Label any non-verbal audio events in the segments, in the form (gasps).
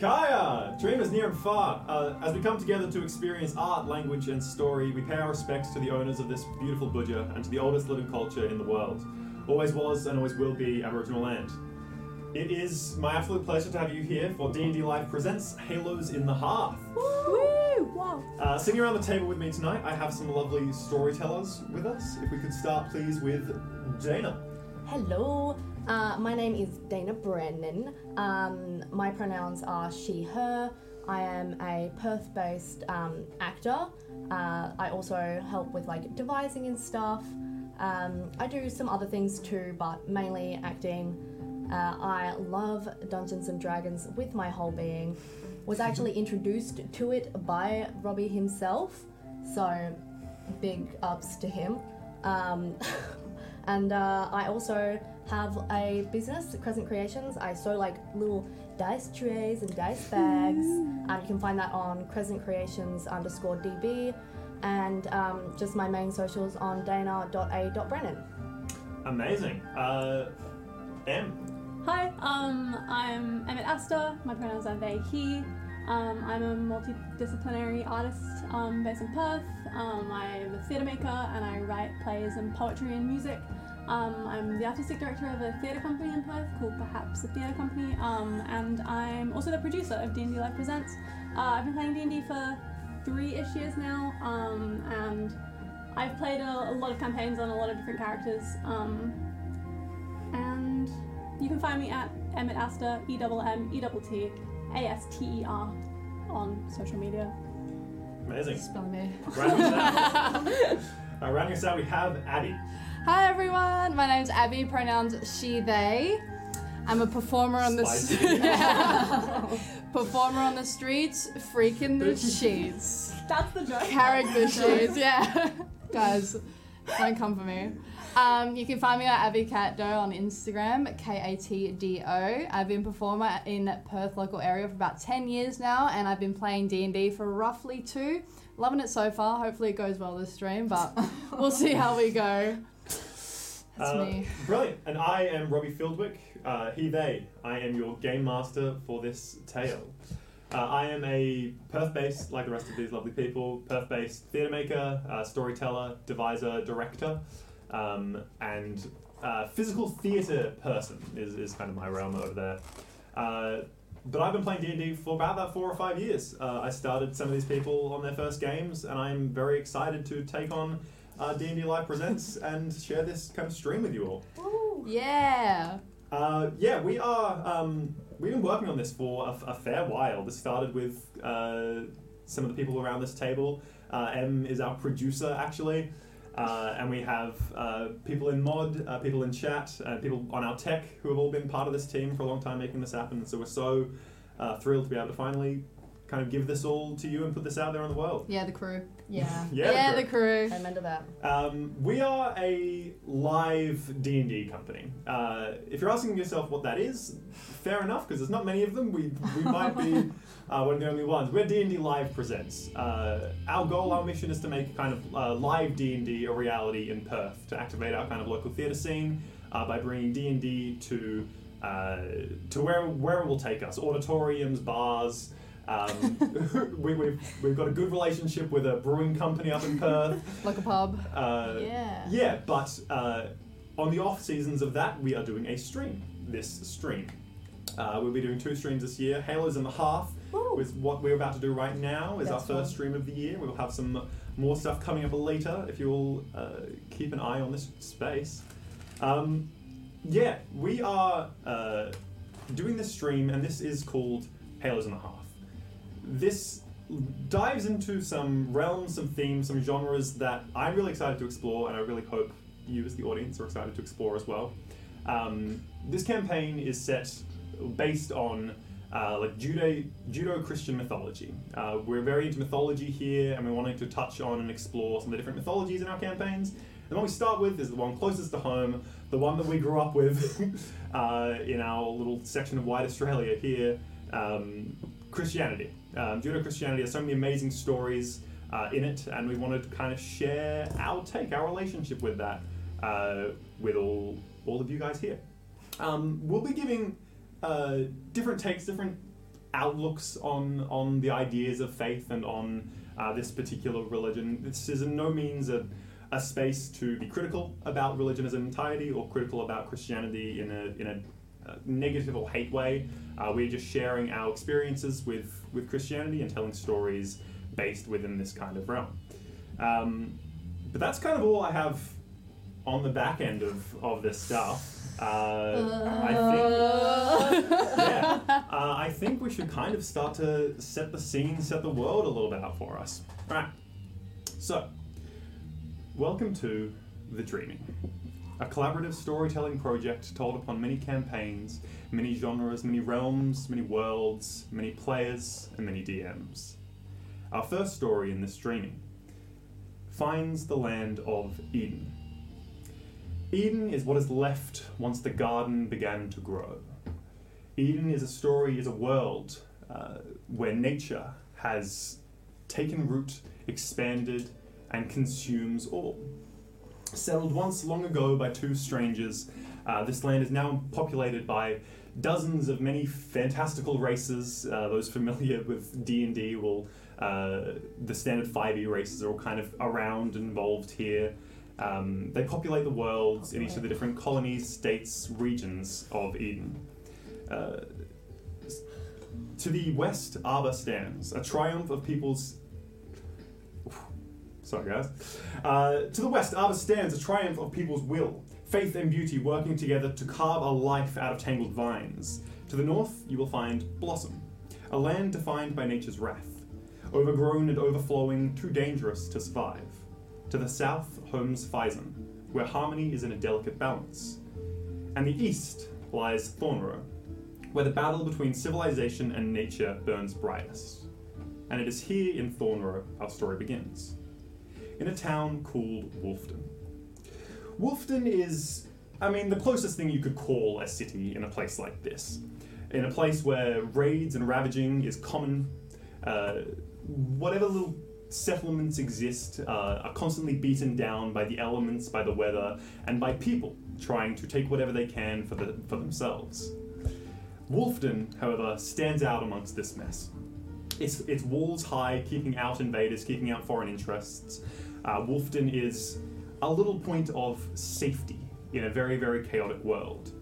Kaya! Dreamers near and far, uh, as we come together to experience art, language, and story, we pay our respects to the owners of this beautiful budja and to the oldest living culture in the world. Always was and always will be Aboriginal land. It is my absolute pleasure to have you here for D&D Live Presents Halos in the Hearth. Woo! Wow. Uh, sitting around the table with me tonight, I have some lovely storytellers with us. If we could start, please, with Dana. Hello. Uh, my name is Dana Brennan. Um, my pronouns are she, her. I am a Perth based um, actor. Uh, I also help with like devising and stuff. Um, I do some other things too, but mainly acting. Uh, I love Dungeons and Dragons with my whole being. Was (laughs) actually introduced to it by Robbie himself, so big ups to him. Um, (laughs) and uh, I also have a business, Crescent Creations. I sew like little dice trays and dice bags. Um, you can find that on Crescent Creations underscore DB, and um, just my main socials on dana.a.brennan. Amazing. Uh, M. Hi, um, I'm Emmett Astor. My pronouns are they, he. Um, I'm a multidisciplinary artist um, based in Perth. Um, I'm a theatre maker and I write plays and poetry and music. Um, I'm the artistic director of a theatre company in Perth called Perhaps a Theatre Company, um, and I'm also the producer of D&D Live Presents. Uh, I've been playing D&D for three-ish years now, um, and I've played a, a lot of campaigns on a lot of different characters. Um, and you can find me at Emmett Astor, E double M E double T A S T E R on social media. Amazing. Spell me. Rounding us out. uh, rounding us out, we have Addy. Hi everyone, my name's Abby, pronouns she, they. I'm a performer on the s- Spicy. Yeah. (laughs) performer on the streets, freaking the sheets. That's the joke. Character sheets, yeah. (laughs) Guys, don't come for me. Um, you can find me at Abby Cat Doe on Instagram, K A T D O. I've been a performer in Perth local area for about 10 years now, and I've been playing D&D for roughly two. Loving it so far. Hopefully it goes well this stream, but (laughs) we'll see how we go. That's Uh, me. Brilliant. And I am Robbie Fieldwick. Uh, he, they. I am your game master for this tale. Uh, I am a Perth based, like the rest of these lovely people, Perth based theatre maker, uh, storyteller, deviser, director, um, and uh, physical theatre person is, is kind of my realm over there. Uh, but I've been playing D&D for about that four or five years. Uh, I started some of these people on their first games, and I'm very excited to take on uh, D&D Live Presents and share this kind of stream with you all. Yeah. Uh, yeah, we are. Um, we've been working on this for a, a fair while. This started with uh, some of the people around this table. Uh, M is our producer, actually. Uh, and we have uh, people in mod, uh, people in chat, uh, people on our tech who have all been part of this team for a long time making this happen. So we're so uh, thrilled to be able to finally kind of give this all to you and put this out there in the world. Yeah, the crew. Yeah. Yeah, the the crew. I remember that. Um, we are a live D and D company. Uh, if you're asking yourself what that is, fair enough, because there's not many of them. We, we might be uh, one of the only ones. We're D and D Live presents. Uh, our goal, our mission, is to make kind of uh, live D and D a reality in Perth to activate our kind of local theatre scene uh, by bringing D and D to uh, to where where it will take us: auditoriums, bars. Um, (laughs) we, we've, we've got a good relationship with a brewing company up in Perth. Like (laughs) a pub. Uh, Yeah. yeah, but uh, on the off seasons of that, we are doing a stream. This stream. Uh, we'll be doing two streams this year. Halos in the Half is what we're about to do right now. Is our first That's fun. stream of the year. We'll have some more stuff coming up later. If you'll uh, keep an eye on this space. Um, yeah, we are uh, doing this stream, and this is called Halos and a Half. This dives into some realms, some themes, some genres that I'm really excited to explore, and I really hope you, as the audience, are excited to explore as well. Um, this campaign is set based on uh, like Judo Judo Christian mythology. Uh, we're very into mythology here, and we're wanting to touch on and explore some of the different mythologies in our campaigns. The one we start with is the one closest to home, the one that we grew up with (laughs) uh, in our little section of white Australia here. Um, Christianity, um, Judo Christianity has so many amazing stories uh, in it, and we wanted to kind of share our take, our relationship with that, uh, with all all of you guys here. Um, we'll be giving uh, different takes, different outlooks on on the ideas of faith and on uh, this particular religion. This is in no means a a space to be critical about religion as an entirety or critical about Christianity in a in a uh, negative or hate way. Uh, we're just sharing our experiences with with Christianity and telling stories based within this kind of realm. Um, but that's kind of all I have on the back end of, of this stuff. Uh, I think, yeah, uh, I think we should kind of start to set the scene, set the world a little bit out for us. Right. So, welcome to The Dreaming, a collaborative storytelling project told upon many campaigns, many genres, many realms, many worlds, many players, and many DMs. Our first story in this dreaming finds the land of Eden. Eden is what is left once the garden began to grow. Eden is a story, is a world uh, where nature has taken root, expanded, and consumes all. Settled once long ago by two strangers, uh, this land is now populated by dozens of many fantastical races. Uh, those familiar with D and D will uh, the standard 5e races are all kind of around and involved here. Um, they populate the worlds in each of the different colonies, states, regions of Eden. Uh, s- to the west, Arbor stands, a triumph of peoples. (sighs) Sorry, guys. Uh, to the west, Arbor stands, a triumph of people's will, faith, and beauty working together to carve a life out of tangled vines. To the north, you will find Blossom, a land defined by nature's wrath, overgrown and overflowing, too dangerous to survive. To the south, homes Fison, where harmony is in a delicate balance. And the east lies Thornrow, where the battle between civilization and nature burns brightest. And it is here in Thornrow our story begins, in a town called Wolfton. Wolfton is, I mean, the closest thing you could call a city in a place like this. In a place where raids and ravaging is common, uh, whatever little settlements exist uh, are constantly beaten down by the elements, by the weather, and by people trying to take whatever they can for, the, for themselves. Wolfden, however, stands out amongst this mess. Its, its walls high, keeping out invaders, keeping out foreign interests. Uh, Wolfden is a little point of safety in a very, very chaotic world.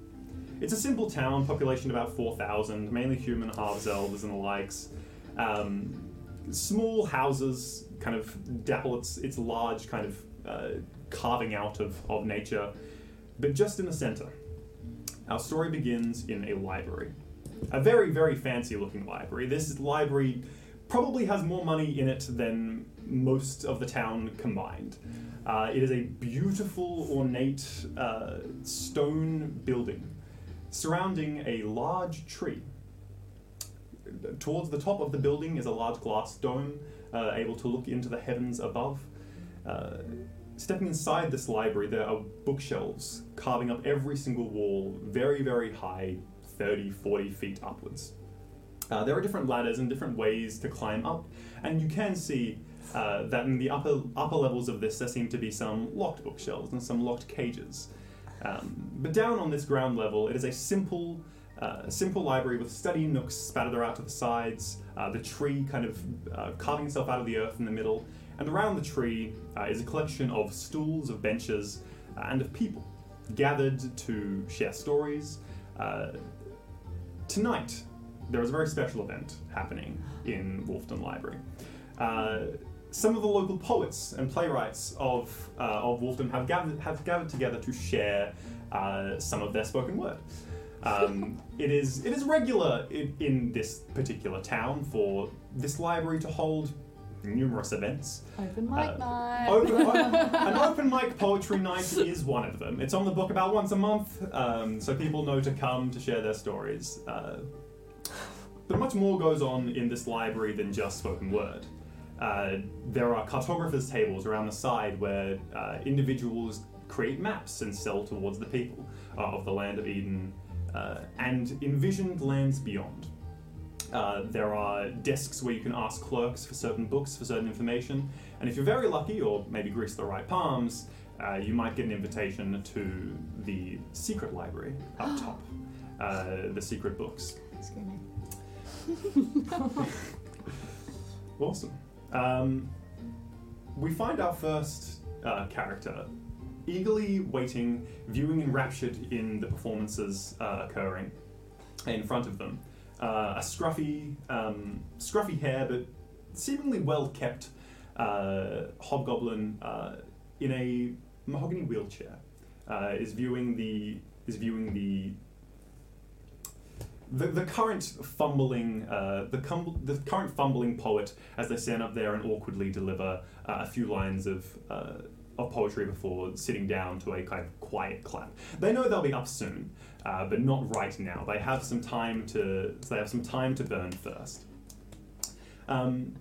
It's a simple town, population about 4,000, mainly human, halves, elves, and the likes. Um, small houses kind of dapple its, its large kind of uh, carving out of, of nature. But just in the center, our story begins in a library. A very, very fancy looking library. This library probably has more money in it than most of the town combined. Uh, it is a beautiful, ornate uh, stone building surrounding a large tree towards the top of the building is a large glass dome, uh, able to look into the heavens above. Uh, stepping inside this library, there are bookshelves carving up every single wall, very, very high 30, 40 feet upwards. Uh, there are different ladders and different ways to climb up, and you can see uh, that in the upper upper levels of this, there seem to be some locked bookshelves and some locked cages. Um, but down on this ground level, it is a simple, uh, simple library with study nooks spattered out to the sides, uh, the tree kind of uh, carving itself out of the earth in the middle, and around the tree uh, is a collection of stools, of benches, uh, and of people gathered to share stories. Uh, tonight, there is a very special event happening in Wolfton Library. Uh, some of the local poets and playwrights of, uh, of Wolfton have gathered, have gathered together to share uh, some of their spoken word. Um, it is it is regular in, in this particular town for this library to hold numerous events. Open mic Uh, night. Open, o- (laughs) an open mic poetry night is one of them. It's on the book about once a month, um, so people know to come to share their stories. Uh, but much more goes on in this library than just spoken word. Uh, there are cartographers' tables around the side where uh, individuals create maps and sell towards the people uh, of the land of Eden uh, and envisioned lands beyond. Uh, there are desks where you can ask clerks for certain books, for certain information, and if you're very lucky, or maybe grease the right palms, uh, you might get an invitation to the secret library up top, uh, the secret books. Screaming. Awesome. Um, we find our first uh, character eagerly waiting, viewing enraptured in the performances uh, occurring in front of them. Uh, a scruffy, um, scruffy hair, but seemingly well kept uh, hobgoblin uh, in a mahogany wheelchair uh, is viewing the is viewing the the, the current fumbling uh, the, cum- the current fumbling poet as they stand up there and awkwardly deliver uh, a few lines of, uh, of poetry before sitting down to a kind of quiet clap. They know they'll be up soon, uh, but not right now. They have some time to they have some time to burn first. Um,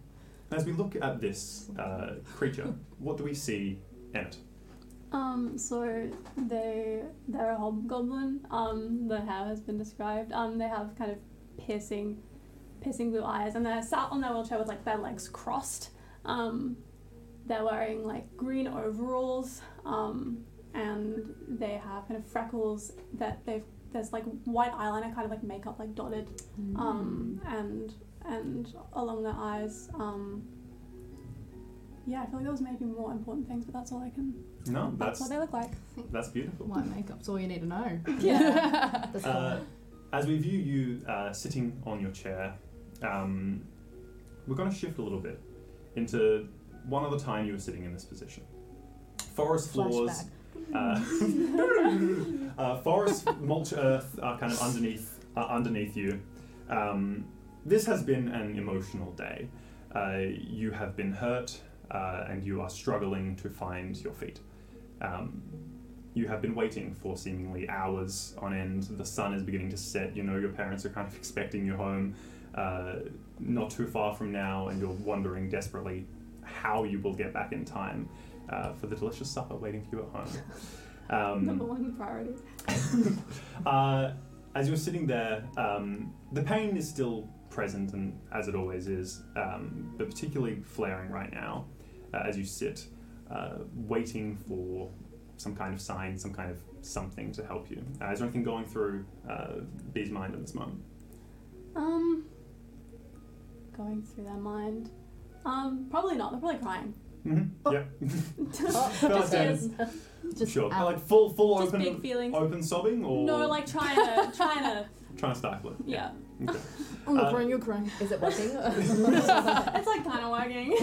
as we look at this uh, creature, what do we see, Emmett? Um, so they they're a hobgoblin. Um, the how has been described. Um, they have kind of piercing, piercing blue eyes, and they're sat on their wheelchair with like their legs crossed. Um, they're wearing like green overalls. Um, and they have kind of freckles that they've there's like white eyeliner kind of like makeup like dotted um, and and along their eyes. Um, yeah, I feel like those may be more important things, but that's all I can. No, Oh, that's That's, what they look like. that's beautiful. White makeup's all you need to know. (laughs) Yeah. That's Uh, all. as we view you uh, sitting on your chair, um, we're going to shift a little bit into one other time you were sitting in this position. Forest floors, Flashback. uh, uh, forest mulch earth are kind of underneath are underneath you. Um, this has been an emotional day. Uh, you have been hurt, uh, and you are struggling to find your feet. Um, you have been waiting for seemingly hours on end. The sun is beginning to set. You know your parents are kind of expecting you home uh, not too far from now, and you're wondering desperately how you will get back in time uh, for the delicious supper waiting for you at home. Um, (laughs) Number one priority. (laughs) uh, as you're sitting there, um, the pain is still present, and as it always is, um, but particularly flaring right now uh, as you sit, uh, waiting for some kind of sign, some kind of something to help you. Uh, is there anything going through uh, B's mind at this moment? Um, going through their mind. Um, probably not. They're probably crying. Mm-hmm. Oh. Yeah, (laughs) Oh, Fell just down. is. (laughs) Just sure. out. Like full, full Just big open, feelings. open sobbing, or No, like trying to, trying to. trying to stifle it. Yeah. Okay. Oh, Uh, crying, you're crying. Is (laughs) it (laughs) working? it's like kind of working.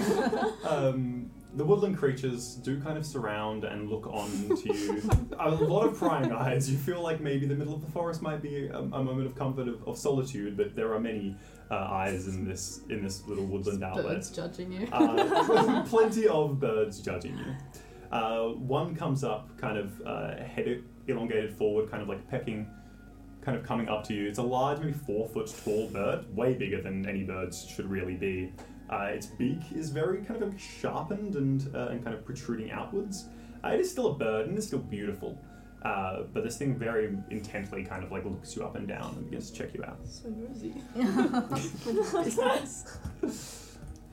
Um, the woodland creatures do kind of surround and look on to you. a lot of prying eyes. You feel like maybe the middle of the forest might be a, a moment of comfort, of, of solitude, but there are many uh, eyes in this in this little woodland outlet. Birds judging you. Uh, (laughs) plenty of birds judging you. Uh, one comes up, kind of uh, head elongated forward, kind of like pecking, kind of coming up to you. It's a large, maybe four foot tall bird, way bigger than any birds should really be. Uh, its beak is very kind of sharpened and, uh, and kind of protruding outwards. Uh, it is still a bird and it's still beautiful. Uh, but this thing very intently kind of like looks you up and down and begins to check you out. So (laughs) rosy. (laughs)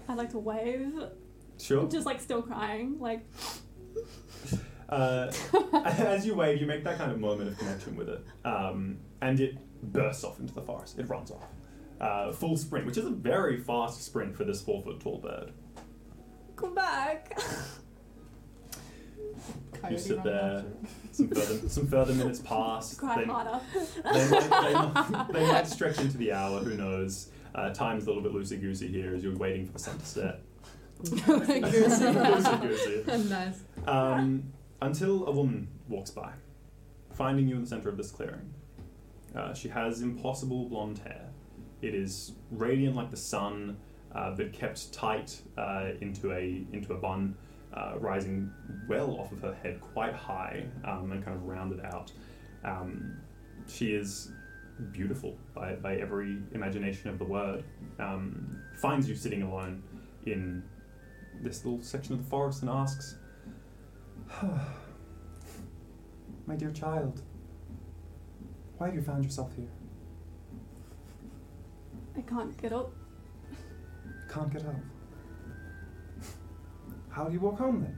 I'd like to wave. Sure. Just like still crying. Like uh, (laughs) as you wave, you make that kind of moment of connection with it, um, and it bursts off into the forest. It runs off, uh, full sprint, which is a very fast sprint for this four foot tall bird. come back. Coyote sit running there. after it. Some further, some further minutes pass. Cry They, they, harder. might, they, might, they might stretch into the hour. Who knows? Uh, time's a little bit loosey goosey here as you're waiting for the sun to set. (laughs) Loosey-goosey. (laughs) nice. Um, until a woman walks by, finding you in the center of this clearing. Uh, she has impossible blonde hair. It is radiant like the sun, uh, but kept tight uh, into a into a bun, uh, rising well off of her head, quite high um, and kind of rounded out. Um, she is beautiful by, by every imagination of the word. Um, finds you sitting alone in this little section of the forest and asks, My dear child, why have you found yourself here? I can't get up. Can't get up. (laughs) How do you walk home then?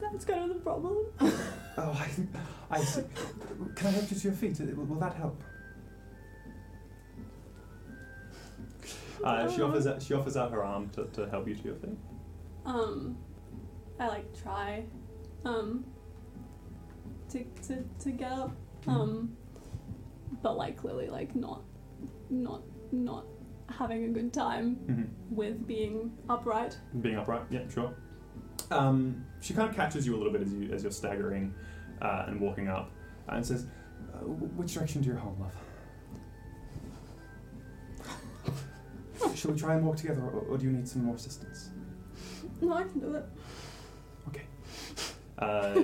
That's kind of the problem. Oh, I, I see. Can I help you to your feet? Will, will that help? Uh, she offers out, she offers out her arm to, to help you to your feet. Um, I like try, um, to to to get up, um, but like clearly like not, not not having a good time Mm-hmm. with being upright. Being upright, yeah, sure. Um, she kind of catches you a little bit as you as you're staggering uh, and walking up, and says, uh, "Wh- "Which direction to your home, love? Shall we try and walk together, or, or do you need some more assistance?" No, I can do it. Uh,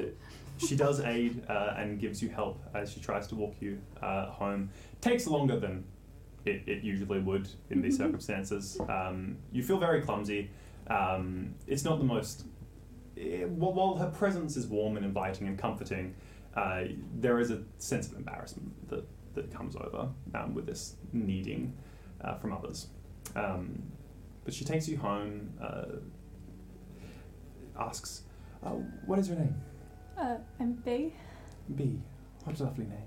she does aid uh, and gives you help as she tries to walk you uh, home. Takes longer than it, it usually would in these circumstances. Um, you feel very clumsy. Um, it's not the most. eh, while while her presence is warm and inviting and comforting, uh, there is a sense of embarrassment that, that comes over um, with this needing uh, from others. Um, but she takes you home, uh, asks, uh, What is your name? Uh, and B, B. What a lovely name.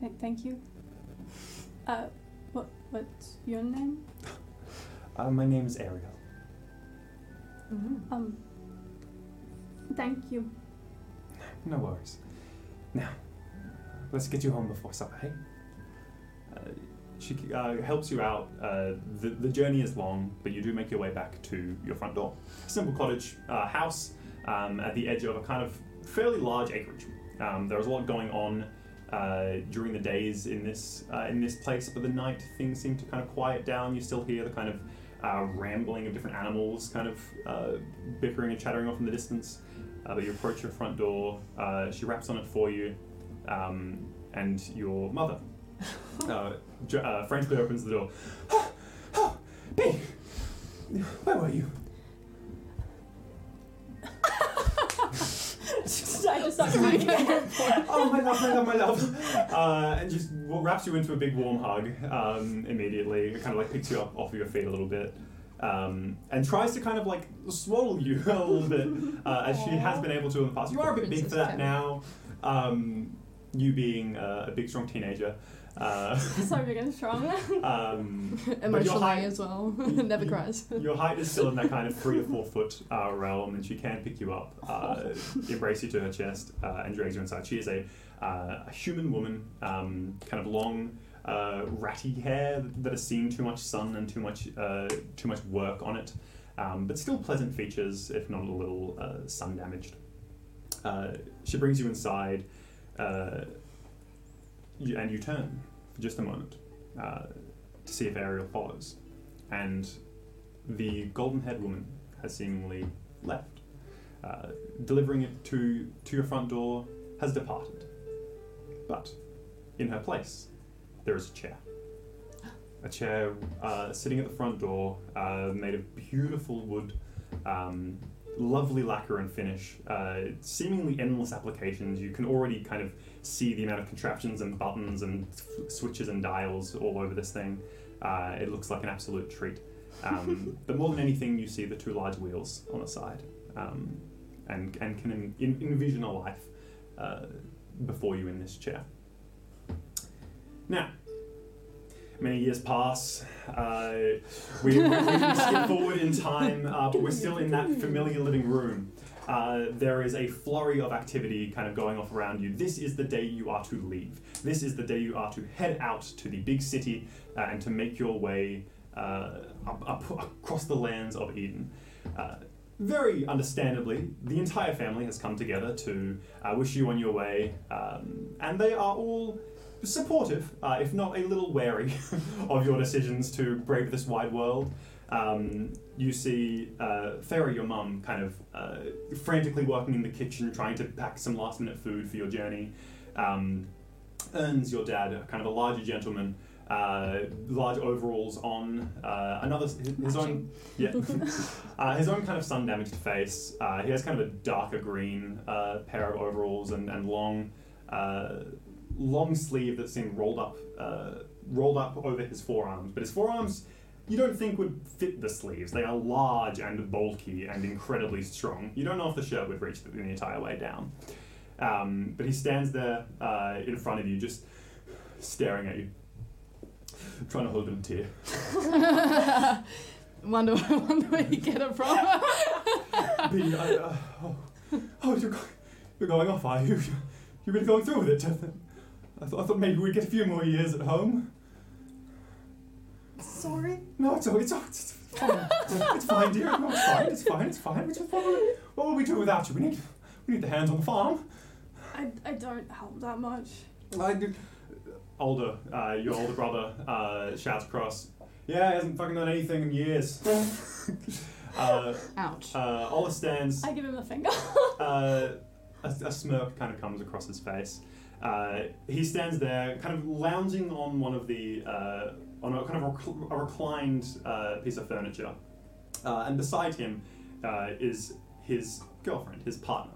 th- thank you. Uh, what what's your name? Uh, my name is Ariel. Um, thank you. No worries. Now, let's get you home before supper, hey? Uh, she uh, helps you out. Uh, the, the journey is long, but you do make your way back to your front door. Simple cottage uh, house um, at the edge of a kind of fairly large acreage. Um, there was a lot going on uh, during the days in this uh, in this place, but the night things seem to kind of quiet down. You still hear the kind of uh, rambling of different animals, kind of uh, bickering and chattering off in the distance. Uh, but you approach your front door. Uh, she raps on it for you, um, and your mother uh, j- uh, frantically opens the door. (gasps) Oh, oh, B, where were you? I just started running. oh my love, my love, my love. Uh, and just w- wraps you into a big warm hug um, immediately. It kind of like picks you up off of your feet a little bit. Um, and tries to kind of like swallow you (laughs) a little bit uh, as she has been able to in the past. You are a bit big for that now. Um, you being uh, a big, strong teenager. (laughs) Uh, So big and strong. um, but your Emotionally height- as (laughs) well. Never you- cries. (laughs) your height is still in that kind of three to four foot uh, realm, and she can pick you up, uh, embrace you to her chest, uh, and drags you inside. She is a, uh, a human woman, um, kind of long, uh, ratty hair that has seen too much sun and too much uh, too much work on it, um, but still pleasant features, if not a little uh, sun damaged. Uh, she brings you inside, uh, you, and you turn for just a moment uh, to see if Ariel follows, and the golden haired woman has seemingly left. Uh, delivering it to, to your front door has departed. But in her place, there is a chair. A chair uh, sitting at the front door, uh, made of beautiful wood, um, lovely lacquer and finish, uh, seemingly endless applications. You can already kind of see the amount of contraptions and buttons and f- switches and dials all over this thing. Uh, it looks like an absolute treat. Um, but more than anything, you see the two large wheels on the side, um, and and can en- en- envision a life uh, before you in this chair. Now, many years pass. Uh, we, we, we skip forward in time, uh, but we're still in that familiar living room. Uh, there is a flurry of activity kind of going off around you. This is the day you are to leave. This is the day you are to head out to the big city uh, and to make your way uh, up, up across the lands of Eden. Uh, very understandably, the entire family has come together to uh, wish you on your way, um, and they are all supportive, uh, if not a little wary, (laughs) of your decisions to brave this wide world. Um, you see uh, Farah, your mum, kind of uh, frantically working in the kitchen, trying to pack some last minute food for your journey. Um, Earns, your dad, kind of a larger gentleman, uh, large overalls on, uh, another his, his own, yeah, (laughs) uh, his own kind of sun damaged face. Uh, he has kind of a darker green uh, pair of overalls and, and long, uh, long sleeve that's seemed rolled up, uh, rolled up over his forearms. But his forearms, you don't think would fit the sleeves. They are large and bulky and incredibly strong. You don't know if the shirt would reach the, the entire way down. Um, but he stands there uh, in front of you, just staring at you. trying to hold in a tear. wonder, (laughs) wonder where you get it from. Bea, I, uh, oh, oh, you're, go- you're going off, are you? (laughs) You're really going through with it. I, th- I, thought- I thought maybe we'd get a few more years at home. (laughs) Sorry. No, it's all- it's all- it's, it's fine. it's fine, dear. No, it's fine. It's fine. It's fine. We just, what, would, what would we do without you? We need we need the hands on the farm. (laughs) I, I don't help that much. I do. Older, uh, your older brother uh, shouts across. Yeah, he hasn't fucking done anything in (laughs) years. uh, (laughs) Ouch. uh, Ola stands. I give him the finger. (laughs) uh, a, a smirk kind of comes across his face. Uh, he stands there, kind of lounging on one of the uh, on a kind of rec- a reclined uh, piece of furniture, uh, and beside him uh, is his girlfriend, his partner,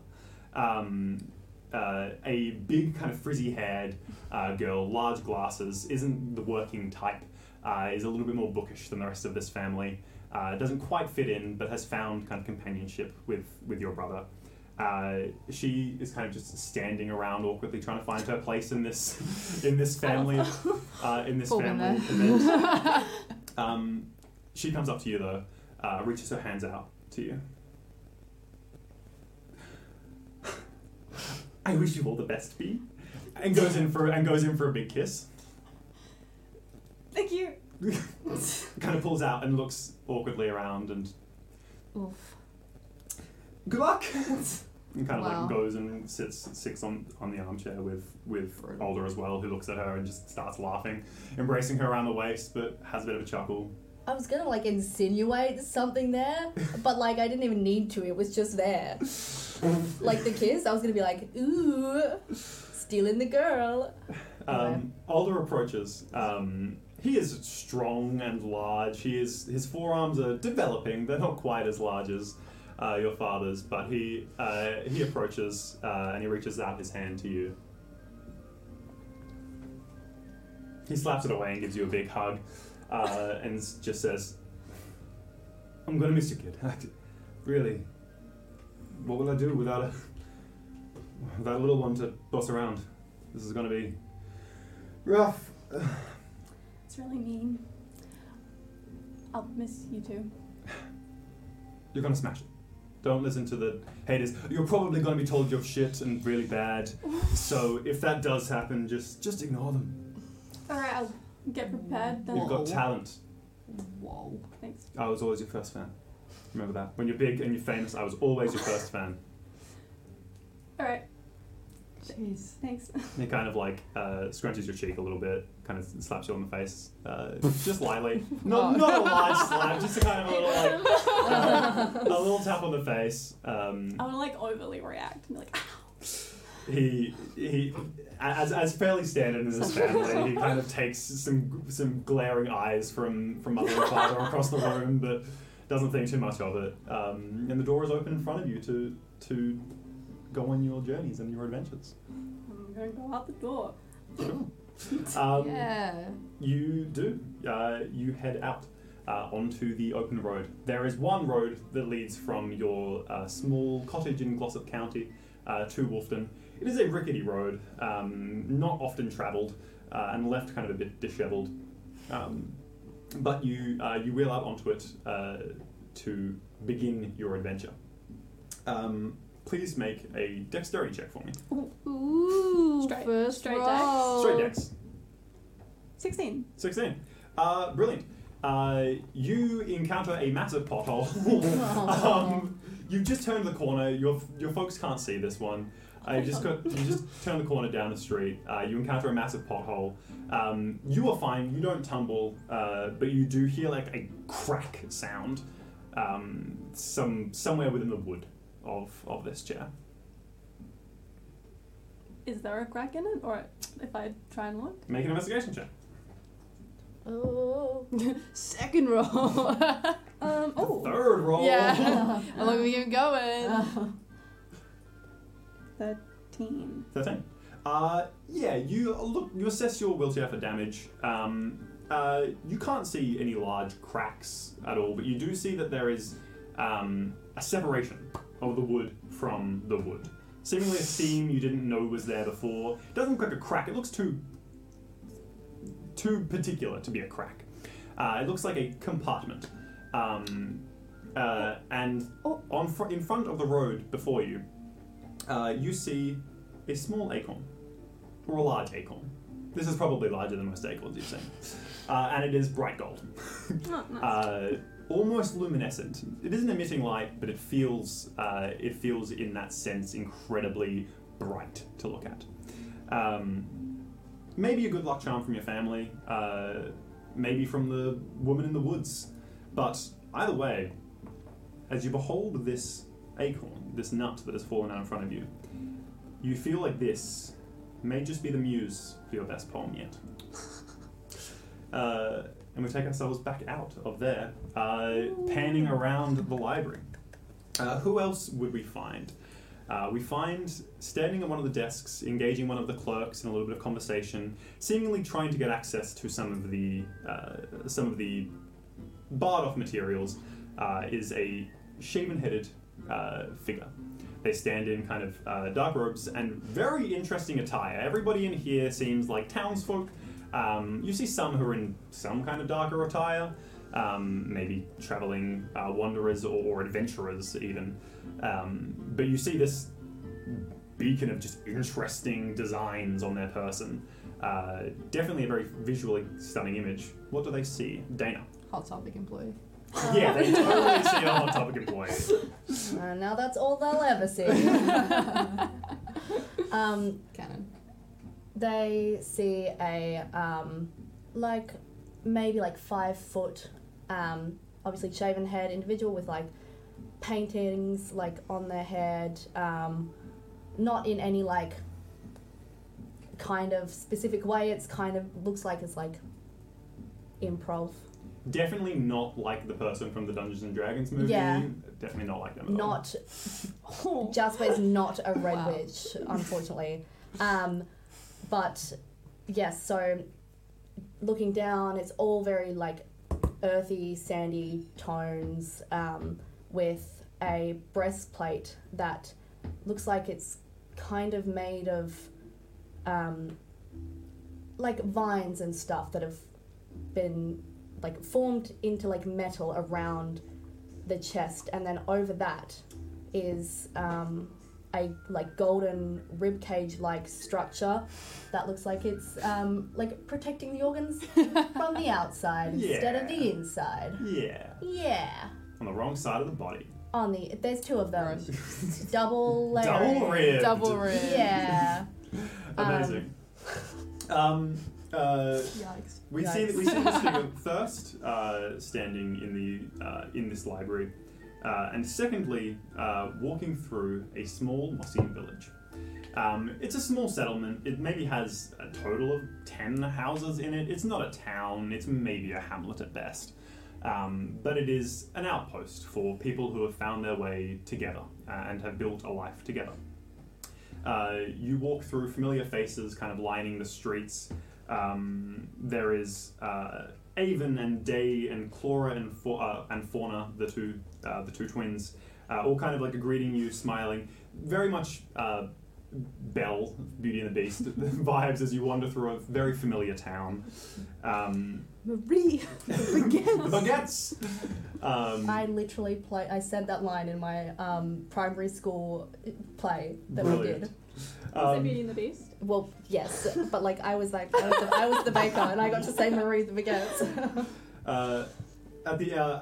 um, uh, a big kind of frizzy-haired uh, girl, large glasses, isn't the working type. Uh, is a little bit more bookish than the rest of this family. Uh, doesn't quite fit in, but has found kind of companionship with with your brother. Uh, she is kind of just standing around awkwardly, trying to find her place in this (laughs) in this family uh, in this Fall in family event. (laughs) Um, she comes up to you though, uh, reaches her hands out to you. I wish you all the best, Bee, and goes in for and goes in for a big kiss. Thank you. (laughs) Kind of pulls out and looks awkwardly around and Oof. good luck. And kind of Wow. like goes and sits sits on, on the armchair with with Brutal. Alder as well, who looks at her and just starts laughing, embracing her around the waist, but has a bit of a chuckle. I was gonna like insinuate something there, but like I didn't even need to. It was just there. Like the kiss, I was gonna be like, ooh, stealing the girl. Um, Alder approaches. Um, he is strong and large. He is his forearms are developing. They're not quite as large as uh, your father's, but he uh, he approaches uh, and he reaches out his hand to you. He slaps it away and gives you a big hug, uh, and s- just says, "I'm gonna miss you, kid. (laughs) I d- really, what will I do without a without a little one to boss around? This is gonna be." Rough. It's really mean. I'll miss you too. You're gonna smash it. Don't listen to the haters. You're probably gonna be told you're shit and really bad. So if that does happen, just just ignore them. Alright, I'll get prepared then. You've got talent. Whoa. Thanks. I was always your first fan. Remember that. When you're big and you're famous, I was always your first fan. Alright, Jeez. thanks. (laughs) And he kind of like uh, scrunches your cheek a little bit, kind of slaps you on the face, uh, just lightly. Not not a large slap, just a kind of a little like uh, a little tap on the face. Um, I want to like overly react and be like, he he as, as fairly standard in this family he kind of takes some some glaring eyes from from mother and father across the room but doesn't think too much of it um, and the door is open in front of you to to go on your journeys and your adventures I'm gonna go out the door. um, yeah. you do uh, you head out uh, onto the open road there is one road that leads from your uh, small cottage in glossop county uh, to Wolfton. It is a rickety road, um, not often travelled, uh, and left kind of a bit dishevelled. Um, but you uh, you wheel out onto it uh, to begin your adventure. Um, please make a dexterity check for me. Ooh. Straight- first straight dex. roll. Straight dex. 16. 16. Uh, brilliant. Uh, you encounter a massive pothole. um, you've just turned the corner. Your, your folks can't see this one. Uh, you just got, you just turn the corner down the street. Uh, you encounter a massive pothole. Um, you are fine. You don't tumble, uh, but you do hear like a crack sound, um, some somewhere within the wood of of this chair. Is there a crack in it? Or if I try and look? Make an investigation check. Oh. (laughs) Second roll. (laughs) How Um, (laughs) oh, Third roll. Yeah. long are (laughs) we even going? 13. 13. Uh, yeah, you look. You assess your wheelchair for damage. Um, uh, you can't see any large cracks at all, but you do see that there is um, a separation of the wood from the wood. Seemingly a seam you didn't know was there before. It doesn't look like a crack. It looks too too particular to be a crack. Uh, it looks like a compartment. Um, uh, and Oh. on fr- in front of the road before you, uh, you see a small acorn, or a large acorn. This is probably larger than most acorns you've seen. Uh, and it is bright gold Oh, (laughs) nice. uh, almost luminescent. It isn't emitting light, but it feels uh, it feels in that sense incredibly bright to look at. Um, maybe a good luck charm from your family, uh, maybe from the woman in the woods, but either way, as you behold this acorn, this nut that has fallen out in front of you, you feel like this may just be the muse for your best poem yet. Uh, and we take ourselves back out of there, uh, panning around the library. Uh, who else would we find? Uh, we find standing at one of the desks, engaging one of the clerks in a little bit of conversation, seemingly trying to get access to some of the uh, some of the barred off materials, uh, is a shaven-headed uh, figure. They stand in kind of uh, dark robes and very interesting attire. Everybody in here seems like townsfolk. Um, you see some who are in some kind of darker attire, um, maybe traveling uh, wanderers or, or adventurers, even. Um, but you see this beacon of just interesting designs on their person. Uh, definitely a very visually stunning image. What do they see? Dana. Hot topic (laughs) employee. Yeah, Oh. they totally see a Hot Topic employee. Uh, now that's all they'll ever see. um, Canon. they see a um, like maybe like five foot, um, obviously shaven head individual with like paintings like on their head, um, not in any like kind of specific way. It's kind of looks like it's like improv, Definitely not like the person from the Dungeons and Dragons movie. Yeah. Definitely not like them at all. not Oh. Um, Jasper's not a red Wow. witch, unfortunately. Um, but yes, so looking down, it's all very like earthy, sandy tones um, with a breastplate that looks like it's kind of made of um, like vines and stuff that have been like formed into like metal around the chest, and then over that is um, a like golden rib cage like structure that looks like it's um, like protecting the organs from the outside instead of (laughs) the Yeah. inside. Yeah. Yeah. On the wrong side of the body. On the there's two of them. (laughs) Double layer. Double ribbed. Double rib. Yeah. (laughs) Amazing. Um, uh, (laughs) Yikes. we see that we see this figure first uh, standing in the uh, in this library, uh, and secondly uh, walking through a small mossy village. Um, it's a small settlement. It maybe has a total of ten houses in it. It's not a town. It's maybe a hamlet at best, um, but it is an outpost for people who have found their way together uh, and have built a life together. Uh, you walk through familiar faces kind of lining the streets. Um, there is uh, Avon and Day and Clara and, Fa- uh, and Fauna, the two, uh, the two twins, uh, all kind of like greeting you, smiling. Very much uh, Belle, Beauty and the Beast (laughs) vibes as you wander through a very familiar town. Um, (laughs) Marie. baguettes! Um, (laughs) I literally play. I said that line in my um, primary school play that we Brilliant. did. Was it um, Beauty and the Beast? Well, yes, but like I was like I was the, I was the baker and I got to say Marie the baguette. (laughs) uh, at the uh,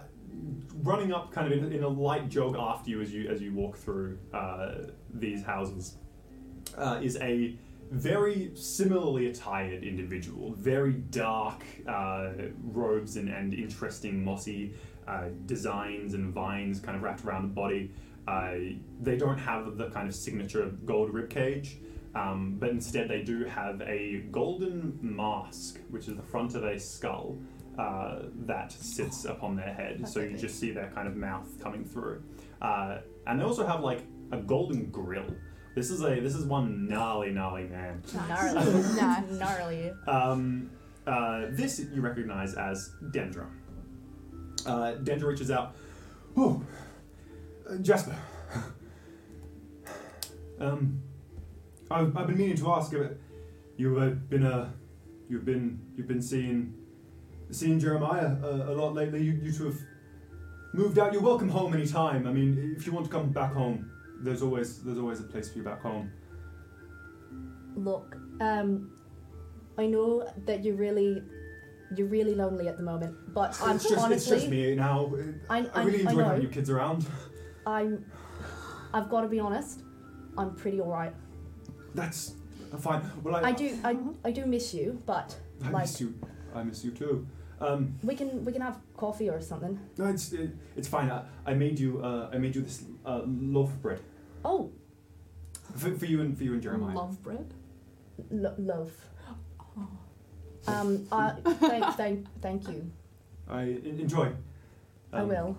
running up kind of in, in a light jog after you as you as you walk through uh, these houses uh, is a very similarly attired individual very dark uh, robes and, and interesting mossy uh, designs and vines kind of wrapped around the body uh, they don't have the kind of signature gold ribcage um, but instead they do have a golden mask which is the front of a skull uh, that sits upon their head. That's so you epic. just see their kind of mouth coming through. Uh, and they also have like a golden grill. This is a this is one gnarly gnarly man. gnarly, Nice. gnarly. Um, uh, this you recognize as Dendra. Uh, Dendra reaches out. Oh, uh, Jasper. (laughs) um, I've, I've been meaning to ask about you. Have been uh, You've been you've been seeing seeing Jeremiah uh, a, a lot lately. You, you two have moved out. You're welcome home anytime. I mean, if you want to come back home, there's always there's always a place for you back home. Look, um, I know that you're really, you're really lonely at the moment, but I'm it's just it's Uh, honestly, just me now. I, I really I enjoy know, having you kids around. I'm, I've got to be honest, I'm pretty alright. That's fine. Well, I I do, I, Mm-hmm. I do miss you, but I like miss you. I miss you too. Um, we can, we can have coffee or something. no, it's it, it's fine. I, I made you uh, I made you this uh, loaf of bread Oh, for, for you and for you and Jeremiah. Love bread. Oh. lo- love. Um, I, thank, thank, thank you. I en- enjoy. I Um, will.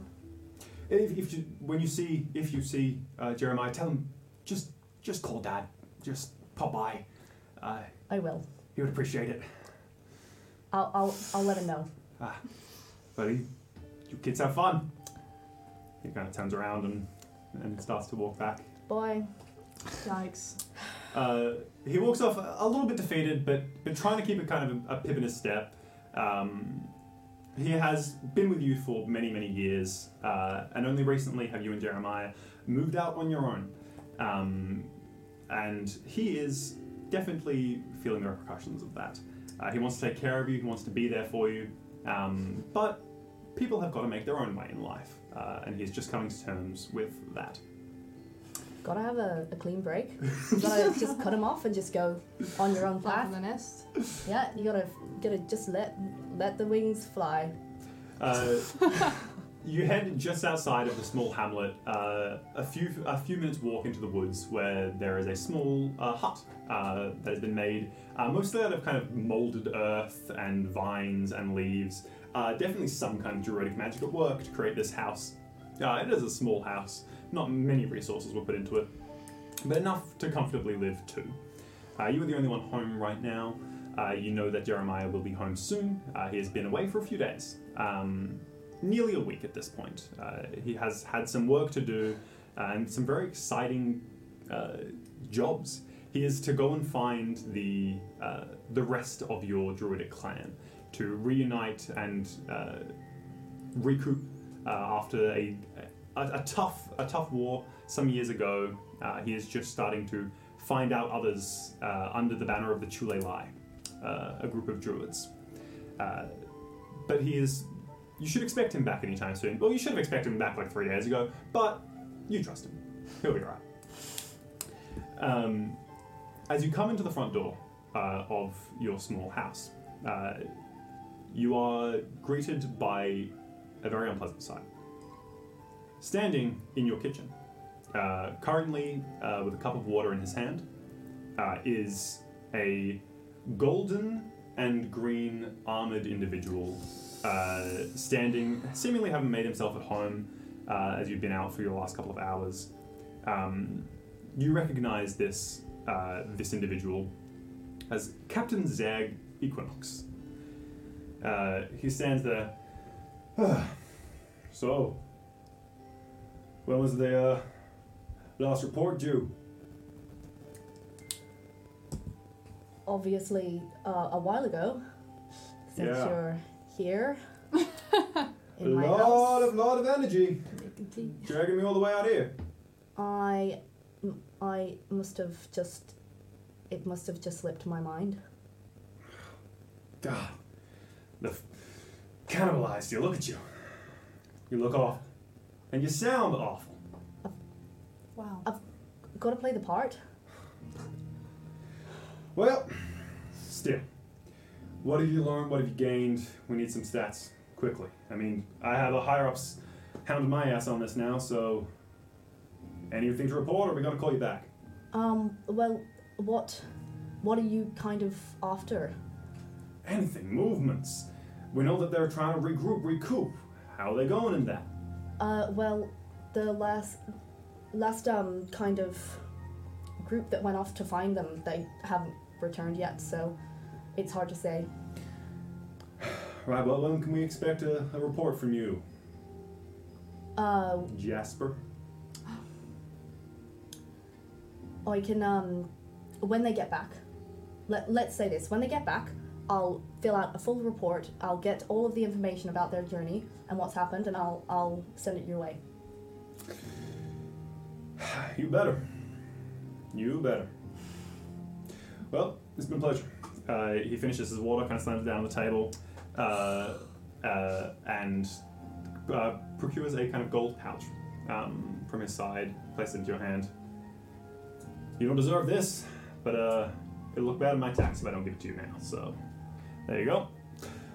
If, if you, when you see if you see uh, Jeremiah, tell him just just call Dad. Just pop by. Uh, I will. he would appreciate it. I'll, I'll, I'll let him know. But he, you kids have fun. He kind of turns around and and starts to walk back. Bye. Yikes. Uh, he walks off a a little bit defeated, but but trying to keep a kind of a, a pip in his step. Um, he has been with you for many many years, uh, and only recently have you and Jeremiah moved out on your own. Um, and he is definitely feeling the repercussions of that. Uh, he wants to take care of you. He wants to be there for you. Um, but people have got to make their own way in life, uh, and he's just coming to terms with that. Gotta have a, a (laughs) clean break. You gotta just cut him off and just go on your own Fly path. from the nest. Yeah, you gotta gotta just let let the wings fly. Uh, (laughs) you head just outside of the small hamlet, uh, a few a few minutes walk into the woods where there is a small uh, hut uh, that has been made uh, mostly out of kind of molded earth and vines and leaves. Uh, definitely some kind of druidic magic at work to create this house. Uh, it is a small house. Not many resources were put into it, but enough to comfortably live two. Uh, you are the only one home right now. Uh, you know that Jeremiah will be home soon. Uh, he has been away for a few days, um, nearly a week at this point. Uh, he has had some work to do uh, and some very exciting uh, jobs. He is to go and find the uh, the rest of your druidic clan to reunite and uh, recoup uh, after a, a a tough a tough war some years ago. Uh, he is just starting to find out others uh, under the banner of the Chulelai, uh, a group of druids. Uh, but he is. You should expect him back anytime soon. Well, you should have expected him back like three days ago, but you trust him. He'll be right. Um, as you come into the front door uh, of your small house, uh, you are greeted by a very unpleasant sight. Standing in your kitchen, uh, currently uh, with a cup of water in his hand, uh, is a golden and green armored individual uh, standing, seemingly having made himself at home uh, as you've been out for your last couple of hours. Um, you recognize this uh, this individual as Captain Zag Equinox. Uh, he stands there. (sighs) so, when was the uh, last report due? Obviously, uh, a while ago, since Yeah. you're (laughs) here in my lot house, of lot of energy Making tea. dragging me all the way out here. I m- I must have just it must have just slipped my mind. God, the f- cannibalized you. Look at you. You look awful, and you sound awful. Wow. Got to play the part. Well, still, what have you learned? What have you gained? We need some stats quickly. I mean, I have a higher ups hounding my ass on this now, so anything to report, or we gonna call you back? Um. Well, what what are you kind of after? Anything, movements. We know that they're trying to regroup, recoup. How are they going in that? Uh, well, the last, last um kind of group that went off to find them, they haven't returned yet, so it's hard to say. Right. Well, when can we expect a, a report from you, Uh, Jasper? I can um, when they get back, let let's say this: when they get back, I'll fill out a full report. I'll get all of the information about their journey and what's happened, and I'll I'll send it your way. You better. You better. Well, it's been a pleasure. Uh, he finishes his water, kind of slams it down on the table, uh, uh, and uh, procures a kind of gold pouch um, from his side, places it into your hand. You don't deserve this, but uh, it'll look bad in my tax if I don't give it to you now, so there you go.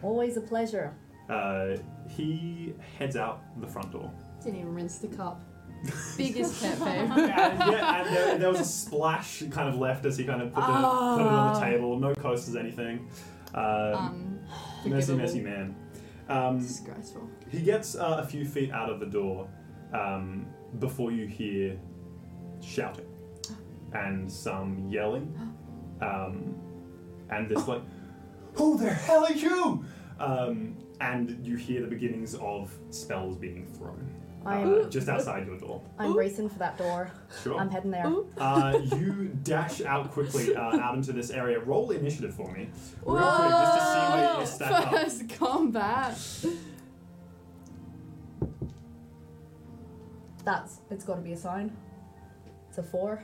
Always a pleasure. Uh, he heads out the front door. Didn't even rinse the cup. Biggest pet peeve. and, yeah, (laughs) and there, there was a splash kind of left as he kind of put, the, put it on the Ah. table. No coasters, anything. Um, messy, Unforgivable. messy man. Um, Disgraceful. he gets uh, a few feet out of the door um, before you hear shouting and some yelling. Um, and this, like, who the hell are you? Um, and you hear the beginnings of spells being thrown uh, I'm just outside your door. I'm racing for that door. Sure. I'm heading there. Uh, you dash out quickly uh, out into this area. Roll initiative for me, real quick, just to see where you stack up. (laughs) First combat. (laughs) That's it's got to be a sign. It's a four.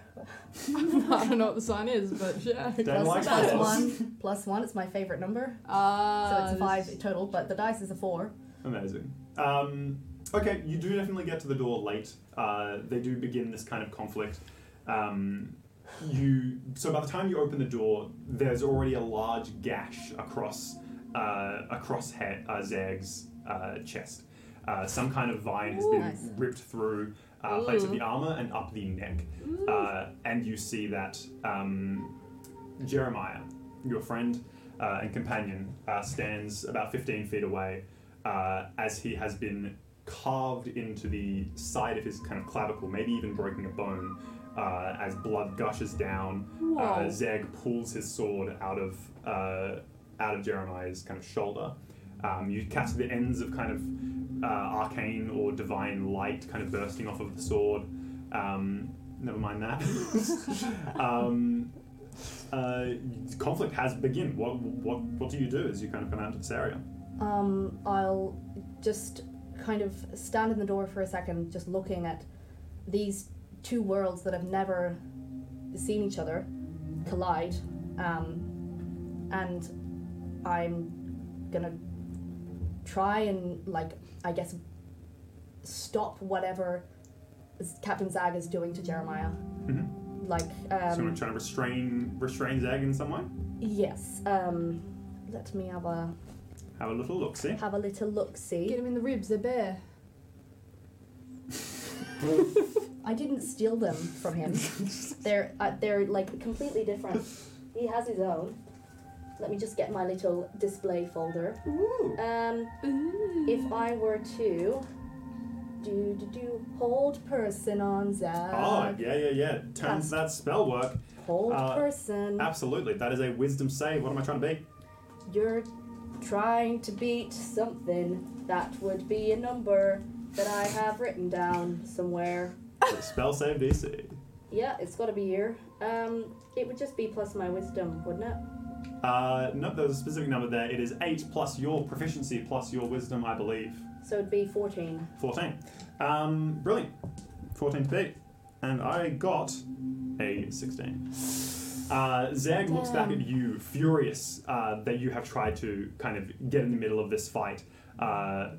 (laughs) I don't know what the sign is, but yeah. Don't like Plus- plus those. one. Plus one. It's my favorite number. So Uh, it's a five total, but the dice is a four. Amazing. Um, okay, you do definitely get to the door late. Uh, they do begin this kind of conflict. Um, you so by the time you open the door, there's already a large gash across uh, across he- uh, Zag's uh, chest. Uh, some kind of vine has been Nice. ripped through uh, parts of Ooh. the armor and up the neck, uh, and you see that um, Jeremiah, your friend uh, and companion, uh, stands about 15 feet away uh, as he has been carved into the side of his kind of clavicle, maybe even breaking a bone, uh, as blood gushes down. Uh, Whoa. Zeg pulls his sword out of uh, out of Jeremiah's kind of shoulder. Um, you catch the ends of kind of uh, arcane or divine light kind of bursting off of the sword. Um, never mind that. (laughs) um, uh, conflict has begun. What what what do you do as you kind of come out of this area? Um, I'll just kind of stand in the door for a second, just looking at these two worlds that have never seen each other collide. Um, and I'm gonna try and, like, I guess, stop whatever Z- Captain Zag is doing to Jeremiah. Like, um, Someone Mm-hmm. trying to restrain restrain Zeg in some way. yes. Um, let me have a Have a little look. See. have a little look. See. Get him in the ribs, they're bare. I didn't steal them (laughs) from him. they're uh, they're like completely different. He has his own. Let me just get my little display folder. Ooh. Um, if I were to do do do hold person on Zag. Oh yeah yeah yeah. Turns Yes. that spell work. Hold uh, person. Absolutely. That is a wisdom save. What am I trying to be? You're trying to beat something that would be a number that I have written down somewhere. It's a spell save DC. Yeah, it's got to be here. Um, it would just be plus my wisdom, wouldn't it? Uh, no, there's a specific number there. It is 8 plus your proficiency plus your wisdom, I believe. So it'd be 14. 14. Um, brilliant. 14 to beat. And I got a 16. Uh, Zag looks back at you, furious uh, that you have tried to kind of get in the middle of this fight. Uh,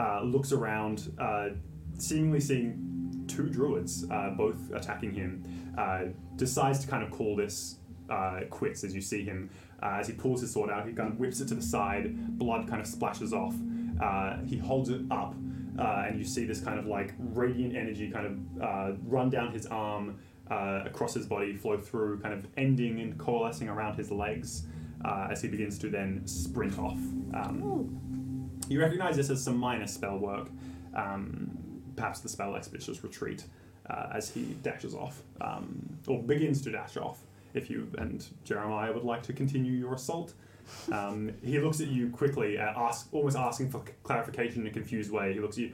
uh, looks around, uh, seemingly seeing two druids, uh, both attacking him. Uh, decides to kind of call this uh, quits as you see him. Uh, as he pulls his sword out, he kind of whips it to the side, blood kind of splashes off. Uh, he holds it up, uh, and you see this kind of like radiant energy kind of uh, run down his arm, uh, across his body, flow through, kind of ending and coalescing around his legs uh, as he begins to then sprint off. Um, you recognize this as some minor spell work, um, perhaps the spell Expeditious Retreat, uh, as he dashes off, um, or begins to dash off. If you and Jeremiah would like to continue your assault, um, he looks at you quickly, uh, ask, almost asking for c- clarification in a confused way. He looks at you.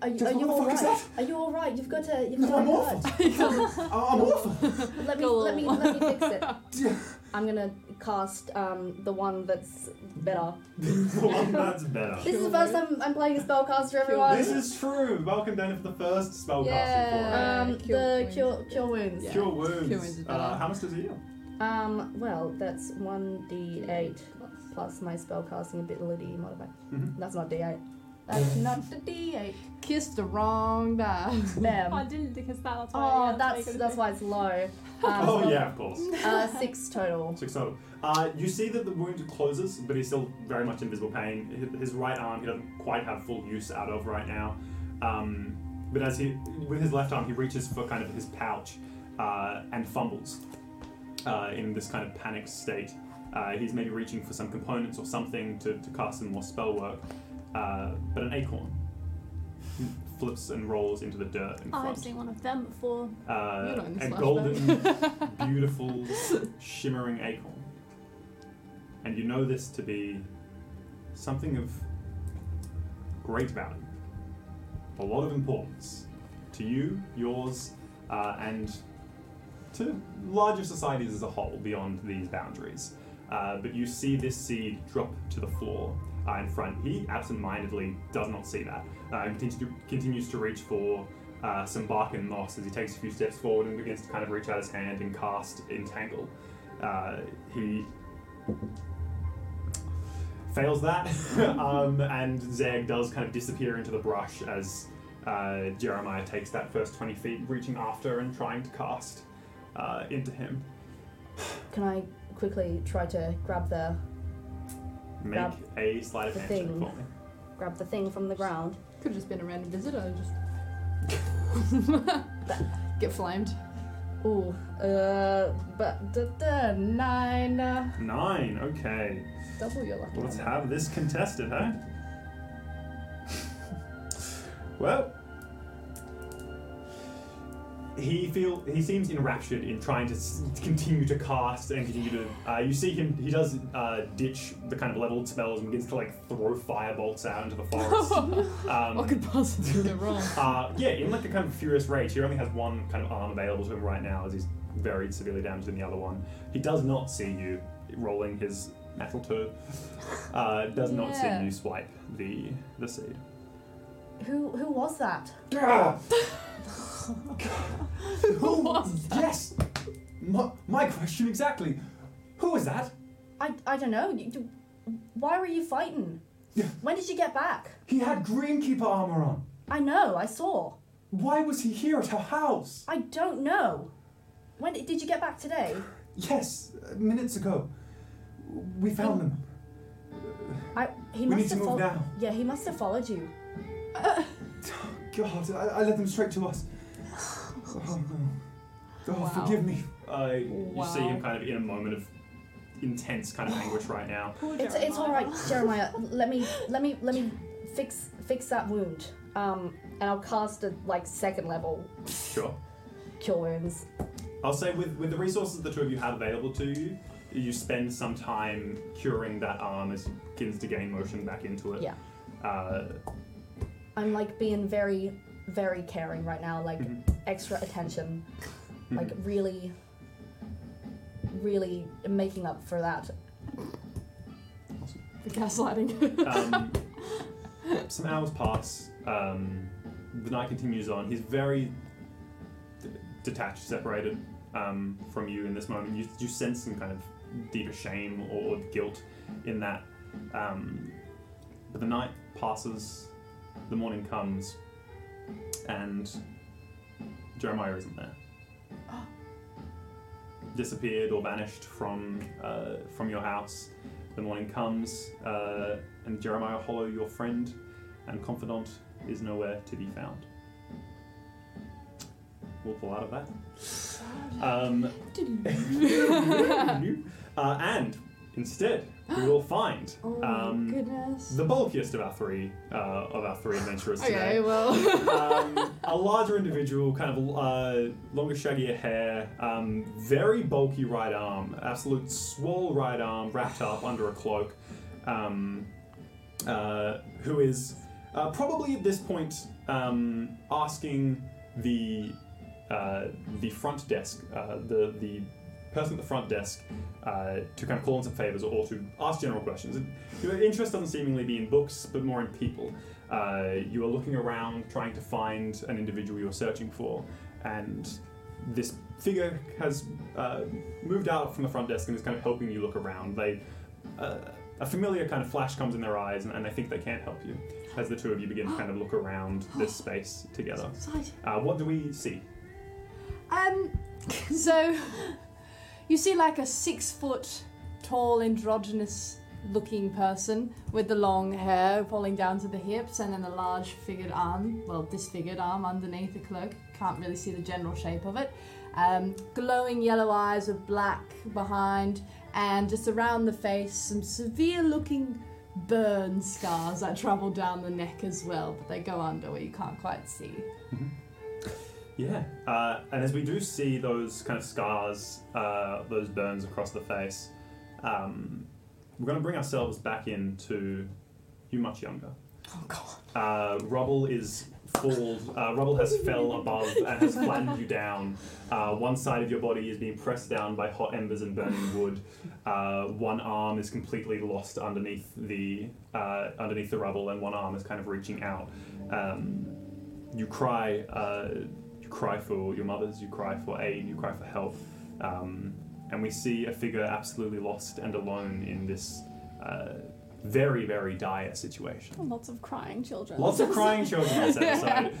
Are you, Just are what you the all fuck right? is Are you all right? You've got a. You've No, got "Ah, I'm a awful. (laughs) hurt. "Oh, I'm awful. Let me. (laughs) Go Let me. Let me fix it. I'm gonna cast um, the one that's better. the one that's better. This is the first time I'm playing a spellcaster, everyone. This is true. Welcome down for the first spellcasting Yeah. um, Cure the wounds. cure, cure wounds. for it. Yeah. Cure wounds. Cure wounds is Uh, better. how much does it heal? Um, well, that's one d8 plus my spellcasting ability modifier. Mhm. That's not d8. That's not the d8. Kissed the wrong guy. Oh, I Bam. didn't because that, that's why. Oh, yeah, that's what you that's why it's (laughs) low. oh Um, yeah, of course. uh, six total. Six total. Uh, you see that the wound closes, but he's still very much in visible pain. Hi- His right arm, he doesn't quite have full use out of right now. Um, but as he, with his left arm, he reaches for kind of his pouch uh, and fumbles uh, in this kind of panicked state. Uh, he's maybe reaching for some components or something to, to cast some more spell work. Uh, but an acorn flips and rolls into the dirt in Oh, I've front. seen one of them before. You're Uh, not in this a flashback. (laughs) golden beautiful, shimmering acorn. And you know this to be something of great value, a lot of importance to you, yours, uh, and to larger societies as a whole beyond these boundaries. Uh, but you see this seed drop to the floor uh, in front. He absentmindedly does not see that uh, and continues to, continues to reach for uh, some bark and moss as he takes a few steps forward and begins to kind of reach out his hand and cast Entangle. Uh, he fails that, um, and Zeg does kind of disappear into the brush as uh, Jeremiah takes that first 20 feet, reaching after and trying to cast uh, into him. Can I quickly try to grab the Make Grab a sleight of the hand check thing. for me. grab the thing from the ground? Could have just (laughs) been a random visitor. Just get flamed. Ooh, uh, but the, the nine. uh, Nine, okay. Double your lucky Well, let's number. have this contested, huh? (laughs) well, he feel he seems enraptured in trying to s- continue to cast and continue to. Uh, you see him; he does uh, ditch the kind of leveled spells and begins to like throw firebolts out into the forest. um, What could possibly go wrong? uh, yeah, in like a kind of furious rage, he only has one kind of arm available to him right now as he's very severely damaged in the other one. He does not see you rolling his natural two. Uh, does not Yeah. see you swipe the the (laughs) seed. Who who was that? Who Yes, my, my question exactly. Who is that? I I don't know. You, you- why were you fighting? When did you get back? He had Greenkeeper armor on. I know. I saw. Why was he here at our house? I don't know. When did did you get back today? Yes, uh, minutes ago. We found them. I he We must need to have move fol- now. Yeah, he must have followed you. (sighs) God, I, I led them straight to us. Oh no. Oh, Wow. forgive me. Uh, You see Wow. him kind of in a moment of intense kind of anguish right now. Poor It's, it's all right, Jeremiah. Jeremiah. Let me let me let me fix fix that wound. Um, and I'll cast a like second level Sure. cure wounds. I'll say with, with the resources the two of you have available to you, you spend some time curing that arm as it begins to gain motion back into it. Yeah. Uh, I'm like being very very caring right now, Hmm. like Mhm. extra attention, like really really making up for that. The gaslighting. um, some hours pass. Um, the night continues on. He's very d- detached, separated um, from you in this moment. You, you sense some kind of deeper shame or, or guilt in that. Um, but the night passes. The morning comes, and Jeremiah isn't there. Disappeared or vanished from uh, from your house. The morning comes, uh, and Jeremiah Hollow, your friend and confidant, is nowhere to be found. We'll pull out of that. Um, (laughs) uh, and instead, we will find um, (laughs) goodness. the bulkiest of our three uh, of our three adventurers today Okay, well. um, a larger individual, kind of uh, longer, shaggier hair, um, very bulky right arm, absolute swole right arm, wrapped up under a cloak, um, uh, who is uh, probably at this point um, asking the uh, the front desk, uh, the the person at the front desk uh, to kind of call in some favors or, to ask general questions. And your interest doesn't seemingly be in books, but more in people. Uh, you are looking around trying to find an individual you're searching for, and this figure has uh, moved out from the front desk and is kind of helping you look around. They, uh, a familiar kind of flash comes in their eyes, and, and I think they can't help you as the two of you begin to kind of look around this space together. (laughs) Uh, what do we see? Um, (laughs) so you see like a six foot tall, androgynous looking person with the long hair falling down to the hips and then a large figured arm, well, disfigured arm underneath the cloak. Can't really see the general shape of it. Um, glowing yellow eyes with black behind, and just around the face, some severe looking burn scars that travel down the neck as well, but they go under where you can't quite see. Yeah. Uh, and as we do see those kind of scars, uh, those burns across the face, um, we're going to bring ourselves back into you much younger. Oh, God. Uh, rubble is fall. Uh, rubble has fell above and has flattened you down. Uh, one side of your body is being pressed down by hot embers and burning wood. Uh, one arm is completely lost underneath the uh, underneath the rubble, and one arm is kind of reaching out. Um, you cry. Uh, you cry for your mothers. You cry for aid. You cry for help. Um, and we see a figure absolutely lost and alone in this uh, very, very dire situation. Lots of crying children. Lots of crying children this episode.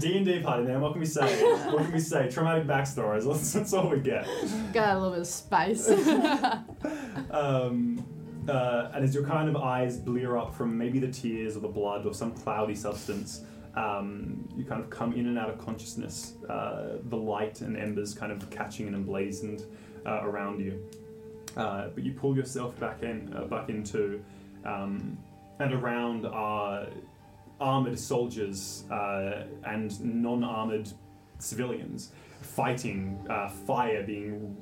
D and D party, man. What can we say? What can we say? Traumatic backstories. That's, that's all we get. Got a little bit of space. Um, uh, and as your kind of eyes blear up from maybe the tears or the blood or some cloudy substance, um, you kind of come in and out of consciousness. Uh, the light and embers kind of catching and emblazoned uh, around you. Uh, but you pull yourself back in, uh, back into, um, and around are armored soldiers uh, and non-armored civilians fighting uh, fire being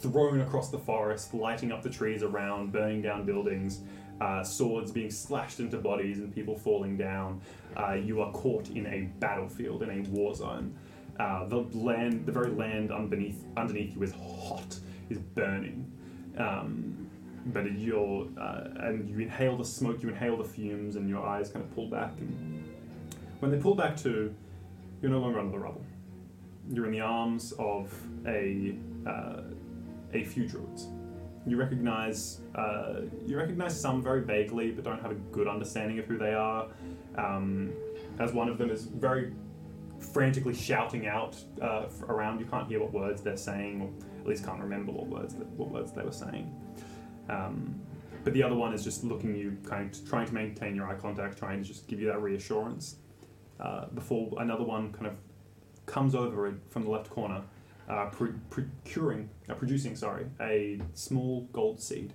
thrown across the forest, lighting up the trees around, burning down buildings. Uh, swords being slashed into bodies and people falling down. Uh, you are caught in a battlefield, in a war zone. Uh, the land, the very land underneath underneath you is hot, is burning. Um, but you're, uh, and you inhale the smoke, you inhale the fumes, and your eyes kind of pull back. And when they pull back to, you're no longer under the rubble. You're in the arms of a uh, a few druids. You recognize uh, you recognize some very vaguely, but don't have a good understanding of who they are. Um, as one of them is very frantically shouting out uh, f- around. You can't hear what words they're saying, or at least can't remember what words that, what words they were saying. Um, but the other one is just looking you, kind of trying to maintain your eye contact, trying to just give you that reassurance. Uh, before another one kind of comes over it from the left corner, uh, pro- procuring, uh, producing, sorry, a small gold seed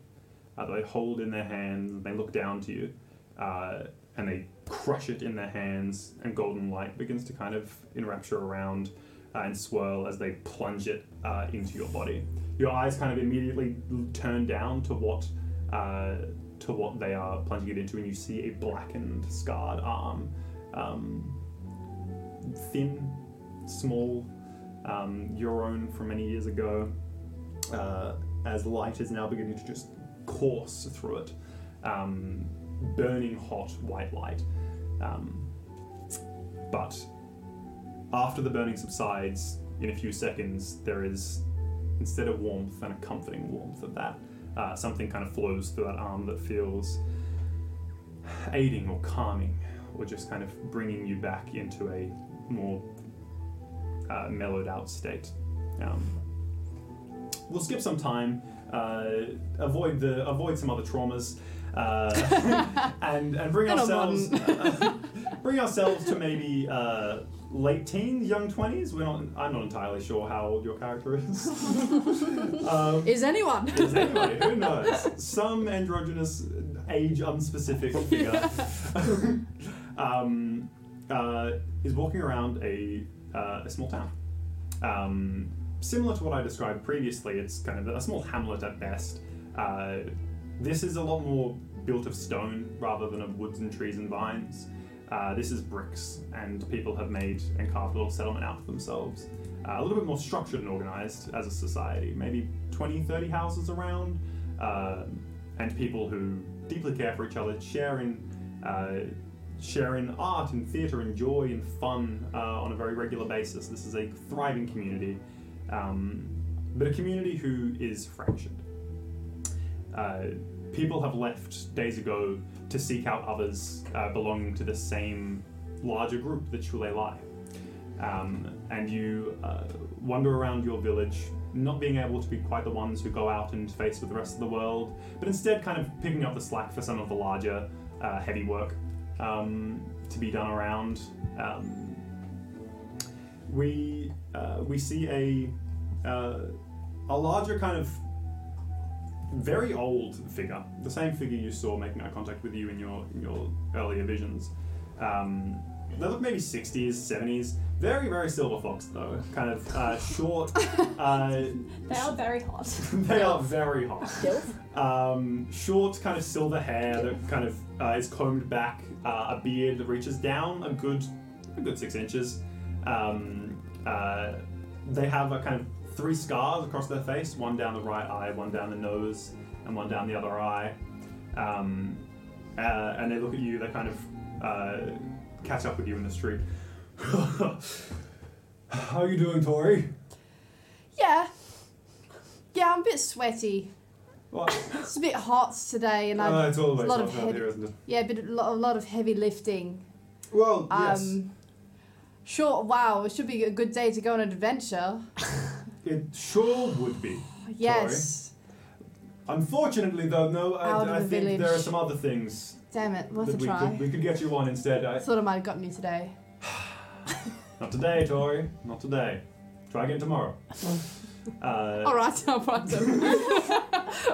uh, that they hold in their hands. And they look down to you, uh, and they crush it in their hands, and golden light begins to kind of enrapture around uh, and swirl as they plunge it uh, into your body. Your eyes kind of immediately l- turn down to what uh, to what they are plunging it into, and you see a blackened, scarred arm, um, thin, small, um, your own from many years ago. Uh, as light is now beginning to just course through it, um, burning hot white light. Um, but after the burning subsides, in a few seconds, there is, instead of warmth and a comforting warmth of that, uh, something kind of flows through that arm that feels aiding or calming or just kind of bringing you back into a more uh, mellowed out state. Um, we'll skip some time, uh, avoid the avoid some other traumas, uh, (laughs) and and bring And a ourselves (laughs) bring ourselves to maybe uh, late teens, young twenties. We're not. I'm not entirely sure how old your character is. (laughs) um, (laughs) Is anyone? is anyway, who knows? Some androgynous, age unspecific figure (laughs) um, uh, is walking around a, uh, a small town. Um, similar to what I described previously, it's kind of a small hamlet at best. Uh, this is a lot more built of stone rather than of woods and trees and vines. Uh, this is bricks, and people have made and carved a little settlement out for themselves. uh, a little bit more structured and organized as a society. Maybe 20, 30 houses around, uh, and people who deeply care for each other, share in, uh, share in art and theatre and joy and fun uh, on a very regular basis. This is a thriving community, um, but a community who is fractured. Uh, people have left days ago to seek out others uh, belonging to the same larger group, the Chule Lai. Um, and you uh, wander around your village, not being able to be quite the ones who go out and face with the rest of the world, but instead kind of picking up the slack for some of the larger, uh, heavy work um, to be done around. Um, we uh, we see a uh, a larger kind of very old figure, the same figure you saw making eye contact with you in your in your earlier visions. Um, they look maybe 60s, 70s. Very, very silver fox though. Kind of uh, short. Uh, (laughs) They are very hot. (laughs) they are very hot Still? um, short kind of silver hair that kind of uh, is combed back, uh, a beard that reaches down a good, a good six inches. Um, uh, they have a kind of three scars across their face: one down the right eye, one down the nose, and one down the other eye. Um, uh, and they look at you. They kind of uh, catch up with you in the street. (laughs) How are you doing, Tori? Yeah. Yeah, I'm a bit sweaty. What? It's a bit hot today, and Uh, I it's always a lot of hot out head- here, isn't it? yeah, but a lot, a lot of heavy lifting. Well, Um, yes. Sure. Wow, it should be a good day to go on an adventure. It sure would be. Yes. Unfortunately, though, no, Out of I, I the think there are village. some other things Damn it, worth that a we try. could, we could get you on instead. I I, thought I might have gotten you today. not today, Tori. Not today. Try again (laughs) tomorrow. uh, All right, (laughs) I'll write down.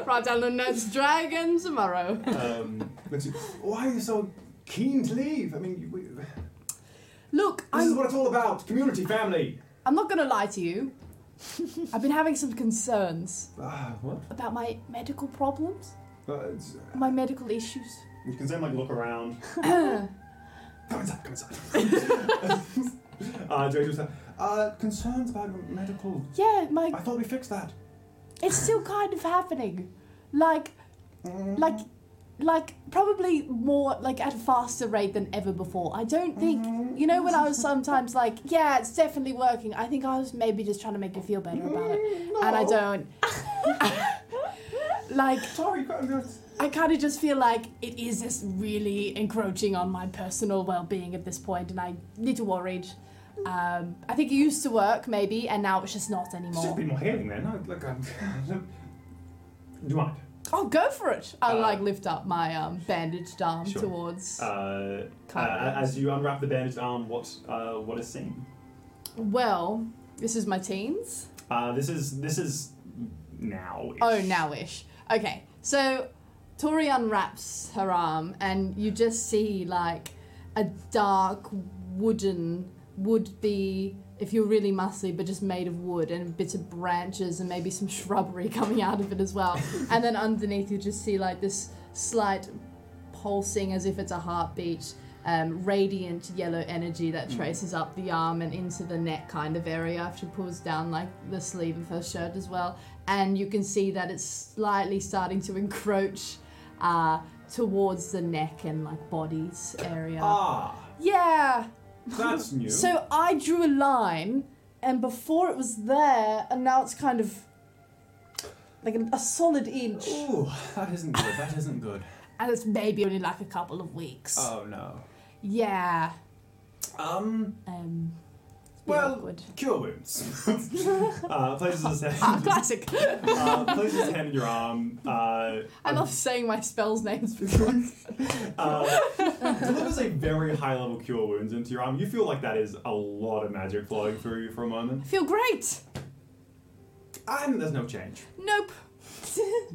write down the notes. Dragon tomorrow. um, let's see. Why are you so keen to leave? I mean, you- we, this Look, is I'm, what it's all about community, family. I'm not gonna lie to you. (laughs) I've been having some concerns Ah, what? about my medical problems, Uh, it's- my medical issues. you can then, like, look around. Come inside, come (laughs) inside. uh, Jojo's like, uh, concerns about medical. (coughs) yeah, my I thought we fixed that. it's still kind of happening. Like, Mm. like, like probably more like at a faster rate than ever before. I don't think you know when I was sometimes like, yeah, it's definitely working. I think I was maybe just trying to make you feel better about it, and I Mm, No. don't. (laughs) like, Sorry, I'm just- I kind of just feel like it is just really encroaching on my personal well-being at this point, and I need to worried. Um, I think it used to work maybe, and now it's just not It's just anymore. been more healing then. I, like, I'm, (laughs) do you mind? Oh, go for it! I Uh, like lift up my um, bandaged arm Sure. towards. Uh, Cartwright. as you unwrap the bandaged arm, what uh, what is seen? well, this is my teens. Uh, this is this is now. Oh, nowish. Okay, so Tori unwraps her arm, and you just see like a dark wooden would be if you're really muscly, but just made of wood and bits of branches and maybe some shrubbery (laughs) coming out of it as well. and then underneath, you just see like this slight pulsing as if it's a heartbeat. Um, radiant yellow energy that traces up the arm and into the neck kind of area after she pulls down like the sleeve of her shirt as well and you can see that it's slightly starting to (laughs) encroach uh, towards the neck and like bodies area. Ah, yeah. that's new. So I drew a line, and before it was there, and now it's kind of like a, a solid inch, Ooh, that isn't good. That isn't good. (laughs) and it's maybe only like a couple of weeks. Oh no. Yeah. Um, Um. it's a bit Well- awkward. cure wounds. (laughs) uh, places his (laughs) Ah, (laughs) hand. classic. Uh, places his hand in your arm. Uh, I love saying my spells names. uh, (laughs) delivers a very high level cure wounds into your arm. You feel like that is a lot of magic flowing through you for a moment. I (laughs) feel great. And there's no change. Nope. (laughs)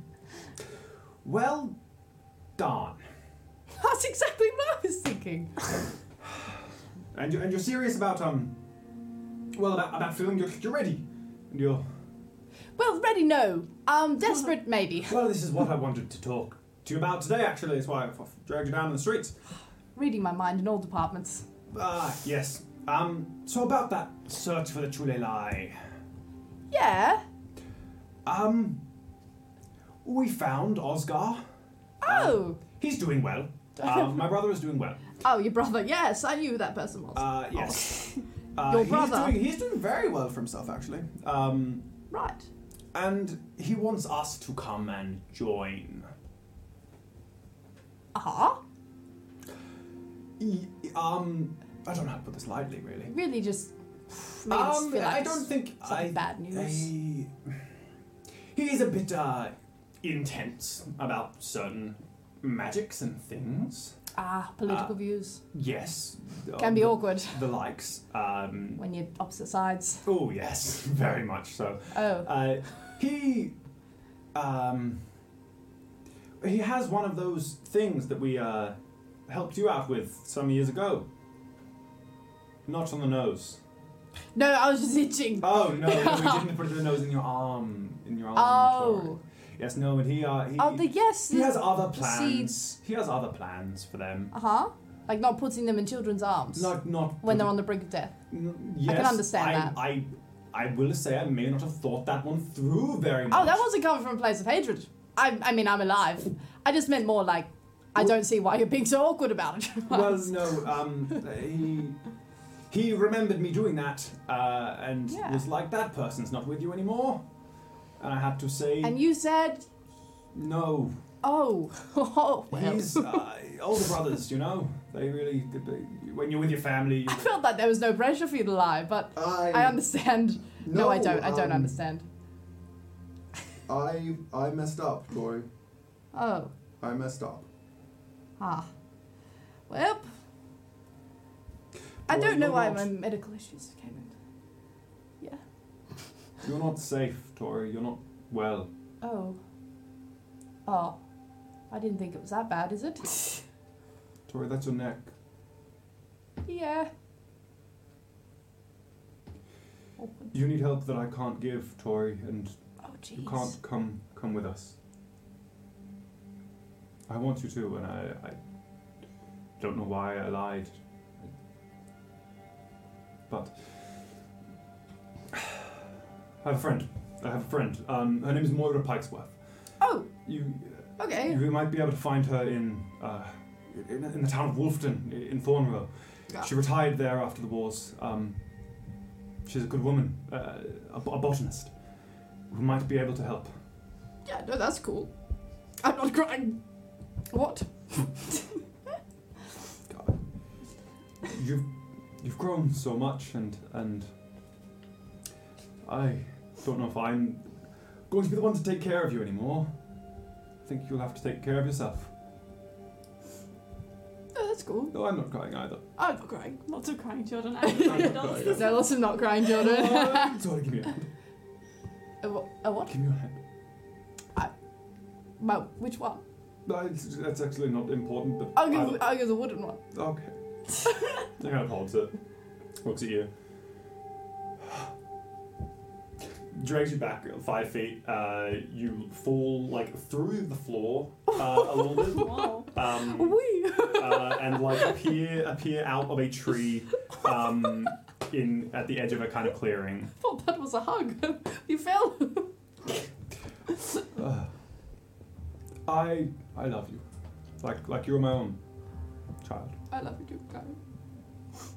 Well, darn. That's exactly what I was thinking. And you're, and you're serious about um, well about, about feeling you're, you're ready. And you're Well, ready, no. Um, (laughs) desperate, maybe. well. This is what I wanted to talk to you about today. Actually, it's why I f- dragged you down in the streets. Reading my mind in all departments. Ah, yes. Um, so about that search for the Tulelai. Yeah. Um, we found Osgar. Uh, Um, Oh. He's doing well. Um, my brother is doing well. Oh, your brother. Yes, I knew who that person was. Uh, (laughs) yes. Uh, Your he's brother. Doing, he's doing very well for himself, actually. Um, right. and he wants us to come and join. Uh-huh. E- um, I don't know how to put this lightly, really. Really just (sighs) made us Um, feel like I don't think I. something bad news. I- he is a bit uh, intense about certain magics and things. ah, political Uh, views. Yes. Can um, be the- awkward The likes. Um, when you're opposite sides. oh yes, (laughs) very much so. Oh. Uh, he, um, he has one of those things that we uh, helped you out with some years ago. Notch on the nose. No, I was just itching. Oh no, no we didn't put the nose in your arm, in your arm. Oh. Yes, no, and he uh, he, Oh, the yes. he has other the plans. seeds. He has other plans for them. Uh huh. Like not putting them in children's arms Not not when they're on the brink of death. N- Yes, understand I, that. I, I will say I may not have thought that one through very much. Oh, that wasn't coming from a place of hatred. I, I mean, I'm alive. I just meant more like, I don't see why you're being so awkward about it. (laughs) Well, no. Um, he he remembered me doing that, uh, and Yeah. was like, "That person's not with you anymore," and I had to say, and you said, "No." oh, (laughs) oh well. He's uh, older brothers, you know. They really, they, when you're with your family. You, I felt like there was no pressure for you to lie, but I understand. No, I don't. I don't um, understand. I I messed up, Corey. Oh, I messed up. ah. Well, I Well, don't know you're why not- my medical issues came in. You're not safe, Tori. You're not well. Oh. Oh. I didn't think it was that bad, is (laughs) it? Tori, that's your neck. yeah. Oh, You need help that I can't give, Tori, and You jeez. can't come come with us. I want you to, and I, I don't know why I lied. But (sighs) I have a friend. I have a friend. Um, her name is Moira Pikesworth. Oh, You okay. you might be able to find her in uh, in, in the town of Wolfton i- in Thornrow. Ah. She retired there after the wars. Um, she's a good woman, uh, a, bo- a botanist, who might be able to help. Yeah, no, that's cool. I'm not crying. What? God. You've you've grown so much, and and I don't know if I'm going to be the one to take care of you anymore. I think you'll have to take care of yourself. No, that's cool. No, I'm not crying either. (laughs) I'm not crying. Lots of crying (laughs) children I'm and not (laughs) adults. crying. No, lots of not crying children. (laughs) Uh, Sorry, give me a hand. a, wha- a what? Give me your hand. My, which one? No, it's- that's actually not important. But I'll I give, don't- I'll give the wooden one. okay. (laughs) He kind of holds it. Looks at you. drags you back five feet. Uh, you fall like through the floor uh, a little (laughs) (laughs) bit. Whoa. um, uh, and like appear appear out of a tree um, in at the edge of a kind of clearing. thought that was a hug. (laughs) you fell. Uh, I I love you, like like you're my own child. (laughs) I love you too, Karen.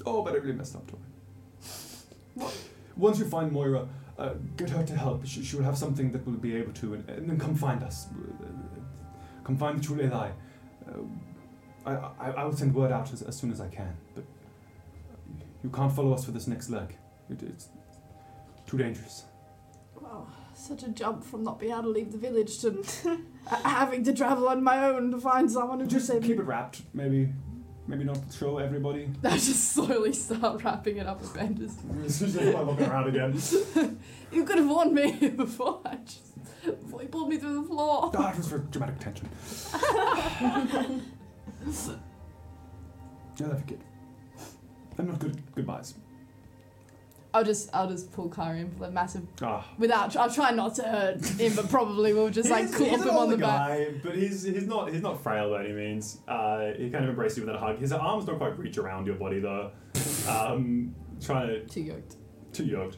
Oh, but I really messed up, Tori. What? Once you find Moira, uh, get her to help. She, she will have something that will be able to, and, and then come find us. Uh, Come find the true Eli. Uh, I, I, I will send word out as, as soon as I can, but you can't follow us for this next leg. It, it's too dangerous. Wow, such a jump from not being able to leave the village to uh, having to travel on my own to find someone who Just can save keep me. (laughs) it wrapped, maybe. Maybe not (laughs) show everybody. I just slowly start wrapping it up in (laughs) bandages. looking around again. (laughs) You could have warned me (laughs) before. I just, before you pulled me through the Oh, floor. Ah, it was for dramatic (laughs) tension. I love you, kid. I'm not good at goodbyes. I'll just I'll just pull Kara in for the massive Ah, without I'll try not to hurt him, but probably we'll just like he's, clop he's an him on older the back. guy, but he's he's not he's not frail by any means. Uh, he kind of embraces you with that hug. His arms don't quite reach around your (laughs) body though. Um, trying to Too (laughs) yoked. (laughs) too yoked.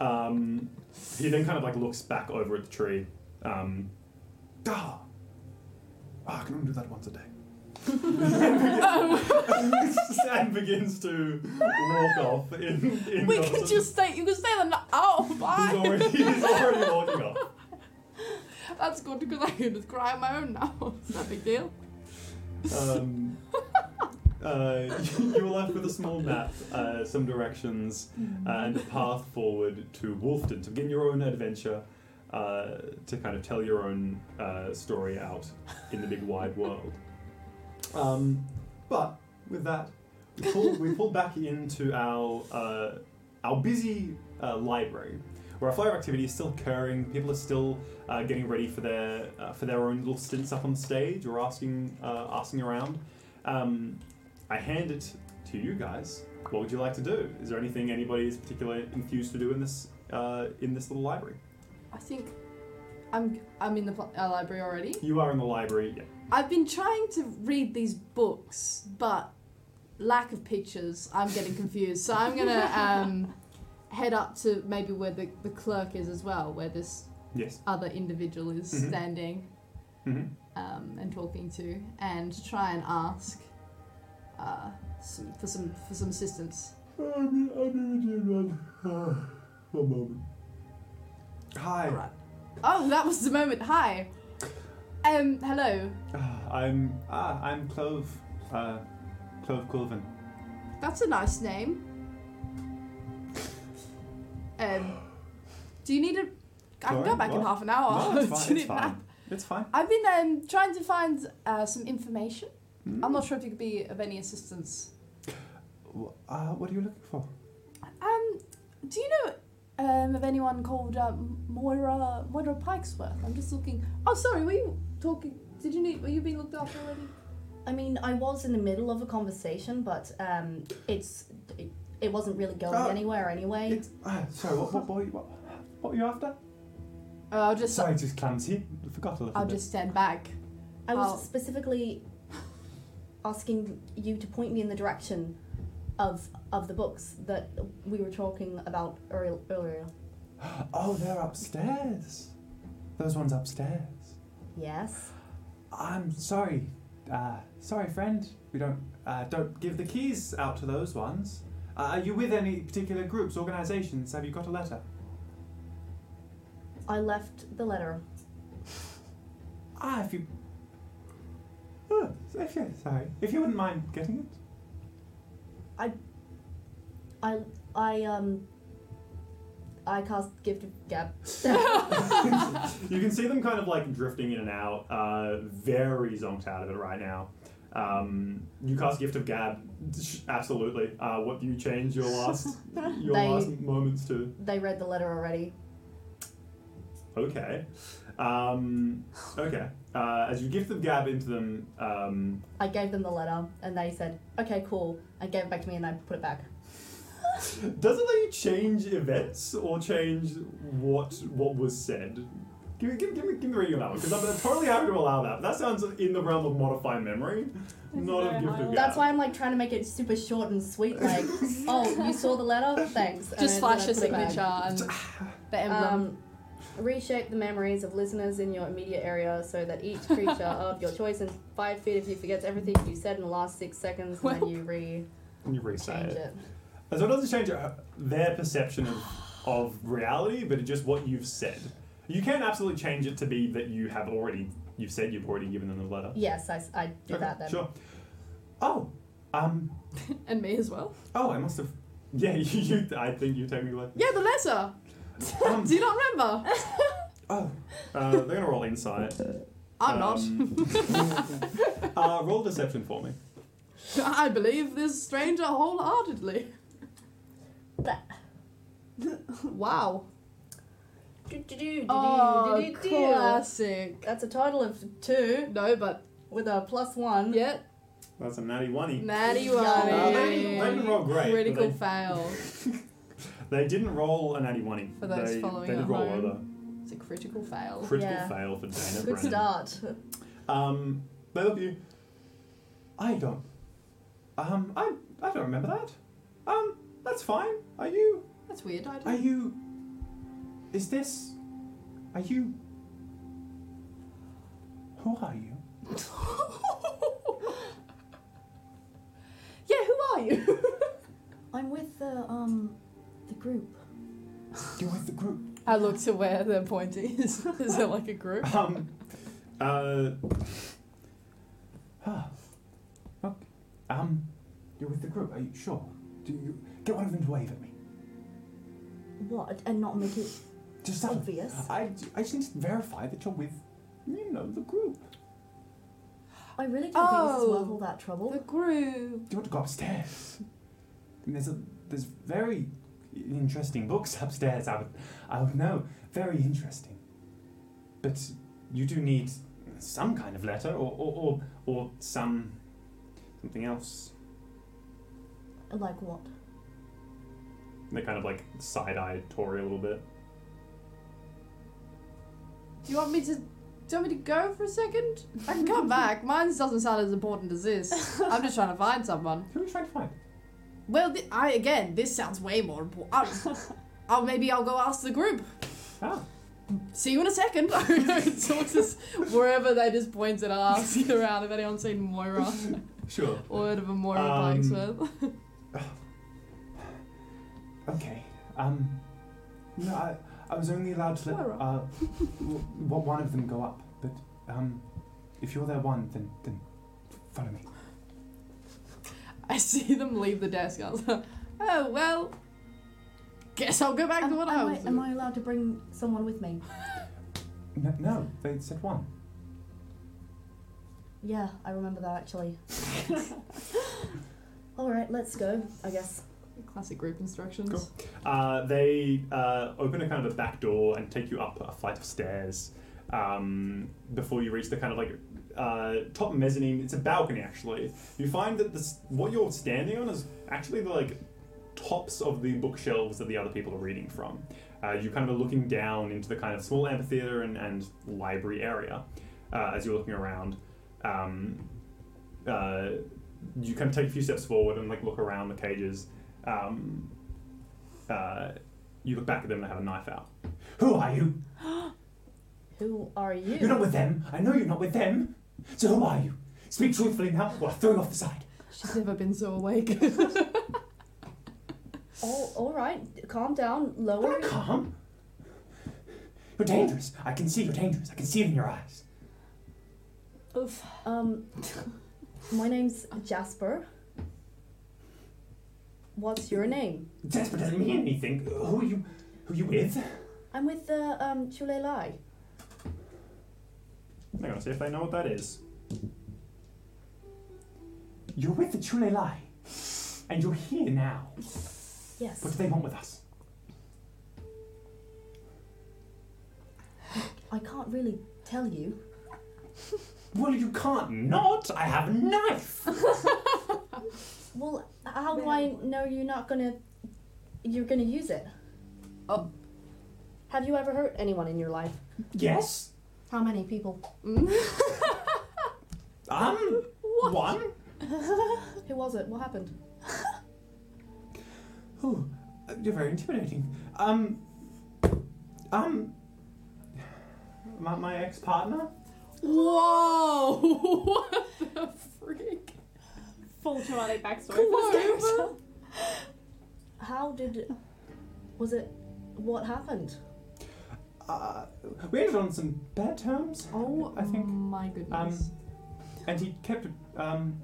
Um, he then kind of like looks back over at the tree. Um, ah. Ah, I can only do that once a day. (laughs) (laughs) and begins to walk off. In, in We nonsense. can just stay. You can stay the night. Oh, He's bye. already, he's already walking off. (laughs) That's good because I can just cry on my own now. (laughs) It's not a big deal. Um, uh, (laughs) you're left with a small map, uh, some directions, uh, and a path forward to Wolfton to begin your own adventure, uh, to kind of tell your own uh, story out in the big wide world. Um, but with that, we pull, we pull back into our uh, our busy uh, library, where our flow of activity is still occurring. People are still uh, getting ready for their uh, for their own little stints up on stage or asking uh, asking around. Um, I hand it to you guys. What would you like to do? Is there anything anybody is particularly enthused to do in this uh, in this little library? I think I'm I'm in the pl- uh, library already. You are in the library. Yeah. I've been trying to read these books, but lack of pictures, I'm getting confused. So I'm (laughs) gonna um, head up to maybe where the, the clerk is as well, where this Yes. other individual is Mhm. standing Mhm. Mm-hmm. um, and talking to, and try and ask uh, some, for some for some assistance. I'll be, I'll be with you in one, uh, (sighs) one moment. Hi. Alright. Oh, that was the moment. Hi. Um. Hello. Ah, I'm ah, I'm Clove, uh, Clove Colvin. That's a nice name. Um, do you need a? I can go Sorry, back in what? half an hour. no, it's (laughs) Do fine. It's you need a fine. map? It's fine. I've been um, trying to find uh, some information. Mm. I'm not sure if you could be of any assistance. Wh- Uh, what are you looking for? Um, do you know um, of anyone called uh, Moira Moira Pikesworth? I'm just looking. Oh, sorry. Were you talking? Did you need? Were you being looked after already? I mean, I was in the middle of a conversation, but um, it's it, it wasn't really going Oh. anywhere anyway. It's ah, sorry. What what what, what, what were you after? Oh, I'll just Sorry, just clumsy. Forgot a little I'll bit. just stand back. I was Oh. specifically asking you to point me in the direction of of the books that we were talking about earl- earlier. (gasps) Oh, they're upstairs. Those ones upstairs. Yes. I'm sorry. Uh, sorry, friend. We don't uh, don't give the keys out to those ones. Uh, are you with any particular groups, organisations? Have you got a letter? I left the letter. Ah, if you. Oh, if you sorry. If you wouldn't mind getting it. I I um I cast gift of (laughs) gab. You can see them kind of like drifting in and out, uh, very zonked out of it right now. Um, you cast Gift of Gab, absolutely. Uh, what do you change your last your They- last moments to? they read the letter already. Okay. Um, okay. Uh, as you gift the gab into them, um, I gave them the letter and they said, "Okay, cool." I gave it back to me and I put it back. does it let you change events or change what what was said? Give me, give, give me, give me the reading on that one, because I'm totally happy to allow that. But that sounds in the realm of modify memory, not a very gift of high. gab. That's why I'm like trying to make it super short and sweet. (laughs) Like, oh, you saw the letter? Thanks. And Just then I flash your put it back. signature and (sighs) the emblem. Um, reshape the memories of listeners in your immediate area so that (laughs) each creature of your choice in five feet of you forgets everything you said in the last six seconds, and then you re Can you re-say change it? it. And So it doesn't change uh, their perception of, of reality, but it's just what you've said. You can absolutely change it to be that you have already you've said you've already given them the letter. Yes, I, s- I do that then. Sure. Oh, um. and me as well. Oh, I must have. (laughs) Yeah, you, you I think you (laughs) technically. Yeah, the letter. Um, Do you not remember? oh, Uh, they're gonna roll insight. (laughs) I'm (laughs) not. uh, roll deception for me. not. I believe this stranger (laughs) wholeheartedly. wow. Do-do-do, Oh, do-do-do, do-do-do. classic. That's a total of two No, but with a plus one. yeah, That's a natty one. Natty Uh, Uh, they, didn't, one. they didn't roll great. but Critical they- fail. They didn't roll an 81. For those they, following they did at roll home. It's a critical fail. over. Critical Yeah. fail for Dana Good Brennan. start. Um, they love you. I don't. Um, I I don't remember that. Um, that's fine. Are you? That's weird. I Are (laughs) don't. you? Is this? Are you? Who are you? Yeah, who are you? (laughs) I'm with the um the group. You're with the group. I look to where the point is. (laughs) is it like a group? Um. (sighs) Uh, Ah. Okay. Um. You're with the group. Are you sure? Do you get one of them to wave at me? What? And not make it Just have a- obvious. I, I just need to verify that you're with, you know, the group. I really don't think this is worth Oh. all that trouble. The Do groove. you want to go upstairs? I mean, there's a there's very interesting books upstairs. I would I would know very interesting. But you do need some kind of letter or or, or, or some something else. Like what? They kind of like side eye Tori a little bit. Do you want me to? Do you want me to go for a second? I can come back. Mine doesn't sound as important as this. I'm just trying to find someone. who are you trying to find? Well, th- I again. This sounds way more important. I'll, I'll maybe I'll go ask the group. Ah. See you in a (laughs) second. so it's just wherever they just point at us around. Have anyone seen Moira? Sure. Or heard of a Moira Um, Blacksmith? Okay. Um No, I I was only allowed to let Moira. uh w- w- one of them go up, but um if you're their one then then follow me. (laughs) I see them leave the desk. I was like, oh well. Guess I'll go back to Am, what am I I, was. am I allowed to bring someone with me? No, no they said one. Yeah, I remember that actually. (laughs) all right, let's go. I guess. Classic group instructions. Cool. Uh, they uh, open a kind of a back door and take you up a flight of stairs um, before you reach the kind of like uh, top mezzanine. It's a balcony actually. You find that this what you're standing on is actually the like tops of the bookshelves that the other people are reading from. Uh, you kind of are looking down into the kind of small amphitheater and, and library area uh, as you're looking around. Um, uh, you kind of take a few steps forward and like look around the cages. Um, uh, you look back at them and they have a knife out. Who are you? Who are you? You're not with them. I know you're not with them. So who are you? Speak truthfully now, or I'll throw you off the side. She's never been so awake. (laughs) Oh, all right. Calm down. Lower. What a calm. You're dangerous. I can see you're dangerous. I can see it in your eyes. Oof. (laughs) Um, my name's Jasper. What's your name? Desperate doesn't mean anything. Who are you? Who are you with? I'm with the um Chule Lai. Hang on, see if they know what that is. You're with the Chule Lai, and you're here now. Yes. What do they want with us? I can't really tell you. Well, you can't not. I have a knife. (laughs) Well, how do I know you're not gonna you're gonna use it? Oh. Have you ever hurt anyone in your life? Yes. How many people? Um. One. Who was it? What happened? Oh, you're very intimidating. Um, um, my, my ex partner? Whoa! (laughs) what the freak? Full traumatic backstory. for this character. (laughs) Clover? How did was it what happened? Uh, we ended on some bad terms, Oh, I think. my goodness. and he kept, um,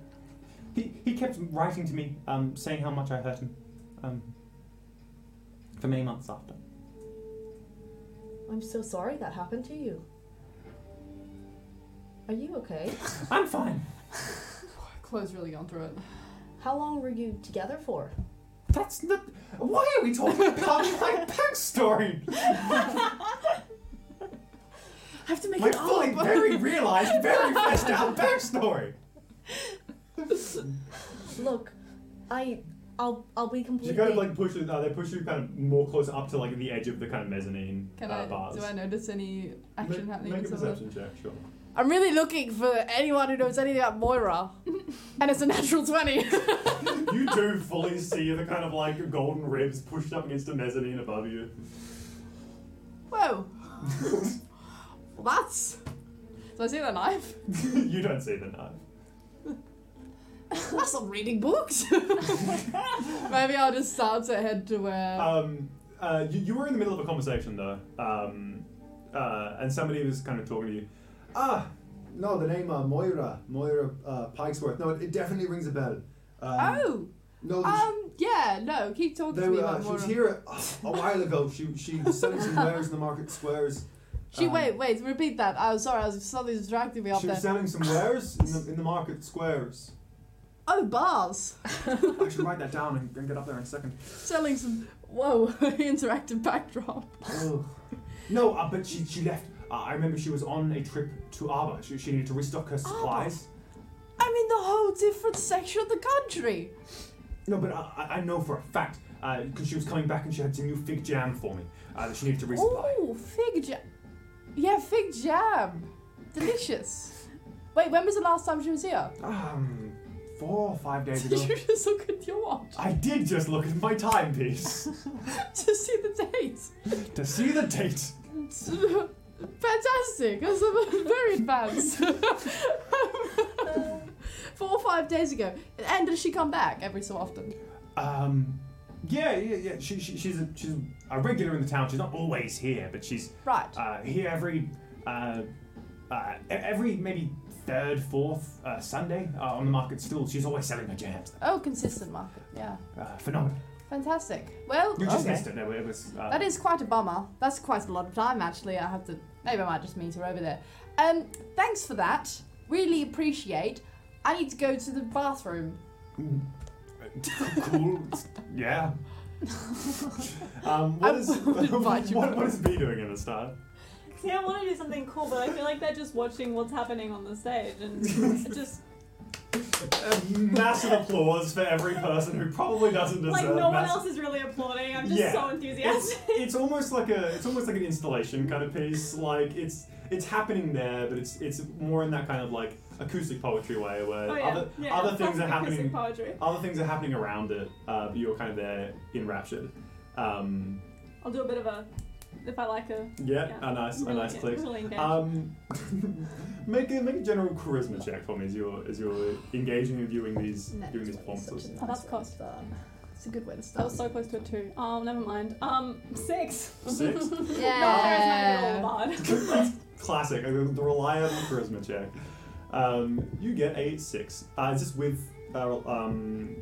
he, he kept writing to me, um, saying how much I hurt him, um, for many months after. I'm so sorry that happened to you. Are you okay? I'm fine. um, Chloe's really gone through it. How long were you together for? That's the. Why are we talking about my backstory? I have to make My fully very realized, very fleshed out backstory. Look, I I'll I'll be You completely. kind of like push it. Uh, they push you kind of more close up to like the edge of the kind of mezzanine Can uh, I, bars. do I notice any action make, happening? make a with someone? perception check, sure. I'm really looking for anyone who knows anything about (laughs) Moira. and it's a natural 20. you do fully see the kind of like golden ribs pushed up against a mezzanine above you. (laughs) Whoa! (laughs) well, that's. Do I see the knife? you don't see the knife. That's not reading books. (laughs) Maybe I'll just start to head to where. Um, uh, you, you were in the middle of a conversation though, um, uh, and somebody was kind of talking to you. Ah, no, the name uh, Moira, Moira uh, Pikesworth. No, it, it definitely rings a bell. Um, oh! no, the- Um, yeah, no, keep talking they to me were, about uh, she more. was here a, a while ago. She she was selling some wares in the market squares. She, um, wait, wait, repeat that. I was sorry, I was something distracting me up She there. was selling some wares in the, in the market squares. oh, bars! I should write that down and, and get up there in a second. Selling some. Whoa, (laughs) interactive backdrop. Ugh. no, uh, but she, she left. Uh, I remember she was on a trip to Arbor. She, she needed to restock her supplies. I'm in the whole different section of the country. No, but I, I- I know for a fact because she was coming back and she had some new fig jam for me uh, that she needed to resupply. Oh, fig jam. Yeah, fig jam. Delicious. Wait, when was the last time she was here? Um, four or five (laughs) days Did ago. you just look at your watch I did just look at my timepiece to see the date? to see the date. (laughs) Fantastic! That's a- very advanced. (laughs) Four or five days ago. And does she come back every so often? Um, Yeah, yeah, yeah. She, she, she's a, she's a regular in the town. She's not always here, but she's Right. uh, here every uh, uh, e- every maybe third, fourth uh, Sunday uh, on the market stool. She's always selling her jams. Oh, consistent market. Yeah. Uh, phenomenal. Fantastic. Well, You just okay. missed it. No, it was. Uh, That is quite a bummer. That's quite a lot of time, actually. I have to. Maybe I might just meet her over there. Um, thanks for that. Really appreciate. I need to go to the bathroom. (laughs) cool. yeah. um, what I is would (laughs) invite you what, what is B doing in this time? (laughs) See, I want to do something cool, but I feel like they're just watching what's happening on the stage (laughs) and it just A massive applause for every person who probably doesn't deserve. like no one massive- else is really applauding. I'm just Yeah. so it's, uh, enthusiastic. it's almost like a it's almost like an installation kind of piece. Like it's it's happening there, but it's it's more in that kind of like acoustic poetry way where (laughs) oh yeah, other yeah. other things are classic acoustic happening. Poetry. Other things are happening around it, uh, but you're kind of there enraptured. Um, I'll do a bit of a if I like a yeah, Yeah. a nice a really nice get- click. really engaged. Um, (laughs) make a make a general charisma check for me as you're as you're engaging and viewing these doing these performances. Oh, that's cost. It's a good Oh, way to That start. (laughs) was so close to a two. Um, never mind. Um, six. Six. Yeah. (laughs) Classic, uh, the reliable charisma check. Um, you get a six. Uh, is this with uh, um,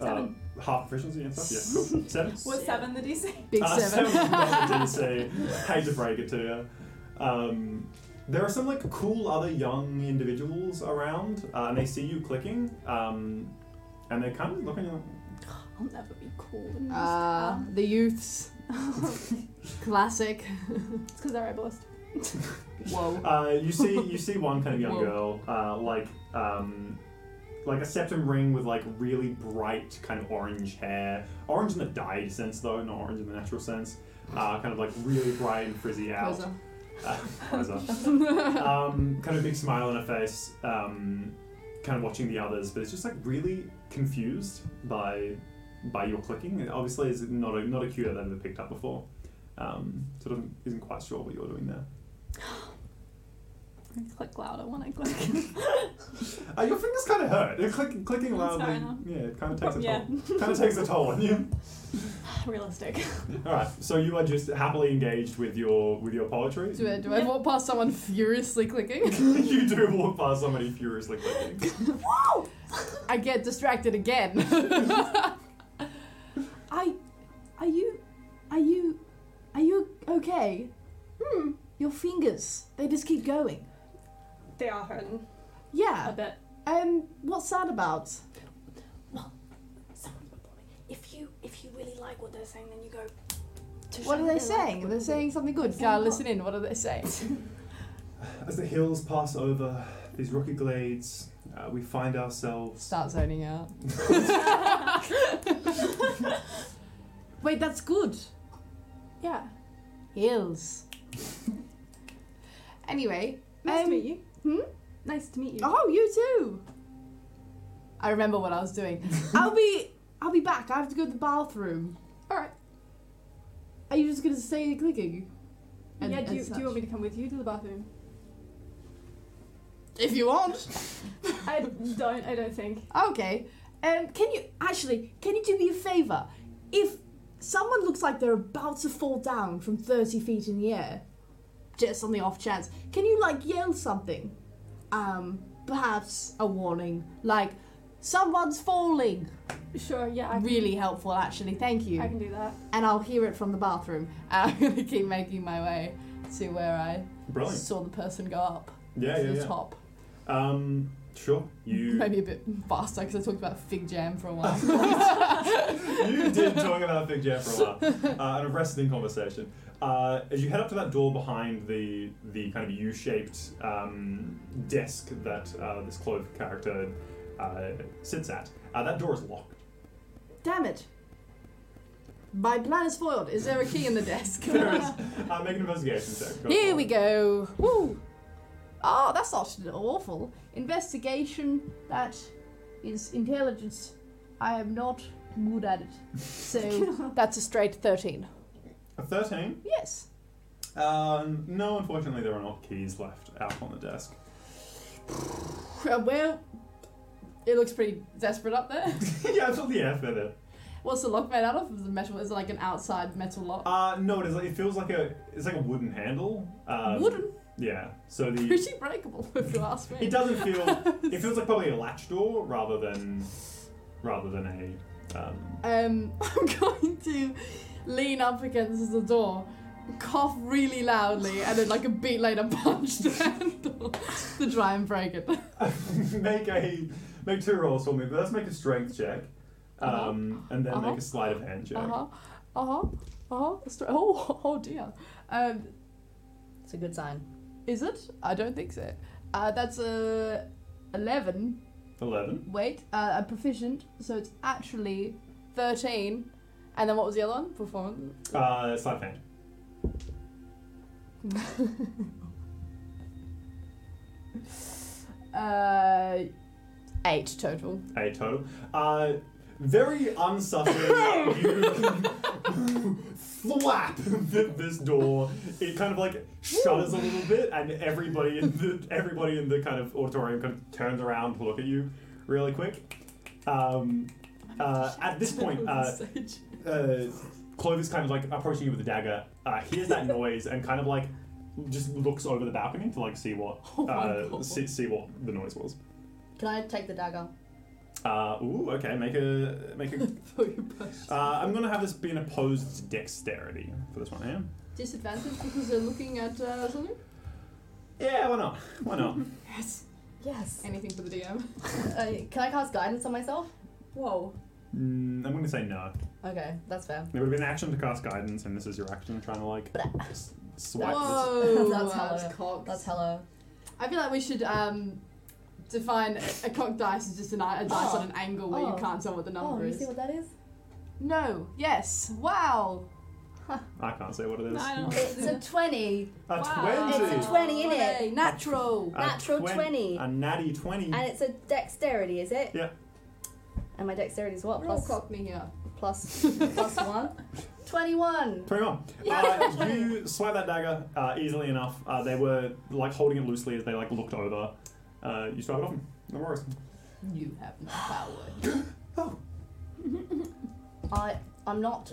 Seven. Uh, half proficiency and stuff? Yeah, (laughs) cool. Seven. Was seven the DC? Big uh, seven. (laughs) seven DC. Hate to break it to you. Um, there are some like cool other young individuals around, uh, and they see you clicking, um, and they're kind of looking. Like, I'll never be cool. in this Uh, town. (laughs) the youths. Classic. it's because they're ableist. Whoa. Uh, you see, you see one kind of young Whoa. girl, uh, like um, like a septum ring with like really bright kind of orange hair, orange in the dyed sense though, not orange in the natural sense. Uh, kind of like really bright and frizzy out. Poser. Uh, (laughs) poser. um, kind of big smile on her face. Um, kind of watching the others, but it's just like really confused by by your clicking. It obviously, is not a not a cue that they've ever picked up before. Um, sort of isn't quite sure what you're doing there. I click louder when I (laughs) click. Uh, your fingers kind of hurt. They're click, clicking That's loudly. fair enough. Yeah, it kind of takes a yeah, (laughs) toll. kind of takes a toll on you. realistic. All right, so you are just happily engaged with your with your poetry. Do I, do I Yeah. walk past someone furiously clicking? (laughs) you do walk past somebody furiously clicking. I get distracted again. (laughs) I, are you, are you, are you okay? Hmm. Your fingers, they just keep going. They are hurting a Yeah. bit. Um. What's that about? Someone's before me. If you if you really like what they're saying, then you go. To What show are they like saying? what They're you do. (laughs) saying something good. Yeah, listen in. What are they saying? As the hills pass over these rocky glades. Uh, we find ourselves. Start zoning out. (laughs) Wait, that's good. Yeah. Hills. anyway, (laughs) Nice Um, to meet you. hmm? Nice to meet you. Oh, you too. I remember what I was doing. I'll (laughs) be I'll be back. I have to go to the bathroom. All right. Are you just gonna stay clicking? and- yeah, do and you, do such. you want me to come with you to the bathroom? If you want. I don't, I don't think. Okay. Um, can you actually? Can you do me a favor? If someone looks like they're about to fall down from thirty feet in the air, just on the off chance, can you like yell something? Um, perhaps a warning, like someone's falling. Sure, yeah, I can, Really helpful, actually. Thank you. I can do that. And I'll hear it from (laughs) the bathroom. And I'm gonna keep making my way to where I Brilliant. saw the person go up Yeah, to yeah, the yeah. top. Um, sure. You (laughs) Maybe a bit faster because I talked about fig jam for a while. (laughs) you did talk about Big Jeff for a while, uh, and a wrestling conversation. Uh, as you head up to that door behind the the kind of U-shaped um, desk that uh, this clove character uh, sits at, uh, that door is locked. (laughs) Damn it! My plan is foiled. Is there a key in the desk? (laughs) There is. Uh, make an investigation check. Go for Here it. we go. Woo! Oh, that's not awful. Investigation, that is intelligence. I am not good at (laughs) it. So, That's a straight 13. A Thirteen. yes. Um, no, unfortunately, there are not keys left out on the desk. (laughs) Uh, Well, it looks pretty desperate up there. yeah, it's all the air for there. What's the lock made out of? Is it metal? Is it like an outside metal lock? Uh, no, it, is like, it feels like a it's like a wooden handle. Um, Wooden. Yeah. So the Pretty breakable, (laughs) if you ask me. It doesn't (laughs) feel. it feels like probably a latch door rather than rather than a. Um, Um, (laughs) I'm going to lean up against the door, cough really loudly, and then like a beat later punch the (laughs) handle to try and break it. um, (laughs) make a make two rolls for me, but let's make a strength check, um, and then Uh-huh. make a sleight of hand check. Uh huh. Uh huh. Uh huh. Oh, (laughs) oh dear. Um, It's a good sign. is it? I don't think so. Uh, that's a eleven. Eleven. Wait, uh, I'm proficient, so it's actually thirteen. And then what was the other one? Performance. Uh, sleight of hand. Uh, eight total. Eight total. Uh, very (laughs) unsuspecting. you flap th- this door. It kind of like shudders a little bit, and everybody in the everybody in the kind of auditorium kind of turns around to look at you really quick. Um, uh, at this (laughs) point, uh, uh, Clovis kind of like approaching you with a dagger, uh, hears that noise and kind of like just looks over the balcony to like see what Oh my uh, God. see, see what the noise was. Can I take the dagger? Uh, ooh, okay, make a make a. uh, I'm gonna have this be an opposed to dexterity for this one eh? here. Disadvantage because they're looking at uh, something. Yeah, why not? Why not? Yes. Yes. Anything for the DM. Uh, can I cast guidance on myself? Whoa. Mm, I'm gonna say no. Okay, that's fair. It would have been an action to cast guidance, and this is your action trying to like s- swipe this. Whoa. That's hella- cocked. That's hello. I feel like we should um, define a cocked dice as just an, a dice Oh. on an angle where Oh. you can't tell what the Oh, number you is. see what that is? No. Yes. Wow. I can't say what it is. I don't It's a 20. A Wow. twenty. It's a 20, innit? Hey, natural. A Natural twen- 20. A natty twenty. And it's a dexterity, is it? Yeah. And my dexterity is what? Roll Plus, cock me here. plus, plus one? 21. 21. Uh, you swipe that dagger uh, easily enough. Uh, they were like holding it loosely as they like looked over. Uh, you swipe it off them. No worries. You have no power. I, I'm not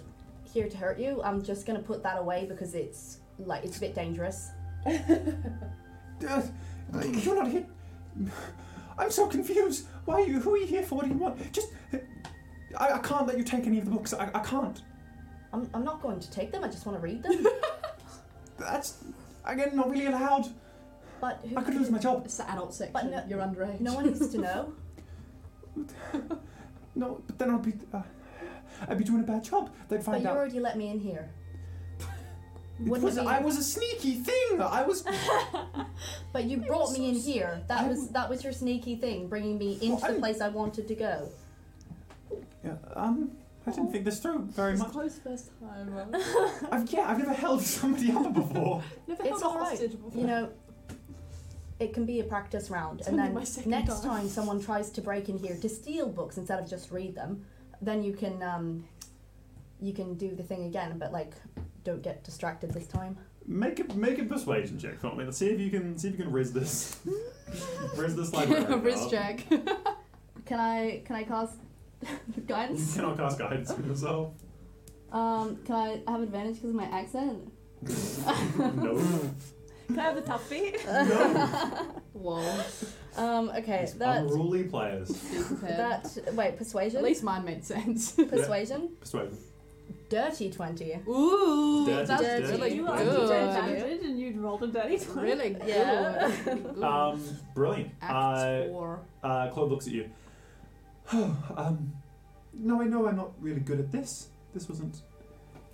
here to hurt you. I'm just going to put that away because it's like it's a bit dangerous. Uh, you're not here. I'm so confused. Why are you? Who are you here for? What do you want? Just. uh, I, I can't let you take any of the books. I, I can't. I'm, I'm not going to take them. I just want to read them. That's. Again, not really allowed. But who, I could lose my job. It's the adult section. But no- You're (laughs) underage. no one needs to know. No, but then I'll be. Uh, I'd be doing a bad job. They'd but (laughs) find you out. (laughs) already let me in here. Wouldn't was, it be- I was a sneaky thing. I was. But you brought me in here. That I was would- that was your sneaky thing, bringing me Well, into I the didn't- place I wanted to go. Yeah, um, I didn't think this through very (laughs) much. close first time. I've, yeah, I've never held somebody up before. Never It's held a all right. hostage before. You know, it can be a practice round, It's and only then my second next time. time someone tries to break in here to steal books instead of just read them, then you can um, you can do the thing again. But like, don't get distracted this time. Make a make a persuasion check for me. Let's see if you can see if you can riz this. riz this (laughs) librarian. Wrist up. check. (laughs) Can I can I cast (laughs) You guidance? cannot cast guidance on yourself. Um, can I have advantage because of my (laughs) accent? no. Can I have the tough feet? Whoa. Um, okay, These that unruly players. that, that wait at persuasion least mine made (laughs) sense. (laughs) persuasion Persuasion. dirty twenty. Ooh, Dirty, that's dirty. really you You are are good. disadvantaged and you'd rolled a dirty twenty. Really good. Yeah. Good. Um, brilliant. Act Uh, four. uh, Claude looks at you. (sighs) um, no, I know I'm not really good at this. This wasn't.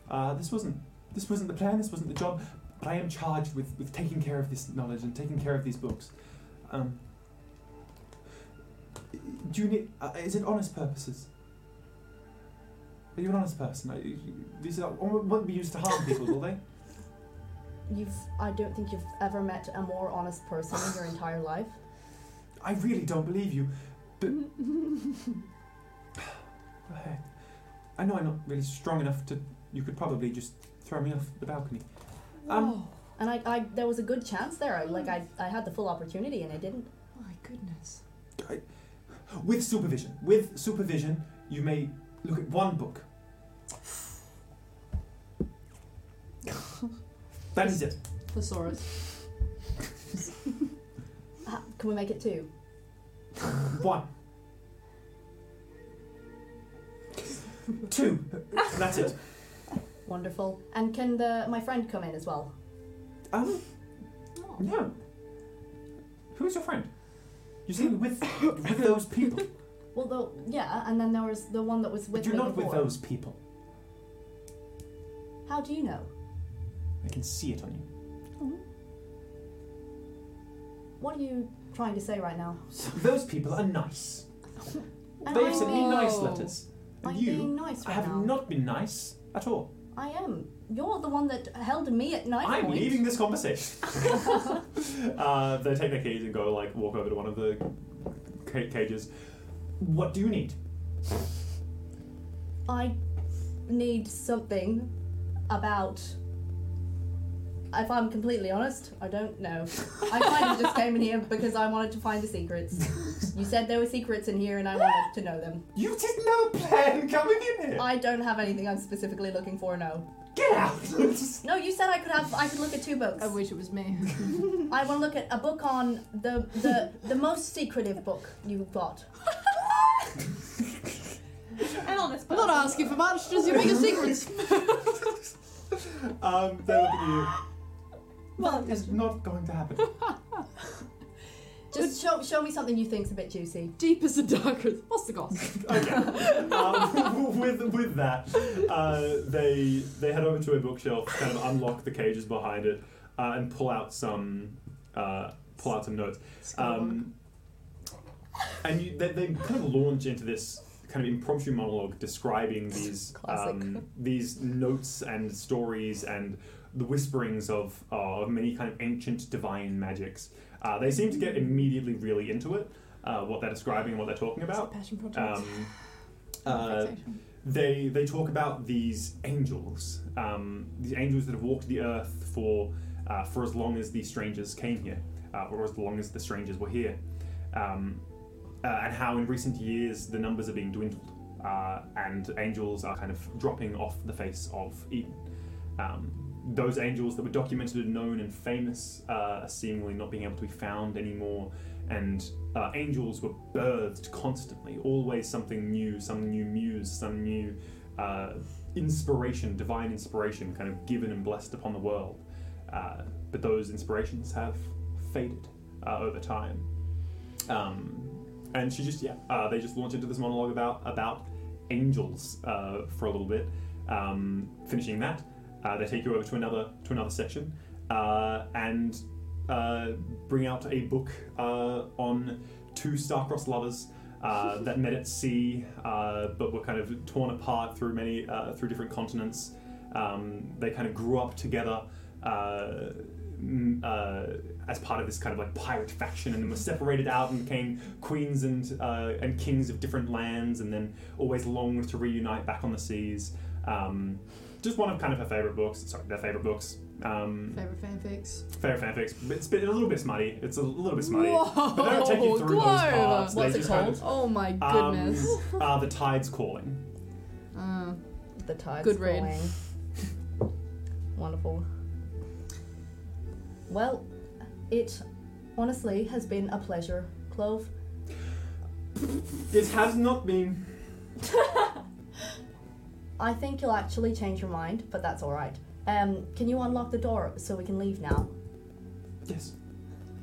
Uh, this wasn't. This wasn't the plan. This wasn't the job. But I am charged with with taking care of this knowledge and taking care of these books. Um, do you need? Uh, is it honest purposes? Are you an honest person? Are you, these are, won't be used to harm people, will they? You've I don't think you've ever met a more honest person in your entire life. I really don't believe you, but I- I know I'm not really strong enough to. You could probably just throw me off the balcony. Um, Whoa. And I, I there was a good chance there. I, like I, I had the full opportunity and I didn't. my goodness. with supervision, with supervision, you may look at one (laughs) book. that is it. Thesaurus. Ha- Can we make it two? (laughs) One. Two. That's it. Wonderful. And can the my friend come in as well? Um, no. Who's your friend? You see, with with those people. Well, though, yeah. And then there was the one that was with But you're me not with before. those people. How do you know? Mm-hmm. I can see it on you. What are you trying to say (laughs) right now? Those people are nice. (laughs) Oh. And They've I'm sent me being- nice letters. I'm And you being nice right have now. not been nice at all. I am. You're the one that held me at night I'm point. leaving this conversation. uh, they take their keys and go like walk over to one of the ca- cages. What do you need? I need something about. If I'm completely honest, I don't know. I kind of just came in here because I wanted to find the secrets. You said there were secrets in here and I wanted to know them. You did no plan coming in here. I don't have anything I'm specifically looking for, no. Get out. No, you said I could have I could look at two books. I wish it was me. I want to look at a book on the the the most secretive book you've got. And on this I'm not asking for much, just (laughs) your biggest secrets. (laughs) Um, they look at you. well, it's not going to happen. Just show, show me something you think's a bit juicy. Deepest and darkest. What's the gossip? Okay. um, (laughs) with with that, uh, they they head over to a bookshelf, kind of unlock the cages behind it, uh, and pull out some uh, pull out some notes. Um, and you, they, they kind of launch into this kind of impromptu monologue describing these Classic. um, these notes and stories and the whisperings of uh, of many kind of ancient divine magics. Uh, they seem to get immediately really into it, uh, what they're describing and what they're talking about. Passion project. Um, uh, they they talk about these angels, um, these angels that have walked the earth for uh, for as long as these strangers came here, uh, or as long as the strangers were here, um, uh, and how in recent years the numbers are being dwindled, uh, and angels are kind of dropping off the face of Eden. Um, those angels that were documented and known and famous uh, are seemingly not being able to be found anymore, and uh, angels were birthed constantly, always something new, some new muse, some new uh, inspiration, divine inspiration, kind of given and blessed upon the world. Uh, but those inspirations have faded uh, over time. Um, and she just, yeah, uh, they just launch into this monologue about about angels uh, for a little bit, um, finishing that. Uh, Uh, they take you over to another to another section uh, and uh, bring out a book uh, on two star-crossed lovers uh, that met at sea, uh, but were kind of torn apart through many uh, through different continents. Um, they kind of grew up together uh, m- uh, as part of this kind of like pirate faction, and then were separated out and became queens and uh, and kings of different lands, and then always longed to reunite back on the seas. Um, just one of kind of her favorite books. Sorry, their favorite books. Um, Favorite fanfics. favorite fanfics. It's been a little bit smutty. It's a little bit smutty. Whoa, But they don't take you through those What's parts. they it just kind called? of- Oh my Um, goodness. uh, the tide's calling. Mm. The tide's Good read. falling. Wonderful. Well, it honestly has been a pleasure, Clove. It has not been. I think you'll actually change your mind, but that's all right. Um, can you unlock the door so we can leave now? Yes.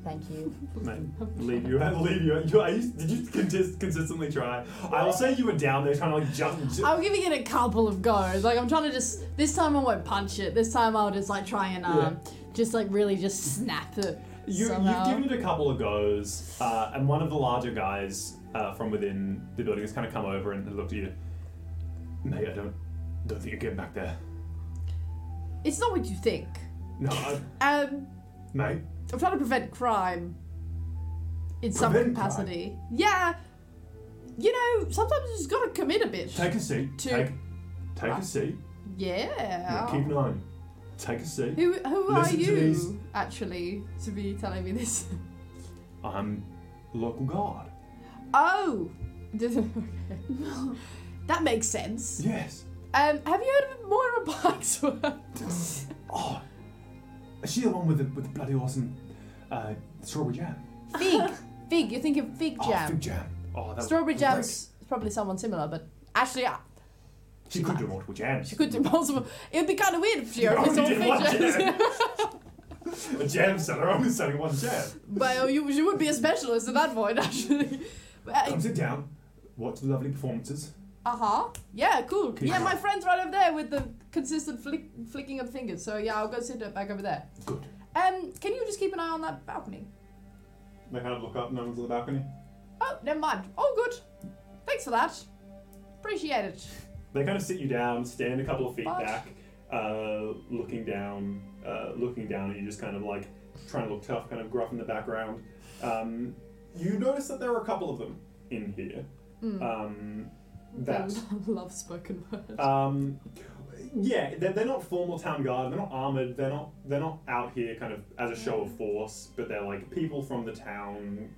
Thank you. Mate, leave you. (laughs) I leave you. you I used, did you consist, consistently try? I will say you were down there trying to like jump. ju- I'm giving it a couple of goes. Like I'm trying to just this time I won't punch it. This time I'll just like try and um, just like really just snap it. You, you've somehow. given it a couple of goes, uh, and one of the larger guys uh, from within the building has kind of come over and looked at you. Mate, I don't, don't think you're getting back there. It's not what you think. No, I, Um, mate. I'm trying to prevent crime. In some Prevent capacity. Yeah. You know, sometimes you just gotta commit a bit. Take a seat. To- Take, take a seat. yeah. Keep an eye on you. Take a seat. Who who are Listen to these. you actually to be telling me this? I'm local guard. Oh, (laughs) okay. that makes sense. Yes. Um, have you heard of Moira (laughs) Parksworth? Oh, is she the one with the, with the bloody awesome uh, strawberry jam? Fig, fig. You're thinking fig Oh, jam. fig jam. Oh, that was Strawberry great. jam's probably someone similar, but actually, I- She could do multiple jams. she could do (laughs) multiple. It would be kind of weird if she You only only sold did fig one jams. jam. (laughs) A jam seller only selling one jam. well, uh, you, you would be a specialist at that point, (laughs) actually. Come sit down. Watch the lovely performances. Uh huh. Yeah, cool. Keep Yeah, it. my friend's right over there with the consistent flick, flicking of fingers. So yeah, I'll go sit back over there. Good. Um, can you just keep an eye on that balcony? They kind of look up, no one's on the balcony. Oh, never mind. All good. Thanks for that. Appreciate it. They kind of sit you down, stand a couple of feet What? back, uh, looking down, uh, looking down, and you just kind of like trying to look tough, kind of gruff in the background. Um, you notice that there are a couple of them in here. Um, that I (laughs) love spoken word. Um, yeah, they're, they're not formal town guard. They're not armored. They're not they're not out here kind of as a show of force. But they're like people from the town,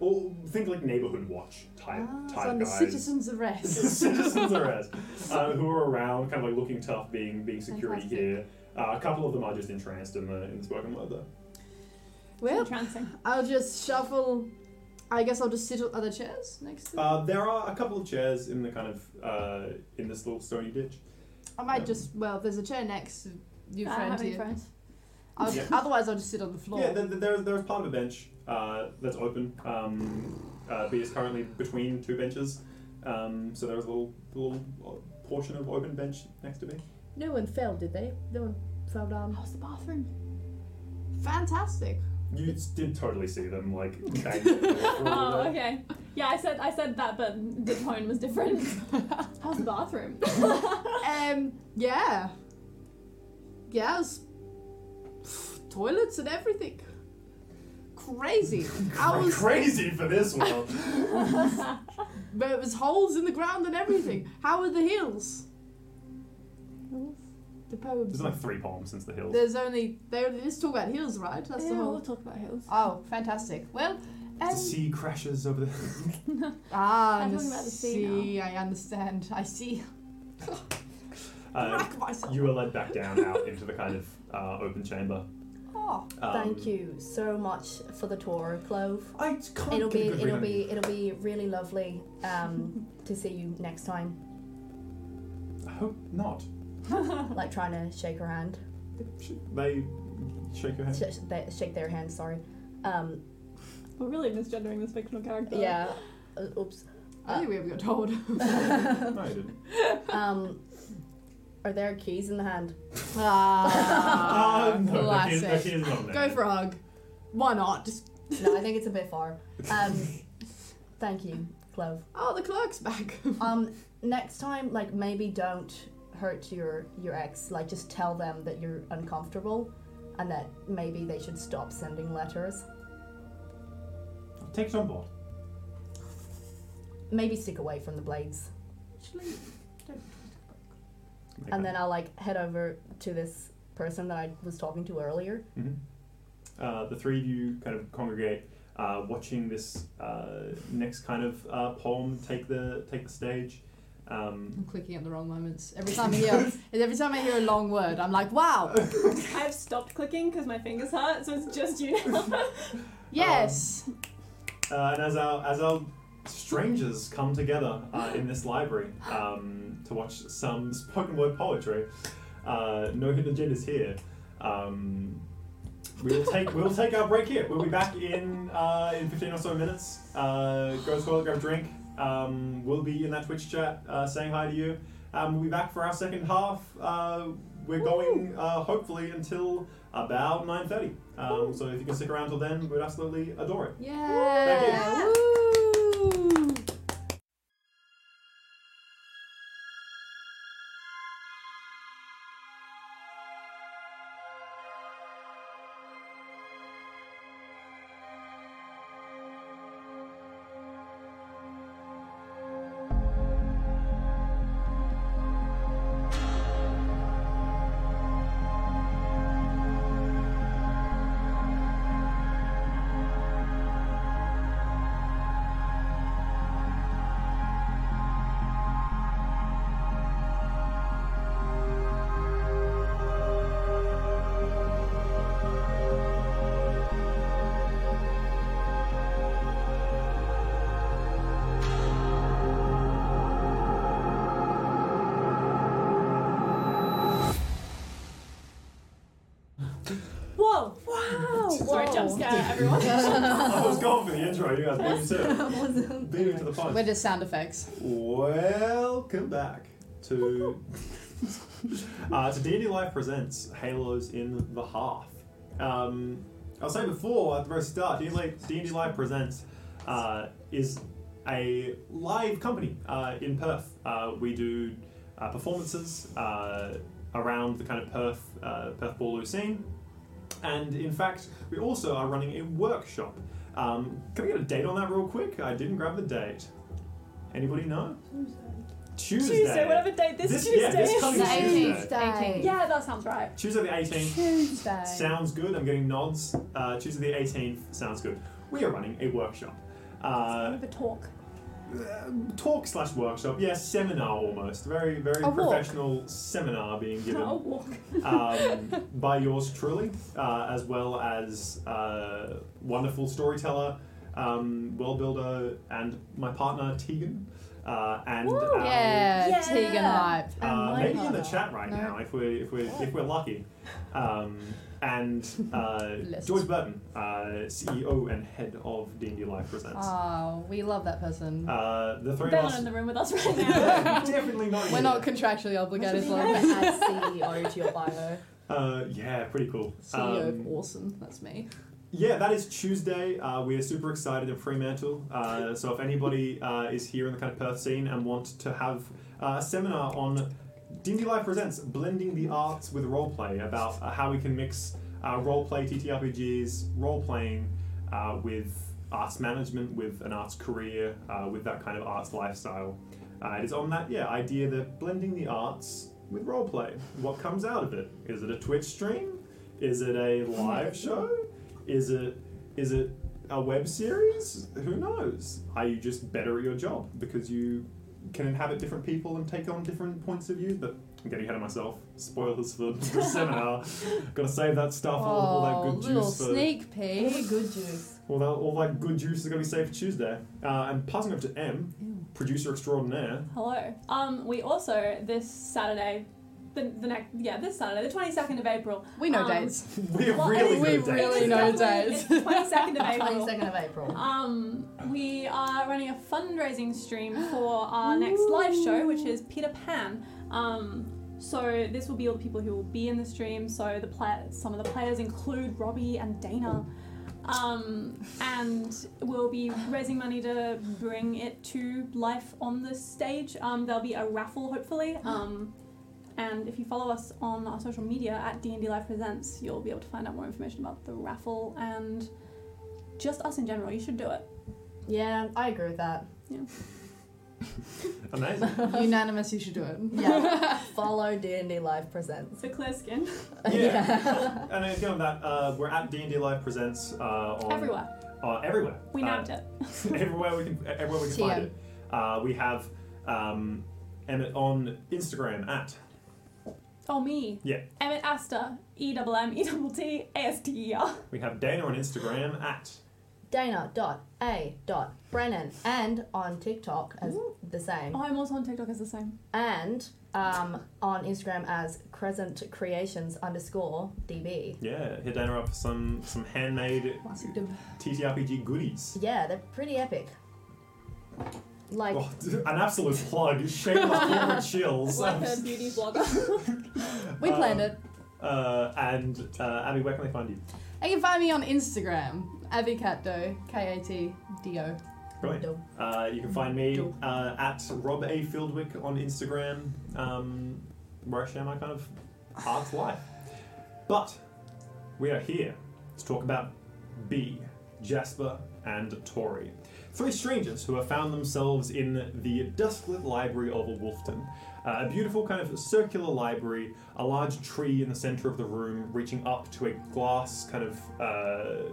or think like neighborhood watch type type on the guys. Ah, (laughs) citizens arrest. Citizens arrest, uh, who are around, kind of like looking tough, being being security Fantastic. here. Uh, a couple of them are just entranced in the in the spoken word though. well, Entrancing. I'll just shuffle. I guess I'll just sit on other chairs next. To Uh, there are a couple of chairs in the kind of uh, in this little stony ditch. I might just. Well, there's a chair next to I your don't friend have any here. Uh, friends. I'll, Yeah. (laughs) Otherwise, I'll just sit on the floor. Yeah, there, there, there's part of a bench uh, that's open. Um, uh, B is currently between two benches, um, so there was a little, little uh, portion of open bench next to me. No one fell, did they? No one fell down. How's the bathroom? Fantastic. You s- did totally see them, (laughs) like, bang. the door for all Oh, the- okay. Yeah, I said I said that, but the tone was (laughs) different. How's the bathroom? Um. Yeah. Yeah. it was- (sighs) toilets and everything. (laughs) Crazy. I I'm was. crazy for this (laughs) one. But it was holes in the ground (laughs) and everything. How are the hills? The poems. There's like three poems since the hills. There's only they only just talk about hills, right? That's the yeah, we'll whole. talk about hills. Oh, fantastic. Well, The um, sea crashes over the. (laughs) ah, I'm the talking about the sea sea. I understand. I see. (laughs) Uh, Crack myself. you are led back down out into the kind of uh, open chamber. Oh, Um, Thank you so much for the tour, Clove. I can't It'll get be a good it'll read on you. be it'll be really lovely um, to see you next time. I hope not. Like trying to shake her hand, Sh- They shake your hand. sh- sh- they- shake their hand. Sorry. Um, We're really misgendering this fictional character. yeah. Uh, oops. (laughs) Ah, I think we ever got told. No, you didn't. Um, Are there keys in the hand? Ah, no, that is, that classic. is not there. Go for a hug. Why not? Just No, I think it's a bit far. Um, thank you, Clove. oh, the clerk's (laughs) back. Um, next time, like maybe don't hurt your your ex. Like just tell them that you're uncomfortable, and that maybe they should stop sending letters. Take it on board. Maybe stick away from the blades, and then I'll like head over to this person that I was talking to earlier. uh, the three of you kind of congregate, uh, watching this uh, next kind of uh, poem take the take the stage. Um, I'm clicking at the wrong moments. Every time I (laughs) hear, every time I hear a long word, I'm like, wow, Uh, I've stopped clicking because my fingers hurt, so it's just you (laughs) now. yes. uh, and as our as our strangers come together uh, in this library um, to watch some spoken word poetry, uh, no hidden agendas here. Um, we will take we will take our break here. We'll be back in uh, in fifteen or so minutes. Uh, go to the toilet, grab a drink. Um, we'll be in that Twitch chat uh, saying hi to you. Um, we'll be back for our second half. Uh, we're going uh, hopefully until about nine thirty. Um, so if you can stick around till then, we'd absolutely adore it. (laughs) yeah. Woo. Whoa! Wow! Sorry, jump scare (laughs) everyone. I was going for the intro, you guys beat me to it. Beat me to the punch. We're (laughs) just sound effects. Welcome back to uh, to D&D Live presents Halos in the Half. Um, I was saying before at the very start, D&D Live, D&D Live presents uh, is a live company (laughs) uh, in Perth. Uh, we do uh, performances uh, around the kind of Perth uh, Perth Baloo scene, and in fact, we also are running a workshop. Um, can we get a date on that real quick? I didn't grab the date. Anybody know? Tuesday. Tuesday, whatever date this, This- Tuesday yeah, this is. coming The Tuesday. 18th. 18th. Yeah, that sounds right. Tuesday the 18th. Tuesday. Sounds good. I'm getting nods. Uh, Tuesday the 18th. Sounds good. We are running a workshop. Uh, Kind of a talk. talk slash workshop. Yeah, seminar almost. Very, very A walk. Oh. professional seminar being given. (laughs) Not a walk. um, by yours truly, uh, as well as uh, wonderful storyteller, um, world builder, and my partner Tegan, uh, and our, Yeah, Yeah. Tegan hype. uh, maybe in the partner. chat right No. now if we're if we're if (laughs) we're lucky, um, and uh, List. George Burton, uh, CEO and head of D and D Live presents. Oh, we love that person. (laughs) Uh, the three They're of not us in the room with us (laughs) right now. definitely not. We're here. not contractually obligated. Actually, Like, (laughs) add CEO E to your bio. Uh, yeah, pretty cool. CEO, Um, of E awesome. That's me. Yeah, that is Tuesday. Uh, we are super excited in Fremantle. Uh, so if anybody uh, is here in the kind of Perth scene and want to have uh, a seminar on D&D Live Presents Blending the Arts with Roleplay about uh, how we can mix uh, roleplay, TTRPGs, roleplaying uh, with arts management, with an arts career, uh, with that kind of arts lifestyle. Uh, it is on that, yeah, idea that blending the arts with roleplay. What comes out of it? Is it a Twitch stream? Is it a live show? Is it is it a web series? Who knows? Are you just better at your job because you can inhabit different people and take on different points of view? But I'm getting ahead of myself. Spoilers for the (laughs) seminar. Gotta save that stuff. all, all oh, that good little juice for sneak peek. Good juice. all that, all that good juice is gonna be saved for Tuesday. Uh, I'm passing over to M, producer (laughs) extraordinaire. (laughs) Hello. Um, we also this Saturday, the, the next yeah this Saturday, the twenty second of April. We know um, dates. (laughs) We have Well, really we good really dates. know dates. Twenty second (laughs) of April. 22nd of April. Um, we are running a fundraising stream for our next live show, which is Peter Pan. Um, So this will be all the people who will be in the stream. So the pla- some of the players include Robbie and Dana. Um, and we'll be raising money to bring it to life on the stage. Um, there'll be a raffle, (gasps) hopefully. Um, and if you follow us on our social media at D&D Live Presents, you'll be able to find out more information about the raffle and just us in general. You should do it. Yeah, I agree with that. (laughs) Amazing. Unanimous, you should do it. Yeah. (laughs) Follow D and D Live Presents. For clear skin. Yeah. and then going back, uh, we're at D and D Live presents uh, on Everywhere. Uh, everywhere. We uh, nabbed it. (laughs) everywhere we can, everywhere we can TM. find it. Uh, we have um, Emmett on Instagram at Oh, me. Yeah. Emmett Astor. E double M E double T A S T E R. we have Dana on Instagram at Dana dot A dot Brennan and on TikTok as the same Oh, I'm also on TikTok as the same. and um, on Instagram as Crescent Creations underscore DB. yeah. Hit Dana up for some some handmade TTRPG goodies. (laughs) Yeah, they're pretty epic. Like Oh, an absolute (laughs) plug. Shameless corporate chills. Like a beauty blogger. We planned Um, it. Uh, and uh, Abby, where can they find you? You can find me on Instagram, Abby Catdo, K A T D O. Brilliant. Dope. Uh, you can find me Dope. uh, at Rob A Fieldwick on Instagram, um, where I share my kind of arts life. But we are here to talk about B, Jasper, and Tori. Three strangers who have found themselves in the dusklit library of Wolfton. Uh, a beautiful kind of circular library, a large tree in the center of the room, reaching up to a glass kind of. Uh,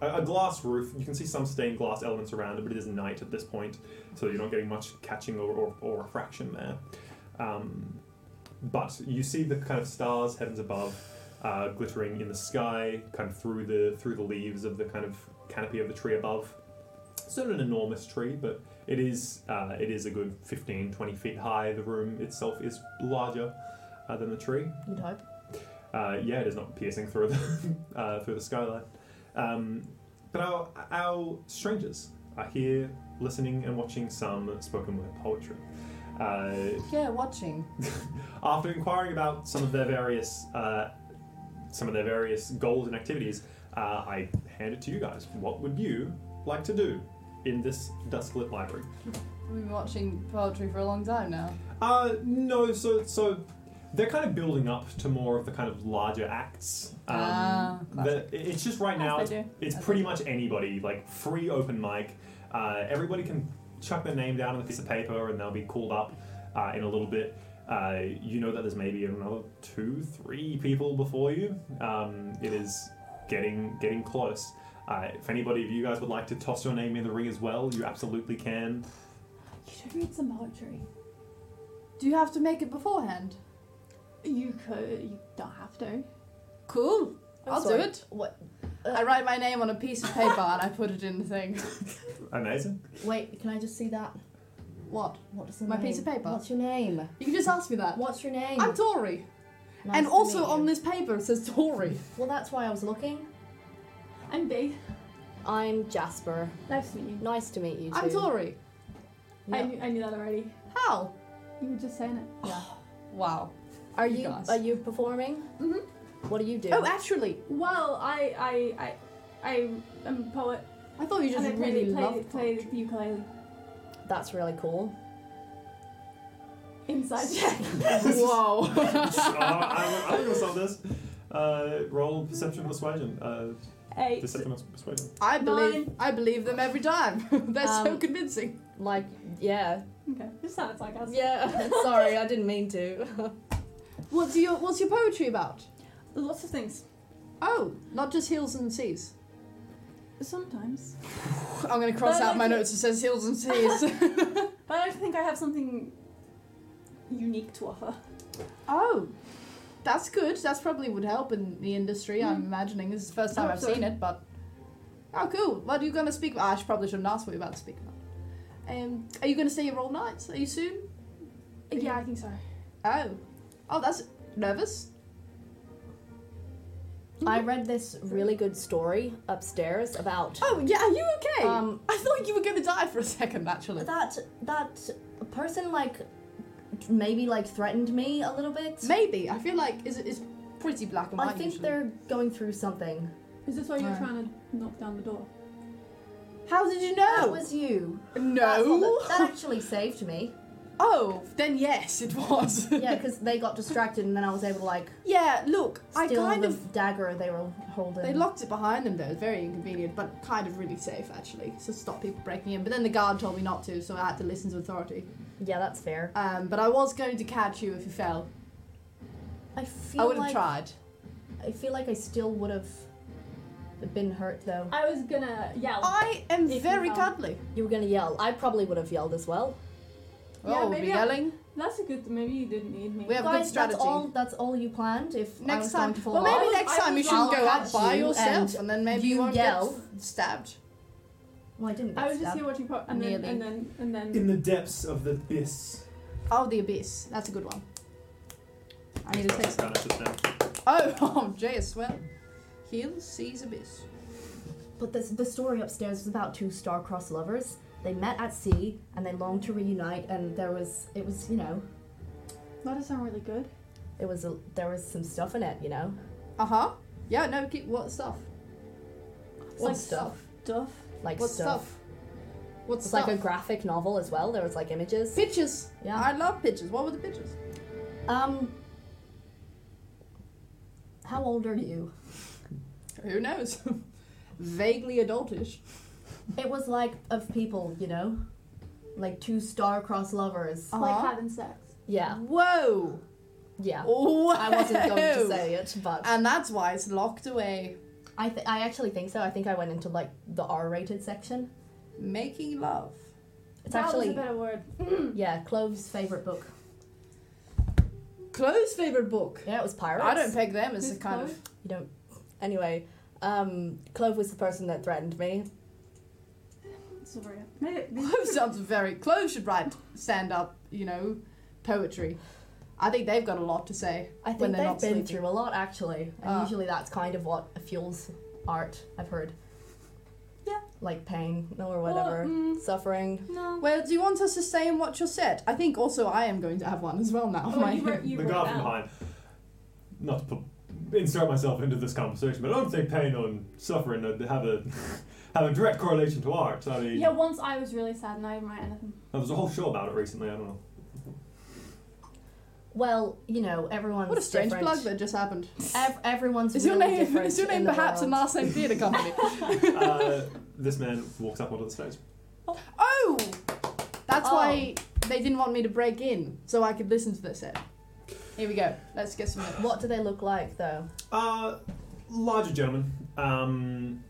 a, a glass roof. You can see some stained glass elements around it, but it is night at this point, so you're not getting much catching or, or, or refraction there. Um, but you see the kind of stars, heavens above, uh, glittering in the sky, kind of through the through the leaves of the kind of canopy of the tree above. It's not an enormous tree, but it is uh, it is a good 15, 20 feet high. The room itself is larger uh, than the tree. you'd hope. Uh, yeah, it is not piercing through the (laughs) uh, through the skyline. Um, but our our strangers are here listening and watching some spoken word poetry. Uh, Yeah, watching. after inquiring about some of their various uh, some of their various goals and activities, uh, I hand it to you guys. What would you like to do in this dusklit library? We've been watching poetry for a long time now. Uh, no, so so they're kind of building up to more of the kind of larger acts. Um, Ah, the, it's just (laughs) right As now. they It's, do. it's pretty much anybody, like free open mic. Uh, everybody can chuck their name down on a piece of paper, and they'll be called up uh, in a little bit. Uh, you know that there's maybe another two, three people before you. Um, it is getting getting close. Uh, if anybody of you guys would like to toss your name in the ring as well, you absolutely can. You should read some poetry. Do you have to make it beforehand? You could. You don't have to. Cool. I'm I'll Oh, sorry, do it. What? I write my name on a piece of paper and I put it in the thing. Amazing. Wait, can I just see that? What? What is the My name? piece of paper. What's your name? You can just ask me that. What's your name? I'm Tory. Nice and to also meet you. on this paper it says Tory. Well, that's why I was looking. I'm B. I'm Jasper. Nice to meet you. Nice to meet you. I'm too. Tory. I, Yeah. knew, I knew that already. How? You were just saying it. Wow. Are You you guys. are you performing? Mm-hmm. What do you do? Oh, actually, Well, I I I I am a poet. I thought Oh, you just and I play, really play, loved play poetry. the ukulele. That's really cool. (laughs) Inside check. Whoa. (laughs) Uh, I, I think I saw this. Uh, roll perception persuasion. Uh, Eight. deception persuasion. I believe Nine. I believe them every time. (laughs) They're so Um, convincing. Like, yeah, Okay. This sounded sarcastic. (laughs) yeah. Sorry, I didn't mean to. (laughs) What's your what's your poetry about? Lots of things. Oh, not just hills and seas. (laughs) Sometimes. I'm gonna cross But out my like- notes that says hills and seas. (laughs) But I think I have something unique to offer. oh, that's good. That's probably would help in the industry. Hmm. I'm imagining this is the first time hope I've so. seen it, but oh, cool. What are you gonna speak? Ah, I should probably shouldn't ask what you're about to speak about. Um, are you gonna stay here all night? Are you soon? Uh, Yeah, I think so. Oh, oh, that's nervous. I read this really good story upstairs about Oh yeah, are you okay? um I thought you were gonna die for a second, actually. that that person like maybe like threatened me a little bit. Maybe. I feel like is it's pretty black and I white. think usually. they're going through something. Is this why you're Alright. trying to knock down the door? How did you That know? was you. That's not no. the- that actually saved me. (laughs) Oh, then yes, it was. Yeah, because they got distracted and then I was able to like (laughs) Yeah, look, (laughs) I steal kind the of. dagger they were holding. They locked it behind them though. It's very inconvenient, but kind of really safe actually. So stop people breaking in. But then the guard told me not to, so I had to listen to authority. yeah, that's fair. Um, but I was going to catch you if you fell. I feel I would have like tried. I feel like I still would have been hurt though. I was gonna yell. I am If you very fell. cuddly. You were gonna yell. I probably would have yelled as well. Yeah, oh, maybe we're I- yelling. That's a good. Maybe you didn't need me. We have good Guys, that's strategy. all. That's all you planned. If I Next was time, going to fall well, off, maybe was- next I time you was shouldn't yelling go at out by you yourself, and and, then maybe you you won't yell. get stabbed. well, I didn't. Get I was just stabbed. here watching pro- and then Nearly. and then and then. In the depths of the abyss. Oh, the abyss. That's a good one. I need to That's take some. kind of just now. Oh, (laughs) oh, Jayus. Well, heal sees abyss. But this, the story upstairs was about two star-crossed lovers. They met at sea and they longed to reunite. And there was, it was, you know, That does sound really good. it was a, there was some stuff in it, you know. Uh huh. Yeah. No. Keep what stuff? Some What stuff? Duff. Like What stuff. stuff? What It's stuff? like a graphic novel as well. There was like images. pictures. Yeah. I love pictures. What were the pictures? Um. How old are you? Who knows? (laughs) Vaguely adultish. It was like of people, you know, like two star-crossed lovers. Uh-huh. Like having sex. Yeah, Whoa. yeah. Whoa. I wasn't going to say it, but And that's why it's locked away. I th- I actually think so. I think I went into like the R-rated section. Making love. It's that was actually a better word. yeah, Clove's favorite book. Chloe's favorite book. Yeah, it was pirates. I don't peg them as Who's a kind Chloe? of. You don't. Anyway, um, Clove was the person that threatened me. Sorry. Maybe- maybe- (laughs) Chloe sounds very. Chloe should write stand up, you know, poetry. I think they've got a lot to say. I think When they're they've been not sleeping. through a lot actually, and Ah. usually that's kind of what fuels art. I've heard. Yeah. Like pain or Well, whatever, mm, suffering. no. Well, do you want us to say in what you said? I think also I am going to have one as well now. Oh, you wrote, you the wrote guy down. from behind. Not to pu- insert myself into this conversation, but I don't think pain on suffering uh, have a (laughs) have a direct correlation to art. I mean, Yeah, once I was really sad and I didn't write anything. there was a whole show about it recently. I don't know. Well, you know, everyone's (laughs) what a strange different. plug that just happened. Ev- everyone's Is your really name different is your in name the perhaps world. a (laughs) last name theatre company? uh, (laughs) this man walks up onto the stage. oh, that's Oh. why they didn't want me to break in so I could listen to this set. Here we go. Let's get some. What do they look like though? Uh, larger gentleman, um,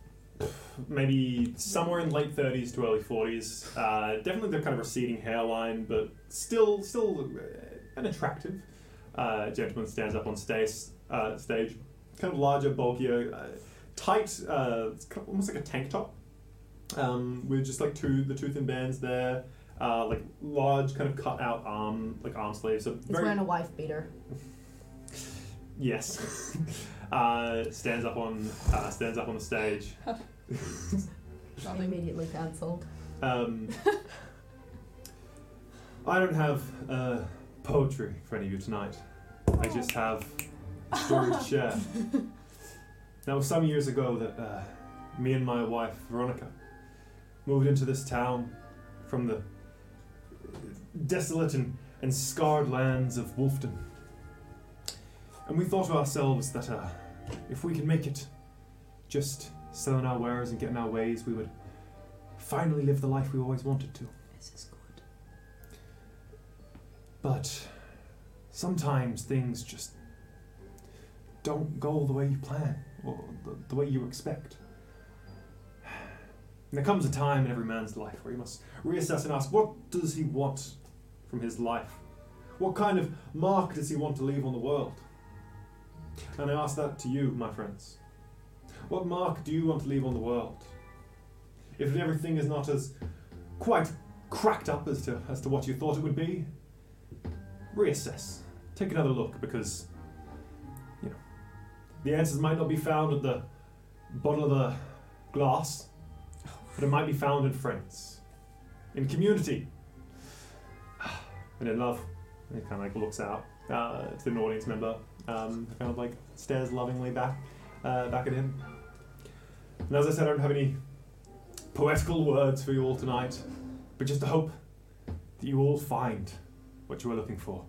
maybe somewhere in late thirties to early forties. Uh, definitely the kind of receding hairline, but still, still uh, an attractive uh, gentleman stands up on stage. Uh, stage, kind of larger, bulkier, uh, tight, uh, it's kind of almost like a tank top. Um, with just like two the two thin bands there, uh, like large kind of cut out arm like arm sleeves. So He's very wearing a wife beater. Yes. (laughs) uh, stands up on uh, stands up on the stage. Immediately cancelled. Um, I don't have uh, poetry for any of you tonight. I just have a story to share. That was some years ago that uh, me and my wife Veronica moved into this town from the desolate and, and scarred lands of Wolfton. And we thought to ourselves that uh, if we could make it just selling our wares and getting our ways, we would finally live the life we always wanted to. This is good. But sometimes things just don't go the way you plan or the, the way you expect. And there comes a time in every man's life where he must reassess and ask what does he want from his life? What kind of mark does he want to leave on the world? And I ask that to you, my friends. What mark do you want to leave on the world? If everything is not as quite cracked up as to, as to what you thought it would be, reassess. Take another look because, you know, the answers might not be found at the bottom of the glass, but it might be found in friends, in community, and in love. And he kind of like looks out uh, to an audience member, um, kind of like stares lovingly back, uh, back at him. And as I said, I don't have any poetical words for you all tonight, but just to hope that you all find what you are looking for.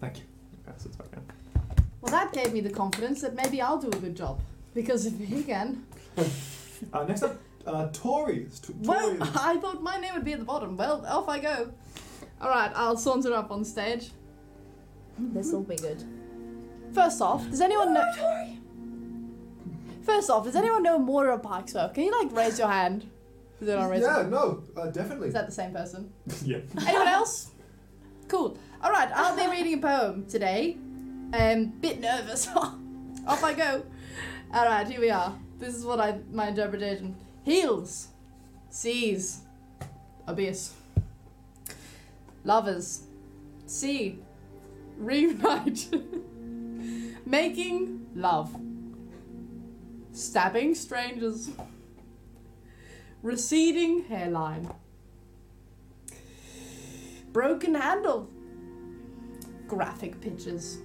Thank you. Okay, so it's (laughs) back down. Well, that gave me the confidence that maybe I'll do a good job. Because if he can. Uh, next up, uh, Tori. It's T- Well, (laughs) Tori. I thought my name would be at the bottom. Well, off I go. Alright, I'll saunter up on stage. Mm-hmm. This will be good. First off, does anyone know? First off, does anyone know more about Parksworth? Can you like raise your hand? Is it not raising? Yeah, no, uh, definitely. Is that the same person? yeah. Anyone else? Cool. All right, I'll be reading a poem today. Um, bit nervous. (laughs) Off I go. All right, here we are. This is what I my interpretation. Heals, seas, abyss. Lovers, sea, reunite. (laughs) Making love. Stabbing strangers. Receding hairline broken handle. Graphic pictures.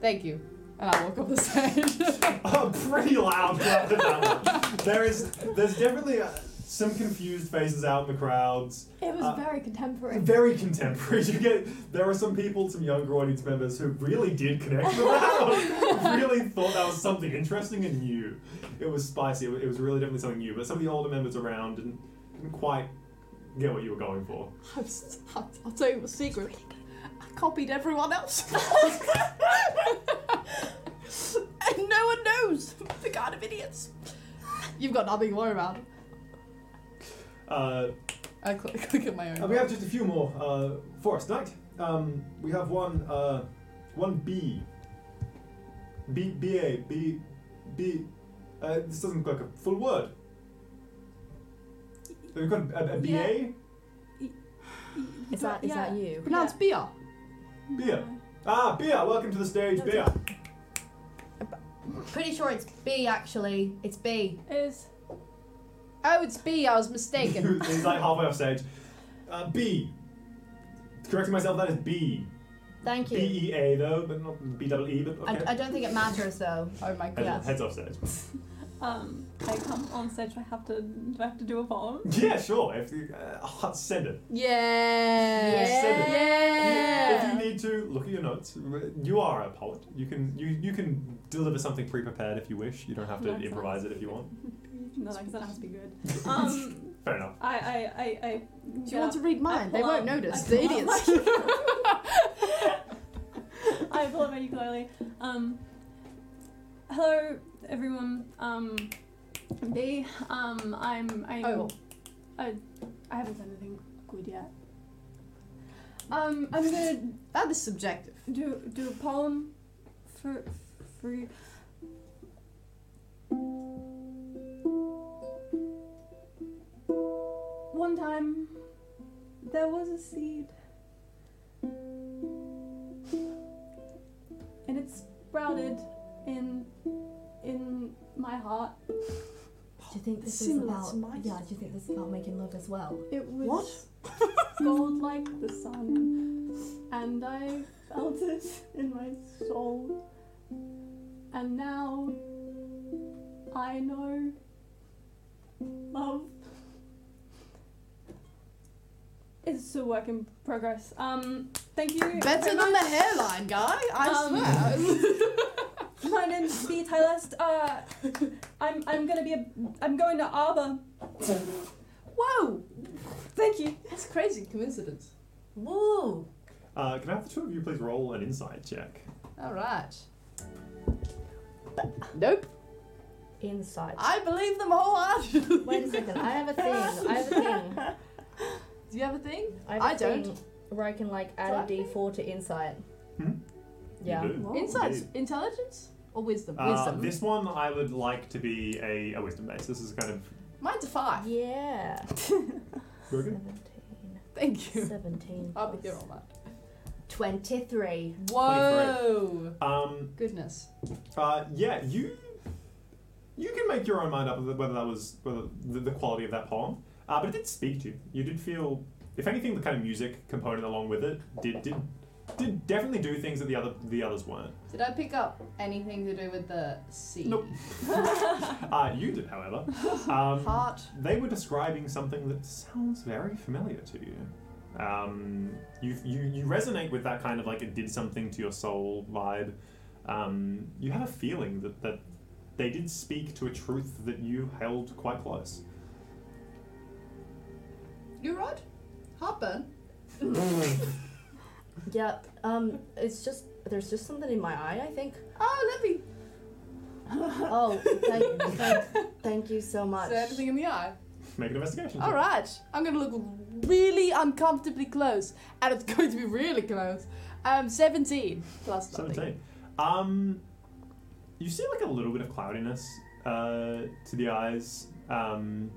Thank you. And I walk up the stage. (laughs) (laughs) Oh, pretty loud (laughs) throughout the battle. There is, there's definitely uh, some confused faces out in the crowds. It was Uh, very contemporary. Very contemporary. (laughs) You get there are some people, some younger audience members who really did connect with that. really thought that was something interesting and new. It was spicy. It wa- it was really definitely something new. But some of the older members around didn't, didn't quite get what you were going for. I'm s- I'll I'll tell you a secret. I copied everyone else. (laughs) and no one knows. The kind of idiots. You've got nothing to worry about. Uh, I cl- (laughs) click at my own. Uh, we have just a few more. Uh, Forest Knight. Um, we have one. Uh, one B. B B A B B. Uh, this doesn't look like a full word. We've got a, a B A Is that is yeah. that you? Pronounce beer. beer. Ah, beer. Welcome to the stage, beer. Pretty sure it's B actually. It's B. Is Oh, it's beer. I was (laughs) mistaken. He's like halfway off stage. Uh, B. Correcting myself, that is B. Thank B you. E A though, but not B double E. But I, okay. I don't think it matters though. oh my Heads- goodness. heads off stage. um, I come on stage. I have to. Do I have to do a poem? (laughs) Yeah, sure. If you, uh, send it. Yeah. Send it. If you Yeah. need to look at your notes, you are a poet. You can you you can deliver something pre-prepared if you wish. You don't have to That sounds- improvise it if you want. No, that doesn't have to be good. Um, Fair enough. I, I, I, I. Do you want to read mine? They pull won't out- notice. I The pull out idiots. (laughs) I pull up my ukulele. Um, hello, everyone. Um, B. Um, I'm. I'm Oh. I, I haven't done anything good yet. Um, I'm gonna That is subjective. do do a poem for for you. One time, there was a seed, and it sprouted in in my heart. Do you think this is Similar about? to mine. Yeah. Do you think this is about making love as well? It was What? (laughs) gold like the sun, and I felt it in my soul. And now I know love is a work in progress. Um, thank you. Better very than the much. hairline guy, I Um, swear. My name's B. Tylest. Uh, (laughs) I'm I'm gonna be a I'm going to Arbor. (laughs) Whoa, Thank you. that's crazy coincidence. Woo! Uh, can I have the two of you please roll an insight check? All right. Nope. Insight. I believe them wholeheartedly. (laughs) Wait a second. I have a thing. I have a thing. (laughs) Do you have a thing? (laughs) I, have a I don't. Thing where I can like Do I add have a D4 to insight. Hmm? Yeah. You do. Insights, Indeed. intelligence, or wisdom? Uh, wisdom. this one I would like to be a, a wisdom base. This is kind of Mine's a five. Yeah. (laughs) broken. 17. Thank (laughs) you. 17. I'll be here plus all night. 23. Whoa. Um, Goodness. uh, yeah, you you can make your own mind up whether that was whether the, the quality of that poem. Uh, but it did speak to you. You did feel if anything, the kind of music component along with it did did did definitely do things that the other the others weren't. Did I pick up anything to do with the sea? Nope. Uh, you did, however. Um, Heart. they were describing something that sounds very familiar to you. Um, you, you. You resonate with that kind of like it did something to your soul vibe. Um, you have a feeling that, that they did speak to a truth that you held quite close. (laughs) You're right. Heartburn. Yep. Um, it's just there's just something in my eye. I (laughs) think. Oh, let me. Oh, thank, thank, thank you so much. Is there anything in the eye? Make an investigation. check. All right. I'm gonna look really uncomfortably close, and it's (laughs) going to be really close. Um, 17 plus nothing. 17. Um, you see like a little bit of cloudiness uh, to the eyes. Um,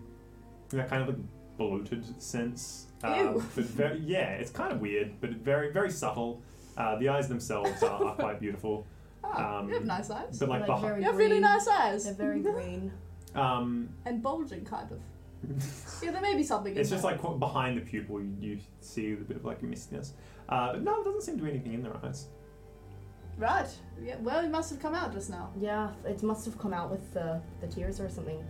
that kind of like bloated sense. Um, Ew. But very, yeah, it's kind of weird, but very very subtle. Uh, the eyes themselves are, are quite beautiful, Ah, you have Um, nice eyes. but like, Like, behi- very You have green. really nice eyes. They're very green. um, (laughs) and bulging, kind of. (laughs) yeah, there may be something. it's in just there. like qu- behind the pupil, you, you see a bit of like mistiness. Uh, but no, there doesn't seem to be anything in their eyes. right. Yeah. Well, it must have come out just now. Yeah, it must have come out with the, the tears or something.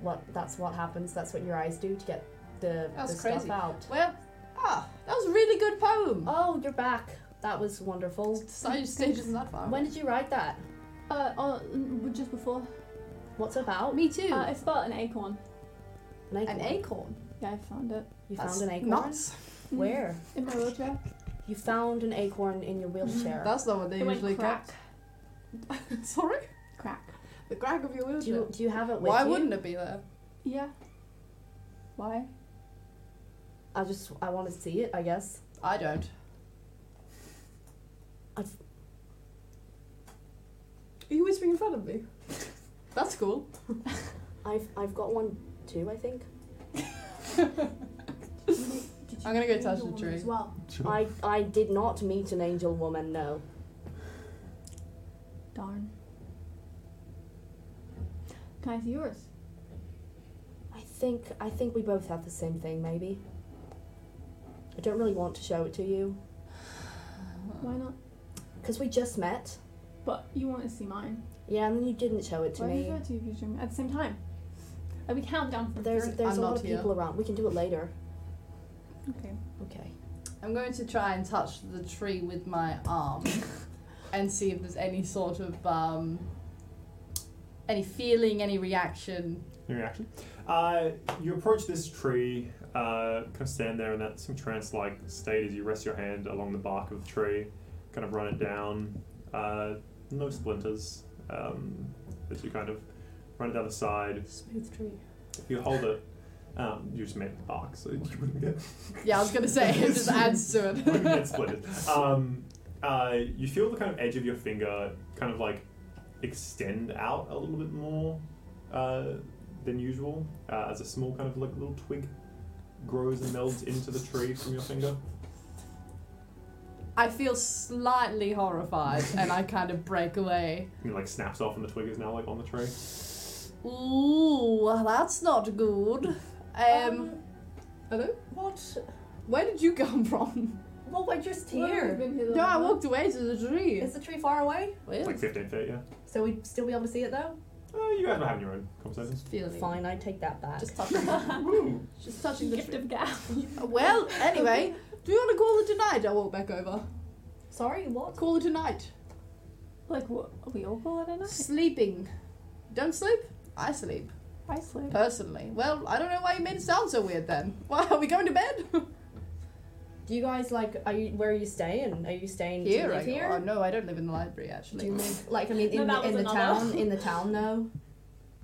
What? That's what happens. That's what your eyes do to get the, the That's stuff crazy. out. Well, ah, that was a really good poem. Oh, you're back. That was (laughs) wonderful. Stage stage isn't that far. When did you write that? Uh, oh, mm, just before. What's it about? me too. Uh, it's about an acorn. An acorn. an acorn. Yeah, I found it. You That's found an acorn. Nuts. Where? In my wheelchair. You found an acorn in your wheelchair. That's not what they It went usually crack. get. (laughs) Sorry. Crack. The crack of your do wheelchair. you do you have it with Why you? wouldn't it be there? Yeah. Why? I just I want to see it. I guess. I don't. Are you whispering in front of me? (laughs) That's cool. I've I've got one too. I (laughs) think. I'm gonna go touch the tree. well. I I did not meet an angel woman. No. Darn. Can I see yours? I think I think we both have the same thing. Maybe. I don't really want to show it to you Why not? because we just met. But you want to see mine. Yeah, and then you didn't show it to Why did you me. go to you if you're streaming at the same time? Like, we count down from There's three. there's a I'm lot not of here. people around. We can do it later. Okay. Okay. I'm going to try and touch the tree with my (laughs) arm and see if there's any sort of um, any feeling, any reaction. Your reaction? Uh, you approach this tree, uh, kind of stand there in that some trance like state as you rest your hand along the bark of the tree, kind of run it down. Uh, no splinters um, as you kind of run it down the side. Smooth tree. You hold it, um, you just make the bark so you wouldn't get, Yeah, I was gonna say it (laughs) just adds to it. wouldn't (laughs) get splintered. Um, uh, you feel the kind of edge of your finger kind of like extend out a little bit more uh, than usual uh, as a small kind of like little twig grows and melds into the tree from your finger. (laughs) I feel slightly horrified and I kind of break away. And it like snaps off and the twig is now like on the tree. Ooh, that's not good. Oh, Um, hello. What? Where did you (laughs) come from? Well, we're just We've here. been here the No, I whole time. walked away to the tree. Is the tree far away? Well, Like 15 feet, yeah. So we'd still be able to see it though? Uh, you guys are having your own conversations. feeling. Fine, I take that back. Just touching. (laughs) Ooh. just touching the Gift tree. of gab. Well, anyway, do you want to call it a night? I walk back over. Sorry, what? Call it a night. Like, what? We all call it a night? Sleeping. Don't sleep? I sleep. I sleep. Personally. Well, I don't know why you made it sound so weird then. (laughs) Why are we going (laughs) to bed? (laughs) Do you guys like? Are you? Where are you staying? Are you staying do you Here live I go. Oh here? no, I don't live in the library Do actually. you live like I mean No, in that the, in was the another. town? In the town (laughs) though. (laughs)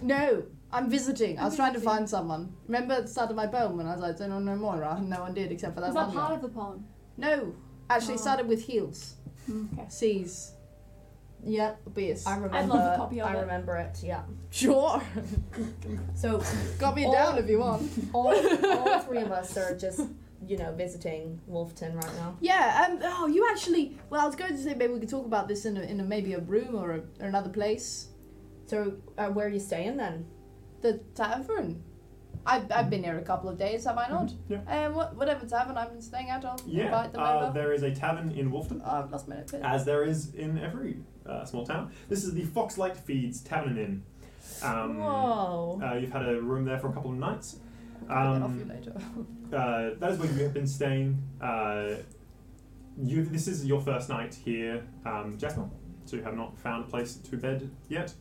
No, I'm visiting. I was trying to visiting. find someone. Remember at the start of my poem when I was like, don't know Moira? And no one did except for that Is one. that part girl. of the poem? No. Actually, it Oh. Ah. started with heels, Mm. Okay. seas, Yep, beers. (laughs) I remember. love a copy of I it. remember it. Yeah. Sure. So Got me Oh. down if you want. all, (laughs) all three of us are just you know visiting Wolfton right now. Yeah, um, oh, you actually. Well, I was going to say maybe we could talk about this in, a, in a, maybe a room or, a, or another place. So uh, where are you staying then? The tavern. I've, I've been here a couple of days, have I not? Mm-hmm. Yeah. And what, whatever tavern I've been staying at, I'll Yeah, invite them uh, over. there is a tavern in Wolfton, Oh, I've lost my notepad. as there is in every uh, small town. This is the Foxlight Feeds Tavern Inn. Um, Whoa. Uh, you've had a room there for a couple of nights. I'll get that off um, you later. Uh, that is where you have been staying. Uh, you, this is your first night here, um, Jasmine. So you have not found a place to bed yet.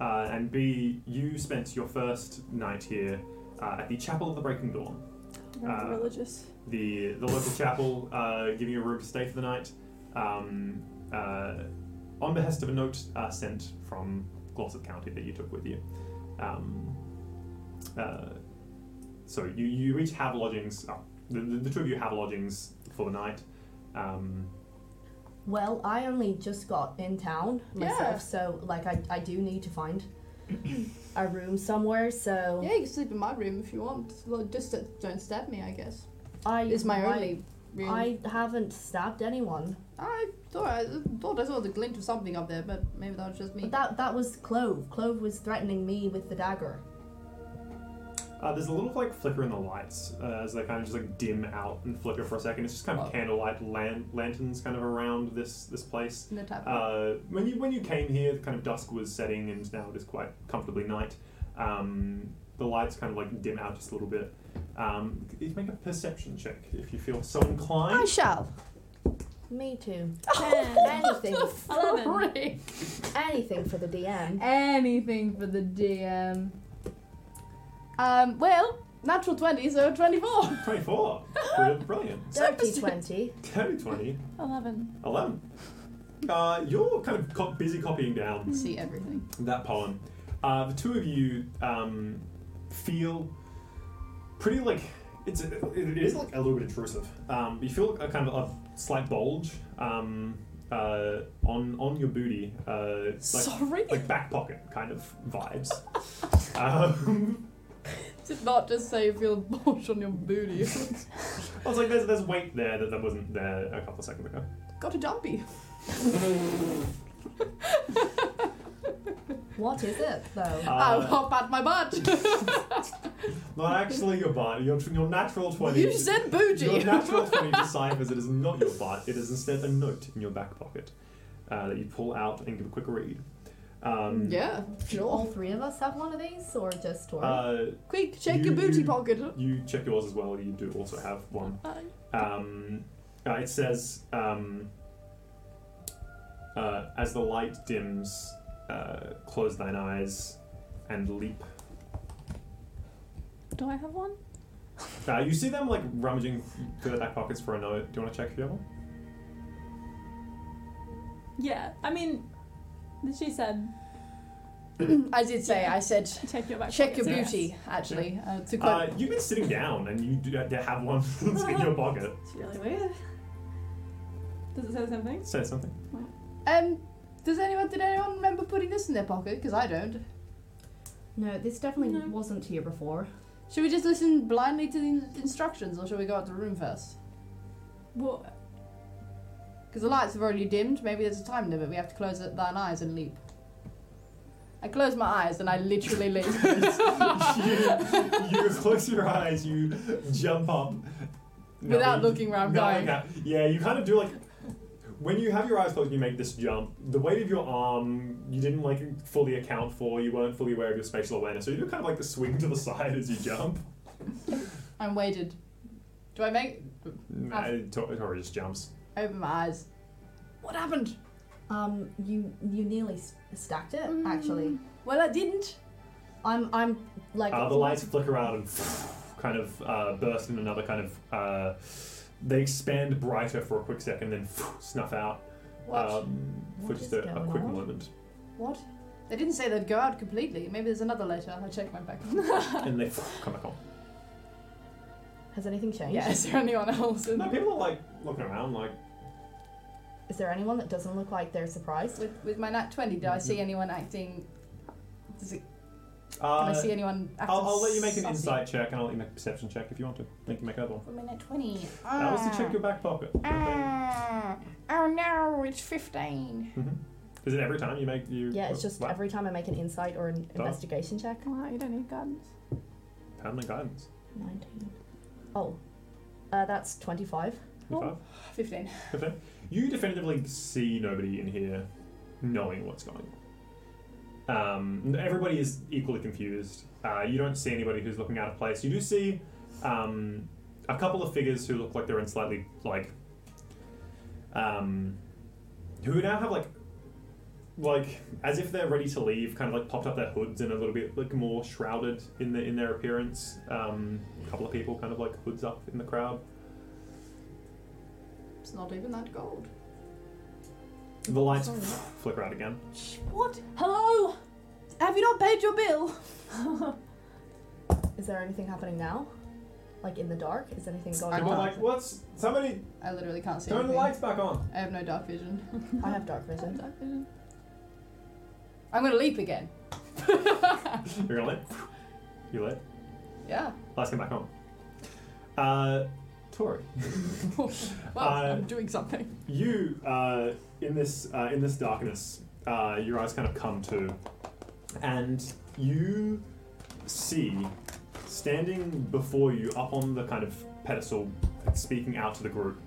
Uh, and B, you spent your first night here uh, at the Chapel of the Breaking Dawn. That's Uh, religious. the the local chapel, uh, giving you a room to stay for the night, um, uh, on behest of a note uh, sent from Glossop County that you took with you. Um, uh, so you, you each have lodgings. Oh, the, the, the two of you have lodgings for the night. Um, Well, I only just got in town myself, Yeah. so like I, I do need to (clears throat) find a room somewhere. So Yeah, you can sleep in my room if you want. Well, just uh, don't stab me, I guess. I It's my I- only room. I haven't stabbed anyone. I thought I thought I saw the glint of something up there, but maybe that was just me. But that that was Clove. Clove was threatening me with the dagger. uh, there's a little like flicker in the lights uh, as they kind of just like dim out and flicker for a second. It's just kind of Oh. candlelight lan- lanterns kind of around this this place. in the tap. Uh, when you when you came here, the kind of dusk was setting, and now it is quite comfortably night. Um, the lights kind of like dim out just a little bit. Um, you can make a perception check if you feel so inclined. shall. Me (laughs) too. (laughs) Ten. Anything, Eleven. anything for the DM. Anything for the DM. Um. Well, natural twenty, so (laughs) twenty-four. Twenty-four, Bri- brilliant. (laughs) Dirty twenty. Dirty twenty, Eleven. eleven. Uh, you're kind of co- busy copying down See everything. that poem. Uh, the two of you um, feel pretty like it's it is like a little bit intrusive. Um, but you feel a kind of a slight bulge um, uh, on on your booty, uh, like (laughs) Sorry. like back pocket kind of vibes. (laughs) um, Did not just say you feel bulge on your booty. I was like, there's there's weight there that, that wasn't there a couple of seconds ago. (laughs) Got a dumpy. What is it though? I'll Uh, hop at my (laughs) butt. not actually your butt. Your your natural twenty. you said Your booty. natural 20 deciphers it is not your butt, it is instead a note in your back pocket uh, that you pull out and give a quick read. Um, (laughs) yeah. Do all Sure. three of us have one of these, or just Tori? uh, Quick, check You- your booty you- pocket. (clears throat) you check yours as well, you do also have one. Aye. Um, uh, it says, um, uh, as the light dims, uh, close thine eyes and leap. Do I have one? Uh, you see them like rummaging through their back pockets for a note. Do you want to check if you have one? Yeah. I mean, she said I did say. I said. check your back. Check your pockets, booty, actually. Uh, to quote Uh, you've been sitting down and you do uh, have one (laughs) in your pocket. I guess. It's really weird. Does it say something? Say something. Um, does anyone did anyone remember putting this in their pocket? Because I don't. no, this definitely No. wasn't here before. Should we just listen blindly to the in- instructions, or should we go out to the room first? Well, Because the lights have already dimmed. Maybe there's a time limit. We have to close thine eyes and leap. I close my eyes and I literally (laughs) leap. you, (laughs) you close your eyes, you jump up. No, Without you- looking where I'm no, going. okay. Yeah, you kind of do like. When you have your eyes closed, you make this jump. The weight of your arm, you didn't like fully account for. You weren't fully aware of your spatial awareness, so you do kind of like the swing to the (laughs) side as you jump. I'm weighted. Do I make Nah, Tor- Tori just jumps. open my eyes? What happened? Um, you you nearly s- stacked it actually. Well, I didn't. I'm I'm like Uh, the lights flicker out and (laughs) kind of uh, burst in another kind of. Uh, they expand brighter for a quick second, then (laughs) snuff out What? um, for What just is a, a going quick on? moment. what? They didn't say they'd go out completely. Maybe there's another later. I check my back. (laughs) and they (laughs) come back on. Has anything changed? yeah, is there anyone else? In No, (laughs) people are like looking around, like Is there anyone that doesn't look like they're surprised? With, with my nat 20, did I see Mm-hmm. anyone acting. Does it, did uh, I see anyone acting. I'll, I'll let you make an sussy? insight check and I'll let you make a perception check if you want to. Make you make another one. For my nat 20. That was to Uh, check your back pocket. Ah. oh no, it's 15. Mhm. Is it every time you make you? Yeah, it's just Wow. every time I make an insight or an investigation check. wow, you don't need guidance. permanent guidance. 19. Oh, uh, that's 25. Oh, Twenty-five. 15. Okay. You definitively see nobody in here knowing what's going on. Um, everybody is equally confused. Uh, you don't see anybody who's looking out of place. You do see um, a couple of figures who look like they're in slightly like um, who now have like like as if they're ready to leave, kind of like popped up their hoods and a little bit like more shrouded in the in their appearance. Um, a couple of people kind of like hoods up in the crowd. It's not even that gold. The lights Sorry. flicker out again. What? Hello! Have you not paid your bill? Is there anything happening now? Like in the dark? Is anything going I'm People are on? like, what's somebody I literally can't see turn the anything. lights back on? I have no dark vision. I have dark I have vision. dark vision. I'm gonna leap again. (laughs) You're gonna let you let Yeah. (laughs) lights come back on. Uh, Tori, well, Uh, I'm doing something. you uh, in this uh, in this darkness, uh, your eyes kind of come to, and you see standing before you up on the kind of pedestal, speaking out to the group,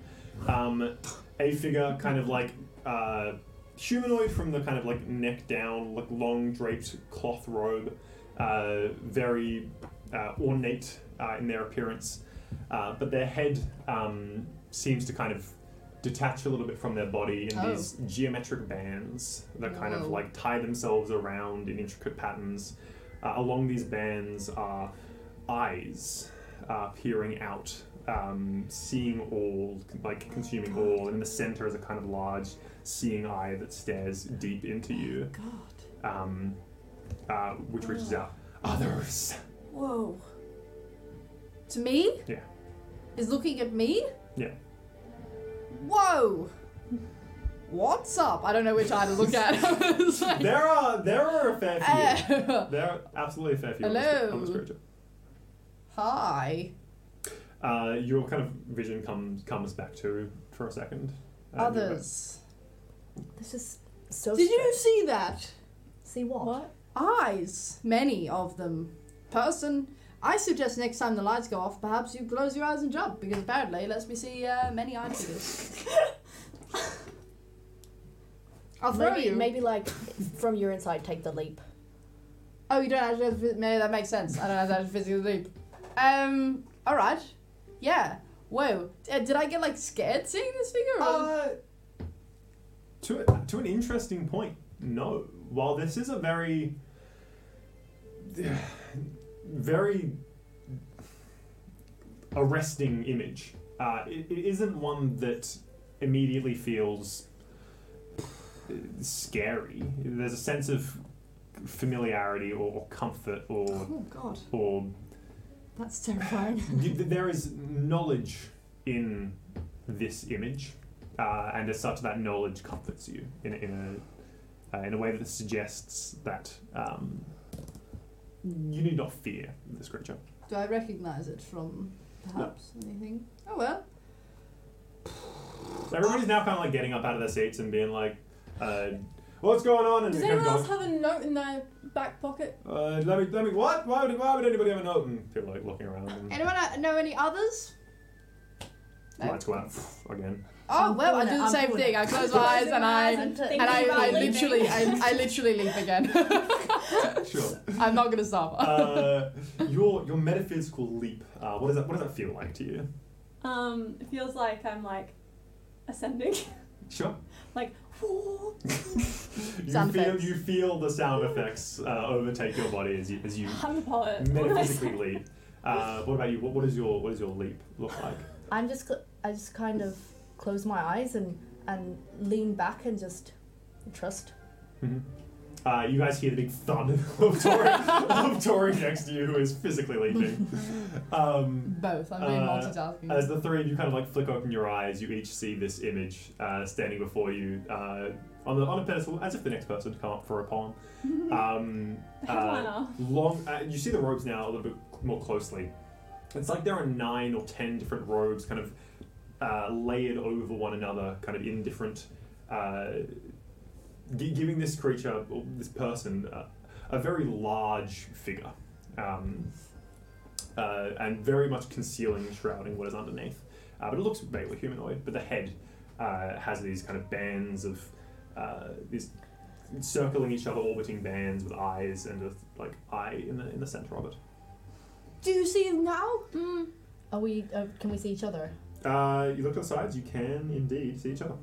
um, a figure kind of like uh, humanoid from the kind of like neck down, like long draped cloth robe, uh, very uh, ornate uh, in their appearance, uh, but their head um, seems to kind of detach a little bit from their body in Oh. these geometric bands that kind of Whoa. like tie themselves around in intricate patterns. Uh, along these bands are eyes uh, peering out, um, seeing all, like consuming all, and in the center is a kind of large seeing eye that stares deep into you, God. um, uh, which reaches Ah. out. Oh, Others. (laughs) Whoa. To me? Yeah. Is looking at me? Yeah. Whoa! What's up? I don't know which eye to look at. (laughs) I was like, There are there are a fair few. eh, There are absolutely a fair few on this- Hello. on this creature. (laughs) hi. Uh, your kind of vision comes comes back to for a second. Uh, Others. This is so. Did you strange. see that? see what? What? Eyes. Many of them. Person. I suggest next time the lights go off, perhaps you close your eyes and jump, because apparently it lets me see uh, many eye figures. I'll throw Maybe, you. maybe like from your inside, take the leap. Oh, you don't actually have to, maybe that makes sense. I don't have to have a physical leap. Um, alright. Yeah. Whoa. Uh, did I get like scared seeing this figure? or- Uh, to to an interesting point. No, while this is a very, very arresting image, uh, it, it isn't one that immediately feels uh, scary. There's a sense of familiarity or, or comfort or Oh God. or That's (laughs) terrifying. you, th- there is knowledge in this image, uh, and as such, that knowledge comforts you in, a- in a uh, in a way that suggests that um, you need not fear this creature. Do I recognize it from perhaps anything? Oh well. So everybody's now kind of like getting up out of their seats and being like, uh, "What's going on?" And Does kind of anyone else going, have a note in their back pocket? uh, "Let me, let me, what? Why would, why would anybody have a note?" And people like looking around and Anyone uh, know any others? No. lights go out again. Oh well, I pulling do it, the I'm same pulling thing. (laughs) I close my eyes and I and thinking I, I leaving. literally I, I literally leap again. (laughs) Sure. I'm not gonna stop. Uh, your your metaphysical leap. Uh, what does that? What does that feel like to you? Um, it feels like I'm like ascending. Sure. Whoa. You Sound feel effects. you feel the sound effects uh, overtake your body as you as (laughs) you I'm a poet. What can I say? metaphysically (laughs) leap. Uh, what about you? What, what is your what does your leap look like? I'm just. Cl- I just kind of close my eyes and and lean back and just trust. Uh, you guys hear the big thud (laughs) of Tori, of Tori next to you, who is physically leaping. Um, Both. I'm doing Uh, multitasking. As the three of you kind of like flick open your eyes, you each see this image uh, standing before you uh, on, the, on a pedestal, as if the next person had come up for a poem. Um, The headliner. long, uh, you see the robes now a little bit more closely. It's like there are nine or ten different robes, kind of uh, layered over one another, kind of in different, uh, gi- giving this creature, or this person, uh, a very large figure. Um, uh, and very much concealing, shrouding what is underneath. Uh, but it looks vaguely humanoid. But the head uh, has these kind of bands of uh, these circling each other, orbiting bands with eyes and a like eye in the in the center of it. Do you see him now? Hmm. Mm, Are we? Uh, can we see each other? Uh, you look to the sides. You can indeed see each other.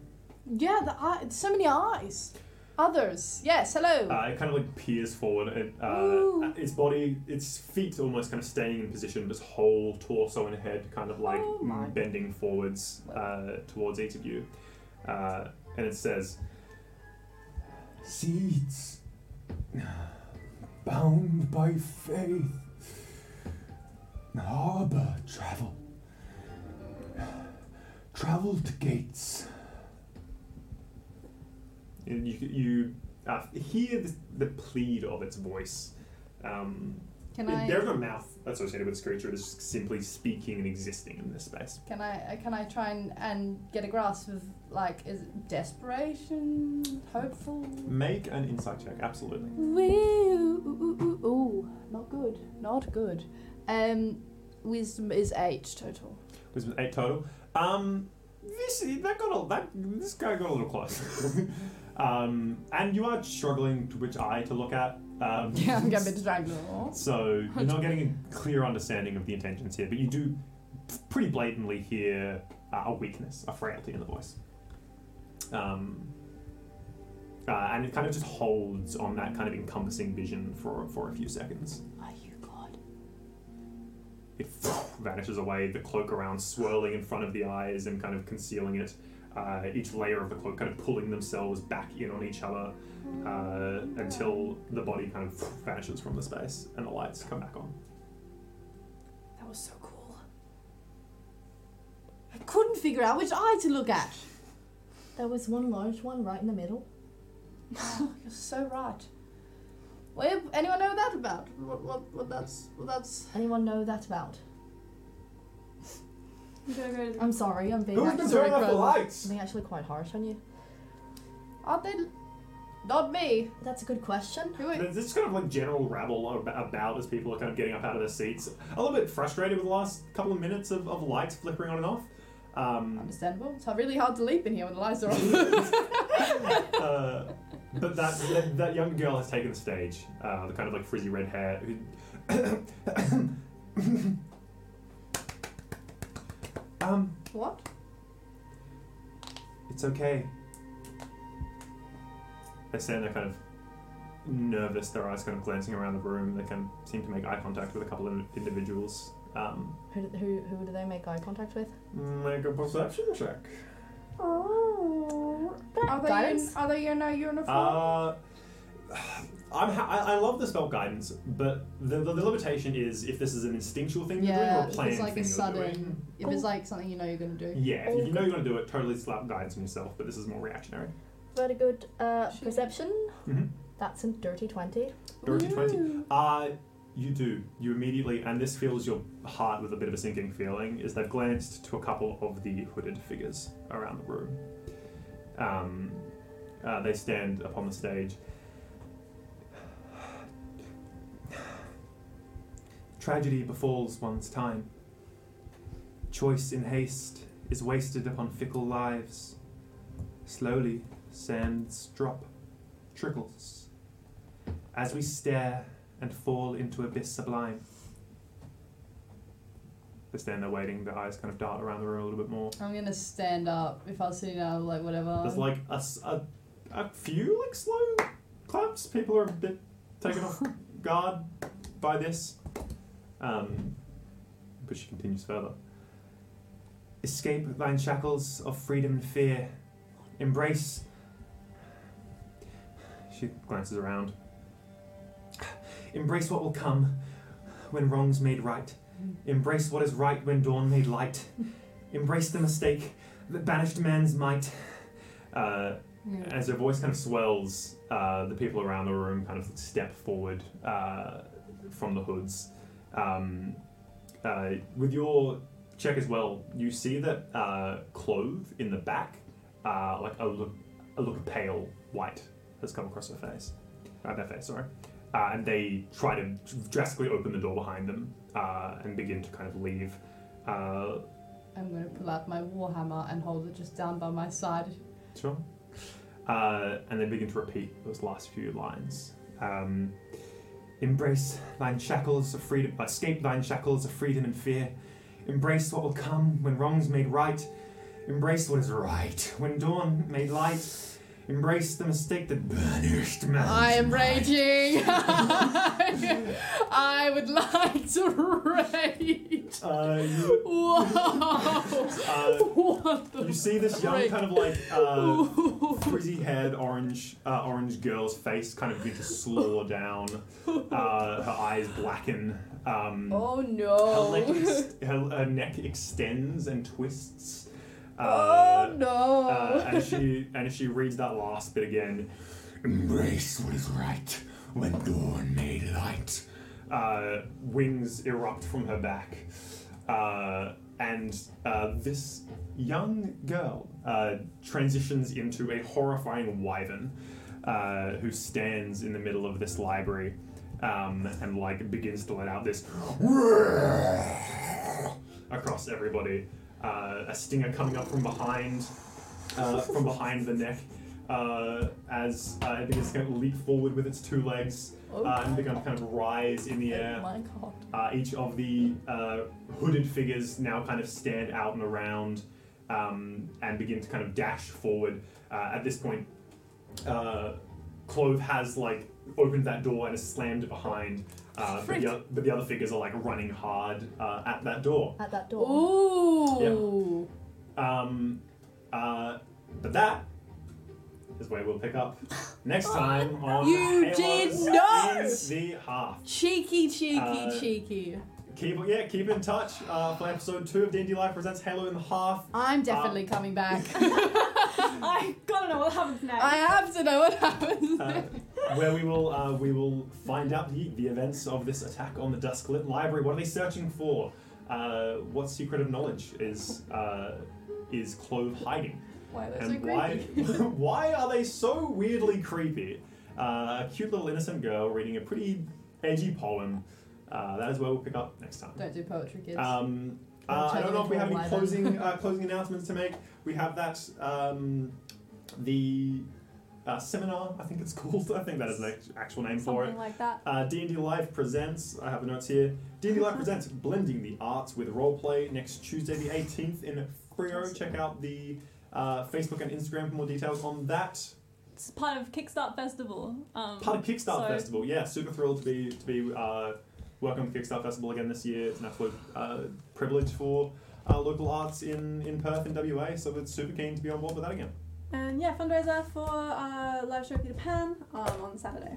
Yeah, the eye, so many eyes. Others. Yes, hello. Uh, it kind of like peers forward. It, uh, Ooh. its body, its feet almost kind of staying in position, but its whole torso and head kind of like Oh my. bending forwards uh, towards each of you. Uh, and it says, Seeds bound by faith, harbor travel, traveled gates. and you, you uh, hear the, the plead of its voice. Um, Can it- I? There's no mouth associated with this creature. It's just simply speaking and existing in this space. Can I? uh, Can I try and, and get a grasp of like is it desperation, hopeful? Make an insight check, absolutely. Woo, ooh, ooh, ooh, ooh. not good, not good. Um, wisdom is eight total. was eight total. Um, this that got a, that this guy got a little close. um, and you are struggling to which eye to look at. Um, Yeah, I'm getting a bit distracted. so you're not getting a clear understanding of the intentions here, but you do pretty blatantly hear uh, a weakness, a frailty in the voice. Um, uh, and it kind of just holds on that kind of encompassing vision for for a few seconds. Are you God? it (laughs) vanishes away, the cloak around swirling in front of the eyes and kind of concealing it. Uh, each layer of the cloak kind of pulling themselves back in on each other Oh uh, until the body kind of vanishes from the space and the lights come back on. That was so cool. I couldn't figure out which eye to look at. There was one large one right in the middle. You're so right. Well, anyone know that about? What, what, what that's, what that's. Anyone know that about? you (laughs) gotta go to I'm sorry. I'm being. Who's Actually, been turning off the Crow. I'm lights? (laughs) being actually quite harsh on you. Aren't they? Not me. That's a good question. Who? Are, There's this kind of like general rabble ab- about as people are kind of getting up out of their seats. A little bit frustrated with the last couple of minutes of, of lights flickering on and off. Um, understandable. It's really hard to leap in here when the lights (laughs) are on. uh, but that, that that young girl has taken the stage. Uh, the kind of like frizzy red hair. (coughs) Who, um, what? it's okay. They stand there, kind of nervous. Their eyes kind of glancing around the room. They kind of seem to make eye contact with a couple of individuals. Um, Who, do- who, who do they make eye contact with? make a perception check. Are they? Guidance? In, are they in a uniform? Uh, (sighs) I'm ha- I, I love the spell guidance, but the, the, the limitation is if this is an instinctual thing you're doing yeah. or a If planned it's like thing a you're doing. sudden. If it's like something you know you're gonna do. Yeah, if you know you want to do it, totally slap guidance on yourself, but this is more reactionary. Very good uh, Shoot. perception. Mm-hmm. Mhm. That's a dirty 20. Dirty 20. Uh, you do. You immediately, and this fills your heart with a bit of a sinking feeling, is they've glanced to a couple of the hooded figures around the room. Um, uh, they stand upon the stage. Tragedy befalls one's time. Choice in haste is wasted upon fickle lives. Slowly, sands drop, trickles, as we stare and fall into abyss sublime. They stand there waiting, their eyes kind of dart around the room a little bit more. I'm gonna stand up if I was sitting down, like whatever. There's like a, s- a- a few like slow claps. People are a bit taken off guard by this. Um, but she continues further. Escape thine shackles of freedom and fear. Embrace. She glances around. Embrace what will come when wrong's made right. Embrace what is right when dawn made light. Embrace the mistake that banished man's might. Uh, Yeah. as her voice kind of swells, uh, the people around the room kind of step forward uh, from the hoods. Um, uh, with your check as well, you see that uh, clove in the back, uh, like a look, a look of pale white has come across her face, uh, their face, sorry. uh, and they try to drastically open the door behind them uh, and begin to kind of leave. Uh, I'm gonna pull out my warhammer and hold it just down by my side. Sure. Uh, and they begin to repeat those last few lines. Um, Embrace thine shackles of freedom, escape thine shackles of freedom and fear. Embrace what will come when wrong's made right. Embrace what is right when dawn made light. Embrace the mistake that burnished man. I am raging. (laughs) I would like to rage. Uh, you, (laughs) Whoa! (laughs) uh, What the? you see this young Right. kind of like uh, (laughs) frizzy haired orange uh, orange girl's face kind of begin (laughs) to slow down. Uh, her eyes blacken. Um, Oh Her, no! leg ex- her, her neck extends and twists. Uh, oh no! (laughs) uh, and she and she reads that last bit again. Embrace what is right when dawn made light. Uh, wings erupt from her back, uh, and uh, this young girl uh, transitions into a horrifying wyvern, uh, who stands in the middle of this library, um, (laughs) and like begins to let out this across everybody. Uh, a stinger coming up from behind, uh, from behind the neck uh, as uh, it begins to kind of leap forward with its two legs uh, and begin to kind of rise in the Oh air. my god! Uh, each of the uh, hooded figures now kind of stand out and around um, and begin to kind of dash forward. Uh, at this point, uh, Clove has like opened that door and has slammed it behind. Uh, but, the, oth- but the other figures are like running hard uh, at that door. at that door. Ooh! Um, uh, but that is where we'll pick up next time on You Halos did in not! the half. Cheeky, cheeky, Uh, cheeky. Keep yeah, keep in touch uh, for episode two of D&D Live presents Halo in the half. I'm um, definitely coming (laughs) back. (laughs) I gotta know what happens next. I have to know what happens. Uh, where we will uh, we will find out the, the events of this attack on the Dusklit Library. What are they searching for? Uh, what secret of knowledge is uh, is Clove hiding? (laughs) Why are they so and why creepy? why are they so weirdly creepy? Uh, a cute little innocent girl reading a pretty edgy poem. Uh, that is where we'll pick up next time. Don't do poetry, kids. Um, Don't uh, I turn don't know if we into have a any wyvern. closing uh, closing announcements to make. We have that um, the uh, seminar. I think it's (laughs) called. I think that is the act- actual name for it. Something like that. Uh, D&D Live presents, I have the notes here, D&D Live presents Blending the Arts with Roleplay next Tuesday the 18th in Frio. Check out the uh, Facebook and Instagram for more details on that. It's part of Kickstart Festival. Um, Part of Kickstart so- Festival, yeah, super thrilled to be to be uh, working on Kickstart Festival again this year. It's an absolute uh, privilege for uh, local arts in, in Perth and WA, so we're super keen to be on board with that again. And yeah, fundraiser for uh, live show Peter Pan um, on Saturday.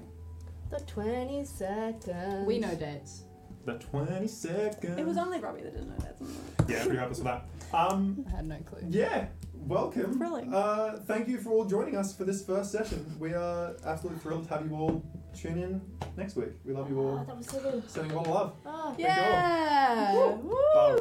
The 22nd. we know dates. The 22nd. It was only Robbie that didn't know that. didn't it? yeah, pretty happy for that. Um, I had no clue. Yeah, welcome. Thrilling. Uh, thank you for all joining us for this first session. We are absolutely thrilled to have you all tune in next week. We love you all. that Oh, was so good. Sending you all love. Oh. you all. Yeah! Bye.